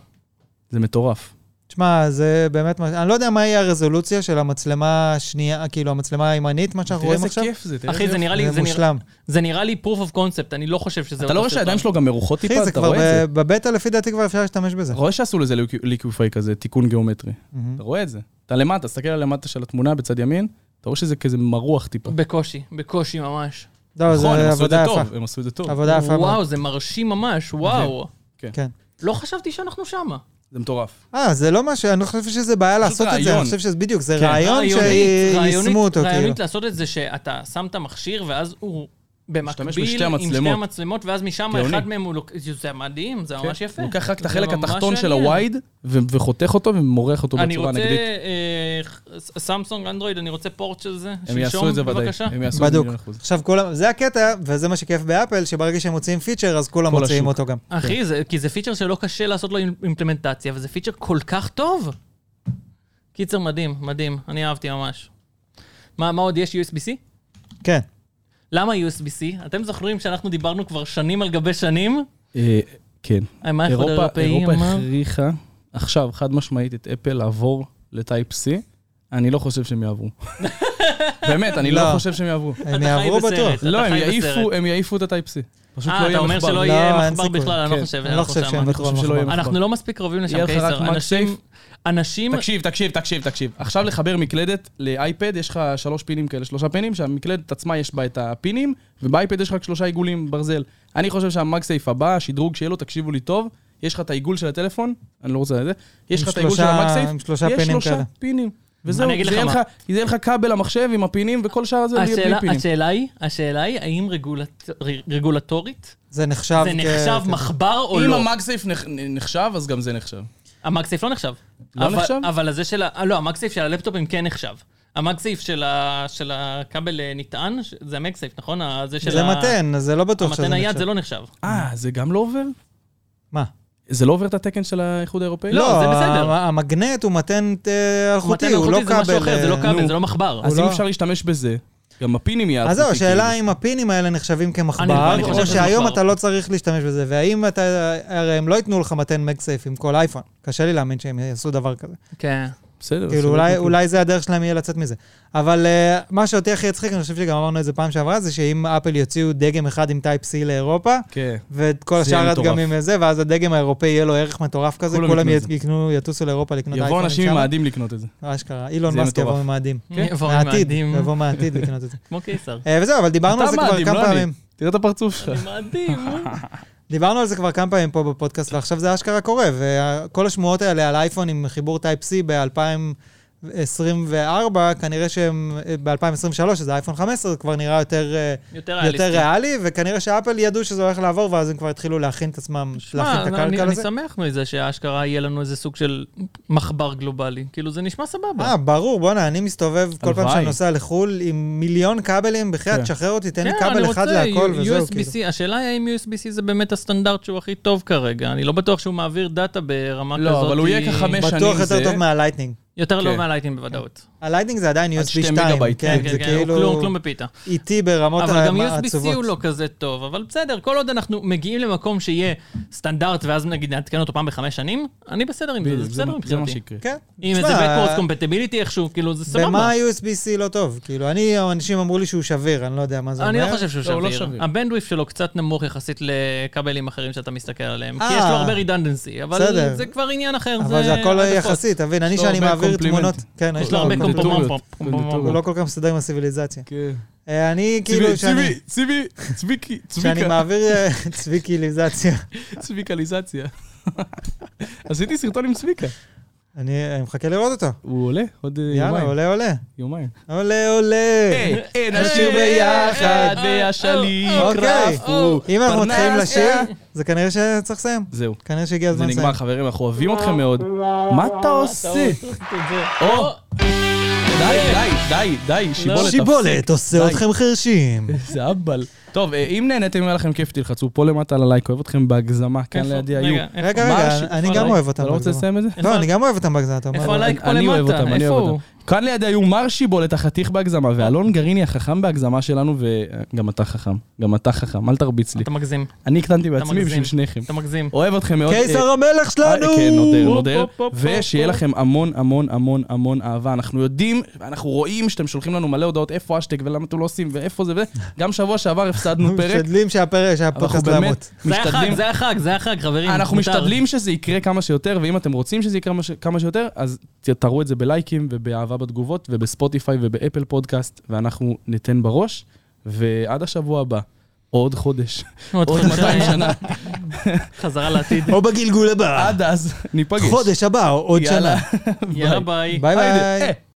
C: זה מטורף.
B: תשמע, זה באמת... מה- אני לא יודע מה היא הרזולוציה של המצלמה השנייה, כאילו, המצלמה הימנית, מה שאנחנו
C: תראה
B: רואים
C: איזה
B: עכשיו.
C: כיף זה, תראה
A: אחי,
C: איזה
A: זה נראה לי...
B: זה
A: זה נראה-
B: מושלם.
A: זה נראה לי proof of concept, אני לא חושב שזה...
C: אתה לא
A: אותו
C: רואה שהידיים
A: סרטון.
C: שלו גם מרוחות טיפה?
B: אחי, זה
C: אתה
B: כבר
C: רואה את זה? נכון,
B: ב- בבטא, לפי דעתי כבר אפשר להשתמש בזה.
C: אתה רואה שעשו לזה ליק- ליקוויפיי כזה, תיקון גיאומטרי. אתה רואה את זה. אתה למטה, תסתכל על למטה של התמונה בצד ימין, אתה רואה שזה כזה מרוח טיפה.
A: בקושי, בקושי ממש.
B: לא,
C: נכון, הם
B: זה
C: עשו את זה
B: עבודה
C: טוב,
B: יפה.
C: הם עשו את זה טוב.
B: עבודה יפה מאוד.
A: וואו, זה מרשים ממש, וואו.
B: כן.
A: לא חשבתי שאנחנו שמה.
C: זה מטורף.
B: אה, זה לא משהו, אני לא חושב שזה בעיה לעשות את זה, אני
C: רעיון.
B: חושב שזה בדיוק, זה
C: כן.
B: רעיון
A: רעיונית-
B: שיישמו אותו, כאילו.
A: רעיונית לעשות את זה שאתה שם את המכשיר, ואז הוא
C: משתמש
A: במקביל
C: בשתי
A: עם שתי
C: המצלמות.
A: המצלמות, ואז משם
C: גאוני. כן.
A: אחד מהם הוא לוק... זה מדהים, זה
B: כן.
A: ממש יפה.
C: הוא לוקח רק את
A: זה
C: החלק
A: ממש
C: התחתון של
A: מעניין.
C: הווייד, ו- וחותך אותו ומורח אותו
A: אני
C: בצורה
A: רוצה,
C: נגדית.
A: אה, ח- סמסונג, אנדרואיד, אני רוצה פורט של זה.
C: הם יעשו
A: שלשום,
C: את זה ודאי.
A: בבקשה.
C: הם יעשו את זה
B: בדוק.
C: מיליון אחוז.
B: עכשיו כולם, זה הקטע, וזה מה שכיף באפל, שברגע שהם מוציאים פיצ'ר, אז כולם
C: כל
B: מוציאים
C: השוק.
B: אותו גם.
C: כן.
A: אחי, זה, כי זה פיצ'ר שלא קשה לעשות לו אימפלמנטציה, וזה פיצ'ר כל כך טוב. קיצר מדהים, מדהים, אני אהבתי ממש. מה, מה עוד יש USB-C?
B: כן.
A: למה USB-C? אתם זוכרים שאנחנו דיברנו כבר שנים על גבי שנים?
C: אה, כן.
A: מה האיחוד
C: אירופה
A: האירופאי אה,
C: אירופה
A: אמר?
C: הכריחה עכשיו, חד משמעית, את אפל לעבור לטייפ C. אני לא חושב שהם יעברו. באמת, אני לא
B: לא.
C: חושב שהם יעברו.
B: הם
A: אתה חי
B: יעברו
A: בסרט.
B: בטוח.
A: אתה
C: לא, הם
A: חי בסרט.
C: יעיפו, הם יעיפו את הטייפ C. פשוט לא
A: אה,
C: יהיה
A: אתה אומר
C: מחבר.
A: שלא
B: לא,
A: יהיה
B: אין
A: מחבר
B: סיכוי,
A: בכלל, אני
B: כן.
A: לא חושב,
B: אני לא חושב
A: שם.
B: שהם
C: אני חושב
B: בטוח
C: שלא יהיה מחבר.
A: אנחנו לא מספיק קרובים
C: יהיה
A: לשם,
C: לך רק
A: קייסר.
C: מקסייף.
A: אנשים, אנשים,
C: תקשיב, תקשיב, תקשיב, תקשיב. עכשיו לחבר מקלדת לאייפד, יש לך שלוש פינים כאלה, שלושה פינים, שהמקלדת עצמה יש בה את הפינים, ובאייפד יש לך רק שלושה עיגולים ברזל. אני חושב שהמגסייף הבא, השדרוג שיהיה לו, תקשיבו לי טוב, יש לך את העיגול של הטלפון, אני לא רוצה את זה, יש
B: עם
C: לך את העיגול של
B: שלושה-
C: המגסייף,
B: עם שלושה
C: יש
B: פינים
C: שלושה
B: כאלה.
C: פינים. וזהו, זה
A: אני אגיד לך
C: יהיה
A: מה.
C: לך- זה יהיה לך כבל המחשב עם הפינים, וכל שאר הזה יהיה בלי
A: השאלה-
C: פינים.
A: השאלה היא, השאלה היא, האם רגולט- רגולטורית
B: זה נחשב
A: זה
B: כ-
A: נחשב מחבר או
C: כן, אם
A: לא?
C: המגסייף נח- נחשב, אז גם זה נחשב.
A: המקסייף לא נחשב.
C: לא
A: אבל-
C: נחשב?
A: אבל הזה של ה... אה, לא, המקסייף של הלפטופים כן נחשב. המקסייף של ה- של הכבל אה, נטען, ש- זה המקסייף, נכון? ה- זה של
B: זה
A: ה-
B: מתן, אז זה לא בטוח שזה
A: המתן היד זה
B: נחשב.
A: לא נחשב.
C: אה, זה גם לא עובר?
B: מה?
C: זה לא עובר את התקן של האיחוד האירופאי?
A: לא, זה
B: ה-
A: בסדר.
B: המגנט הוא מתן אה, אלחוטי,
A: מתן
B: הוא לא
A: אלחוטי זה משהו
B: כבל...
A: אחר, זה לא
B: אה,
A: כבל,
C: נו.
A: זה לא מחבר.
C: אז
B: הוא
C: אם
B: לא-
C: אפשר להשתמש בזה, גם הפינים יהיה...
B: אז זהו,
C: אלחוטי,
B: השאלה
C: כאילו.
B: אם הפינים האלה נחשבים כמחבר,
A: אני
C: חושב
B: או
C: שזה
B: שהיום
A: מחבר.
B: אתה לא צריך להשתמש בזה, והאם אתה, הרי הם לא ייתנו לך מתן מגסייף עם כל אייפון. קשה לי להאמין שהם יעשו דבר כזה.
A: כן.
C: בסדר.
B: כאילו,
C: בסדר,
B: אולי,
C: בסדר.
B: אולי זה הדרך שלהם יהיה לצאת מזה. אבל uh, מה שאותי הכי הצחיק, אני חושב שגם אמרנו את זה פעם שעברה, זה שאם אפל יוציאו דגם אחד עם טייפ C לאירופה,
C: כן.
B: ואת כל
C: זה יהיה
B: השאר
C: מטורף.
B: הדגמים לזה, ואז הדגם האירופאי יהיה לו ערך מטורף כזה,
C: כולם
B: כולם
C: יקנו את זה.
B: יקנו, יטוסו לאירופה לקנות
C: יבואו אנשים עם
B: שם.
C: מאדים לקנות את זה.
B: אשכרה, אילון
C: זה יהיה
B: מאסק יבוא
C: מטורף.
B: ממאדים.
A: כן. יבואו
B: מהעתיד,
A: ממאדים.
B: יבוא מהעתיד לקנות את זה.
A: כמו קיסר.
B: אה, וזהו, אבל דיברנו על
C: אתה
B: זה כבר
C: מאדים,
B: כמה
C: לא אני.
B: פעמים.
C: תראה את הפרצוף שלך.
A: זה מדהים.
B: דיברנו על זה כבר כמה פעמים פה בפודקאסט, ועכשיו זה אשכרה קורה. וכל השמועות האלה על אייפון עם חיבור Type-C ב-2024, כנראה שהם, אה, ב-2023, שזה אייפון 15, זה כבר נראה יותר, אה,
A: יותר
B: יותר
A: ריאליסטי.
B: ריאלי, וכנראה שאפל ידעו שזה הולך לעבור, ואז הם כבר התחילו להכין את עצמם,
A: שמע,
B: להכין את
A: אני
B: הקרקע
A: אני
B: לזה.
A: שמח מזה שאשכרה יהיה לנו איזה סוג של מחבר גלובלי. כאילו, זה נשמע סבבה.
B: אה, ברור, בואנה, אני מסתובב כל פעם
C: הלוואי.
B: שאני נוסע לחו"ל עם מיליון כבלים, בחייאת,
C: כן.
B: תשחרר אותי, תן לי
A: כן, אני
B: כבל אחד
A: רוצה
B: להכל, וזהו, כאילו.
A: USB-C. השאלה היא האם USB-C זה באמת הסטנדרט שהוא הכי טוב כרגע. אני לא בטוח שהוא מעביר דאטה ברמה
C: לא,
A: כזאת.
C: אבל הוא יהיה
A: היא-
C: ככה חמש
B: בטוח
C: שנים
B: יותר
C: זה-
B: טוב מהלייטנינג.
A: יותר לא
C: כן.
A: מהלייטים בוודאות.
B: הלייטנינג זה עדיין
C: עד
B: USB
C: שתי
B: 2,
C: מגה-בייט,
B: כן,
A: כן,
B: זה
A: כן, הוא כלום,
B: כאילו
A: כלום בפיתה.
B: איטי ברמות
A: אבל גם USB-C
B: העצובות.
A: הוא לא כזה טוב, אבל בסדר, כל עוד אנחנו מגיעים למקום שיהיה סטנדרט, ואז נגיד נעדכן אותו פעם בחמש שנים, אני בסדר עם זה, זה
C: בדיוק,
A: בסדר
C: זה מה
A: מבחינתי.
C: שיקרה.
B: כן.
A: עם איזה
B: תשמע,
A: backwards compatibility איכשהו, כאילו, זה
B: במה
A: סבבה.
B: ה-USB-C לא טוב? כאילו, אני, אנשים אמרו לי שהוא שביר, אני לא יודע מה זה
A: אני
B: אומר.
A: לא חושב שהוא
C: לא, הוא לא
A: שביר.
C: שביר.
A: הבנדוויף שלו קצת נמוך יחסית לכבלים אחרים שאתה מסתכל עליהם, כי
B: אה.
A: יש לו הרבה רידנדנסי, אבל
B: בסדר.
A: זה כבר עניין אחר.
B: אבל זה הכל
A: עד הפוסט.
B: יחסי, תבין, אני
C: יש לו
B: שאני
C: הרבה
B: מעביר
C: קומפלימנט.
B: תמונות... כן,
A: יש לו הרבה
B: קומפלימנט.
A: קומפלימנט.
C: קונדוטוריות,
B: הוא לא
C: קונדוטוריות.
B: כל כך מסתדר עם הציוויליזציה.
C: כן.
B: אה, אני
C: צבי,
B: כאילו, שאני...
C: צבי, צבי, צביקי,
B: כשאני
C: צביקה,
B: מעביר אה, צביקיליזציה,
C: צביקליזציה. עשיתי סרטון עם צביקה.
B: אני אה, מחכה לראות אותו.
C: הוא עולה עוד אה,
B: יאללה,
C: יומיים.
B: עולה, עולה.
C: יומיים.
B: עולה, עולה. נשיר
C: אה,
B: ביחד,
A: והשליט
B: אוקיי.
C: רפו.
B: אם אנחנו
C: פרנס,
B: מתחילים
C: אה.
B: לשיר, זה כנראה שצריך לסיים.
C: זהו.
B: כנראה שהגיע
C: זה
B: הזמן לסיים.
C: נגמר, חברים, אנחנו אוהבים אתכם מאוד. מה אתה עושה? או,
A: לא.
C: די, די, די, די, שיבולת.
B: שיבולת עושה
C: די.
B: אתכם חרשים.
C: זה אבל. טוב, אה, אם נהניתם, אם היה לכם כיף, תלחצו פה למטה על הלייק, אוהב אתכם בהגזמה, כאן לידי היו.
B: כן, רגע,
C: אה, מה
B: רגע,
C: השיר?
B: אני
A: איפה
B: גם
A: הלייק?
B: אוהב
C: אתה
B: אותם.
C: לא רוצה
B: בהגזמה.
C: לסיים את זה?
B: לא, אני גם אוהב אותם בהגזמה, אתה אומר.
A: איפה הלייק פה
C: אני אוהב
A: למטה?
C: אותם, אני
A: איפה
C: אוהב
A: הוא?
C: אותם. כאן לידי היו מר שיבולת, החתיך בהגזמה, ואלון גריני החכם בהגזמה שלנו, וגם אתה חכם. גם אתה חכם, אל תרביץ לי.
A: אתה מגזים,
C: אני הקטנתי בעצמי
A: מגזים.
C: בשביל שניכם.
A: אתה מגזים.
C: אוהב אתכם מאוד. אה,
B: קיסר המלך שלנו!
C: אה, כן, נודר,
A: פופ,
C: נודר.
A: פופ, פופ,
C: ושיהיה
A: פופ.
C: לכם המון המון המון המון אהבה. אנחנו יודעים, אנחנו רואים שאתם שולחים לנו מלא הודעות איפה אשטג ולמה אתם לא עושים ואיפה זה וזה. גם שבוע שעבר הפסדנו
B: אנחנו
C: פרק.
B: משתדלים שהפרק,
C: אבל אנחנו
B: שהפודקאסט לא
C: באמת
B: ימות.
A: זה היה חג,
C: משתדלים.
A: זה היה חג, זה היה חג, חברים.
C: אנחנו
A: מותר.
C: משתדלים שזה יקרה כמה שיותר, ואם אתם רוצים שזה יקרה מש- כמה שיותר, אז ת- תראו את זה בלייקים ובאהבה בתגובות ובספוטיפיי ובאפל פודקאסט, ואנחנו ניתן בראש. ועד השבוע הבא, או עוד חודש,
A: עוד
C: עוד 200 שנה,
A: חזרה לעתיד.
B: או בגלגול הבא.
C: עד אז ניפגש.
B: חודש הבא, או עוד
C: יאללה.
B: שנה.
A: יאללה ביי.
B: ביי
C: היידה,
B: ביי.
C: אה.